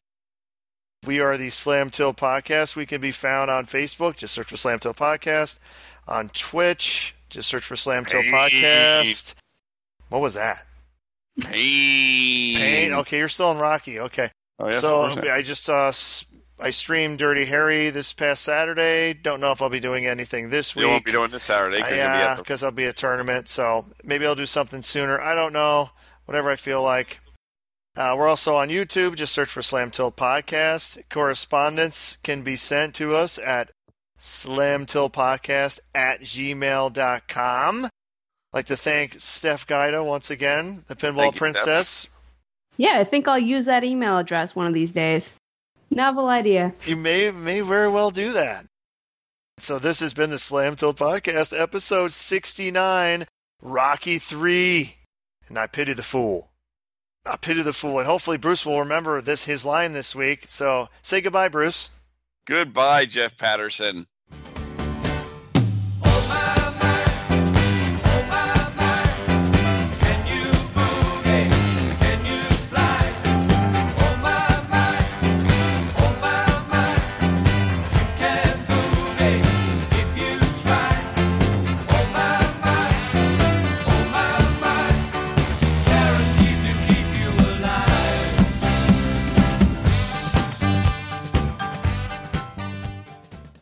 S3: We are the Slam Till Podcast. We can be found on Facebook. Just search for Slam Till Podcast. On Twitch, just search for Slam Till
S4: Hey.
S3: Podcast. What was that?
S4: Pain.
S3: Pain. Okay, you're still in Rocky. Okay.
S4: Oh, yes,
S3: so
S4: 100%.
S3: I just uh, s- I streamed Dirty Harry this past Saturday. Don't know if I'll be doing anything this
S4: you won't
S3: week. uh,
S4: be doing this Saturday because
S3: yeah,
S4: you'll be at
S3: because I'll be at tournament. So maybe I'll do something sooner. I don't know. Whatever I feel like. Uh, we're also on YouTube. Just search for Slam Tilt Podcast. Correspondence can be sent to us at slamtillpodcast at gmail.com. I'd like to thank Steph Guida once again, the Pinball
S4: Thank you, Steph.
S3: Princess.
S5: Yeah, I think I'll use that email address one of these days. Novel idea.
S3: You may may very well do that. So this has been the Slam Tilt Podcast, episode sixty nine, Rocky three, and I pity the fool. I pity the fool, and hopefully Bruce will remember this his line this week. So say goodbye, Bruce.
S4: the. Goodbye, Jeff Patterson.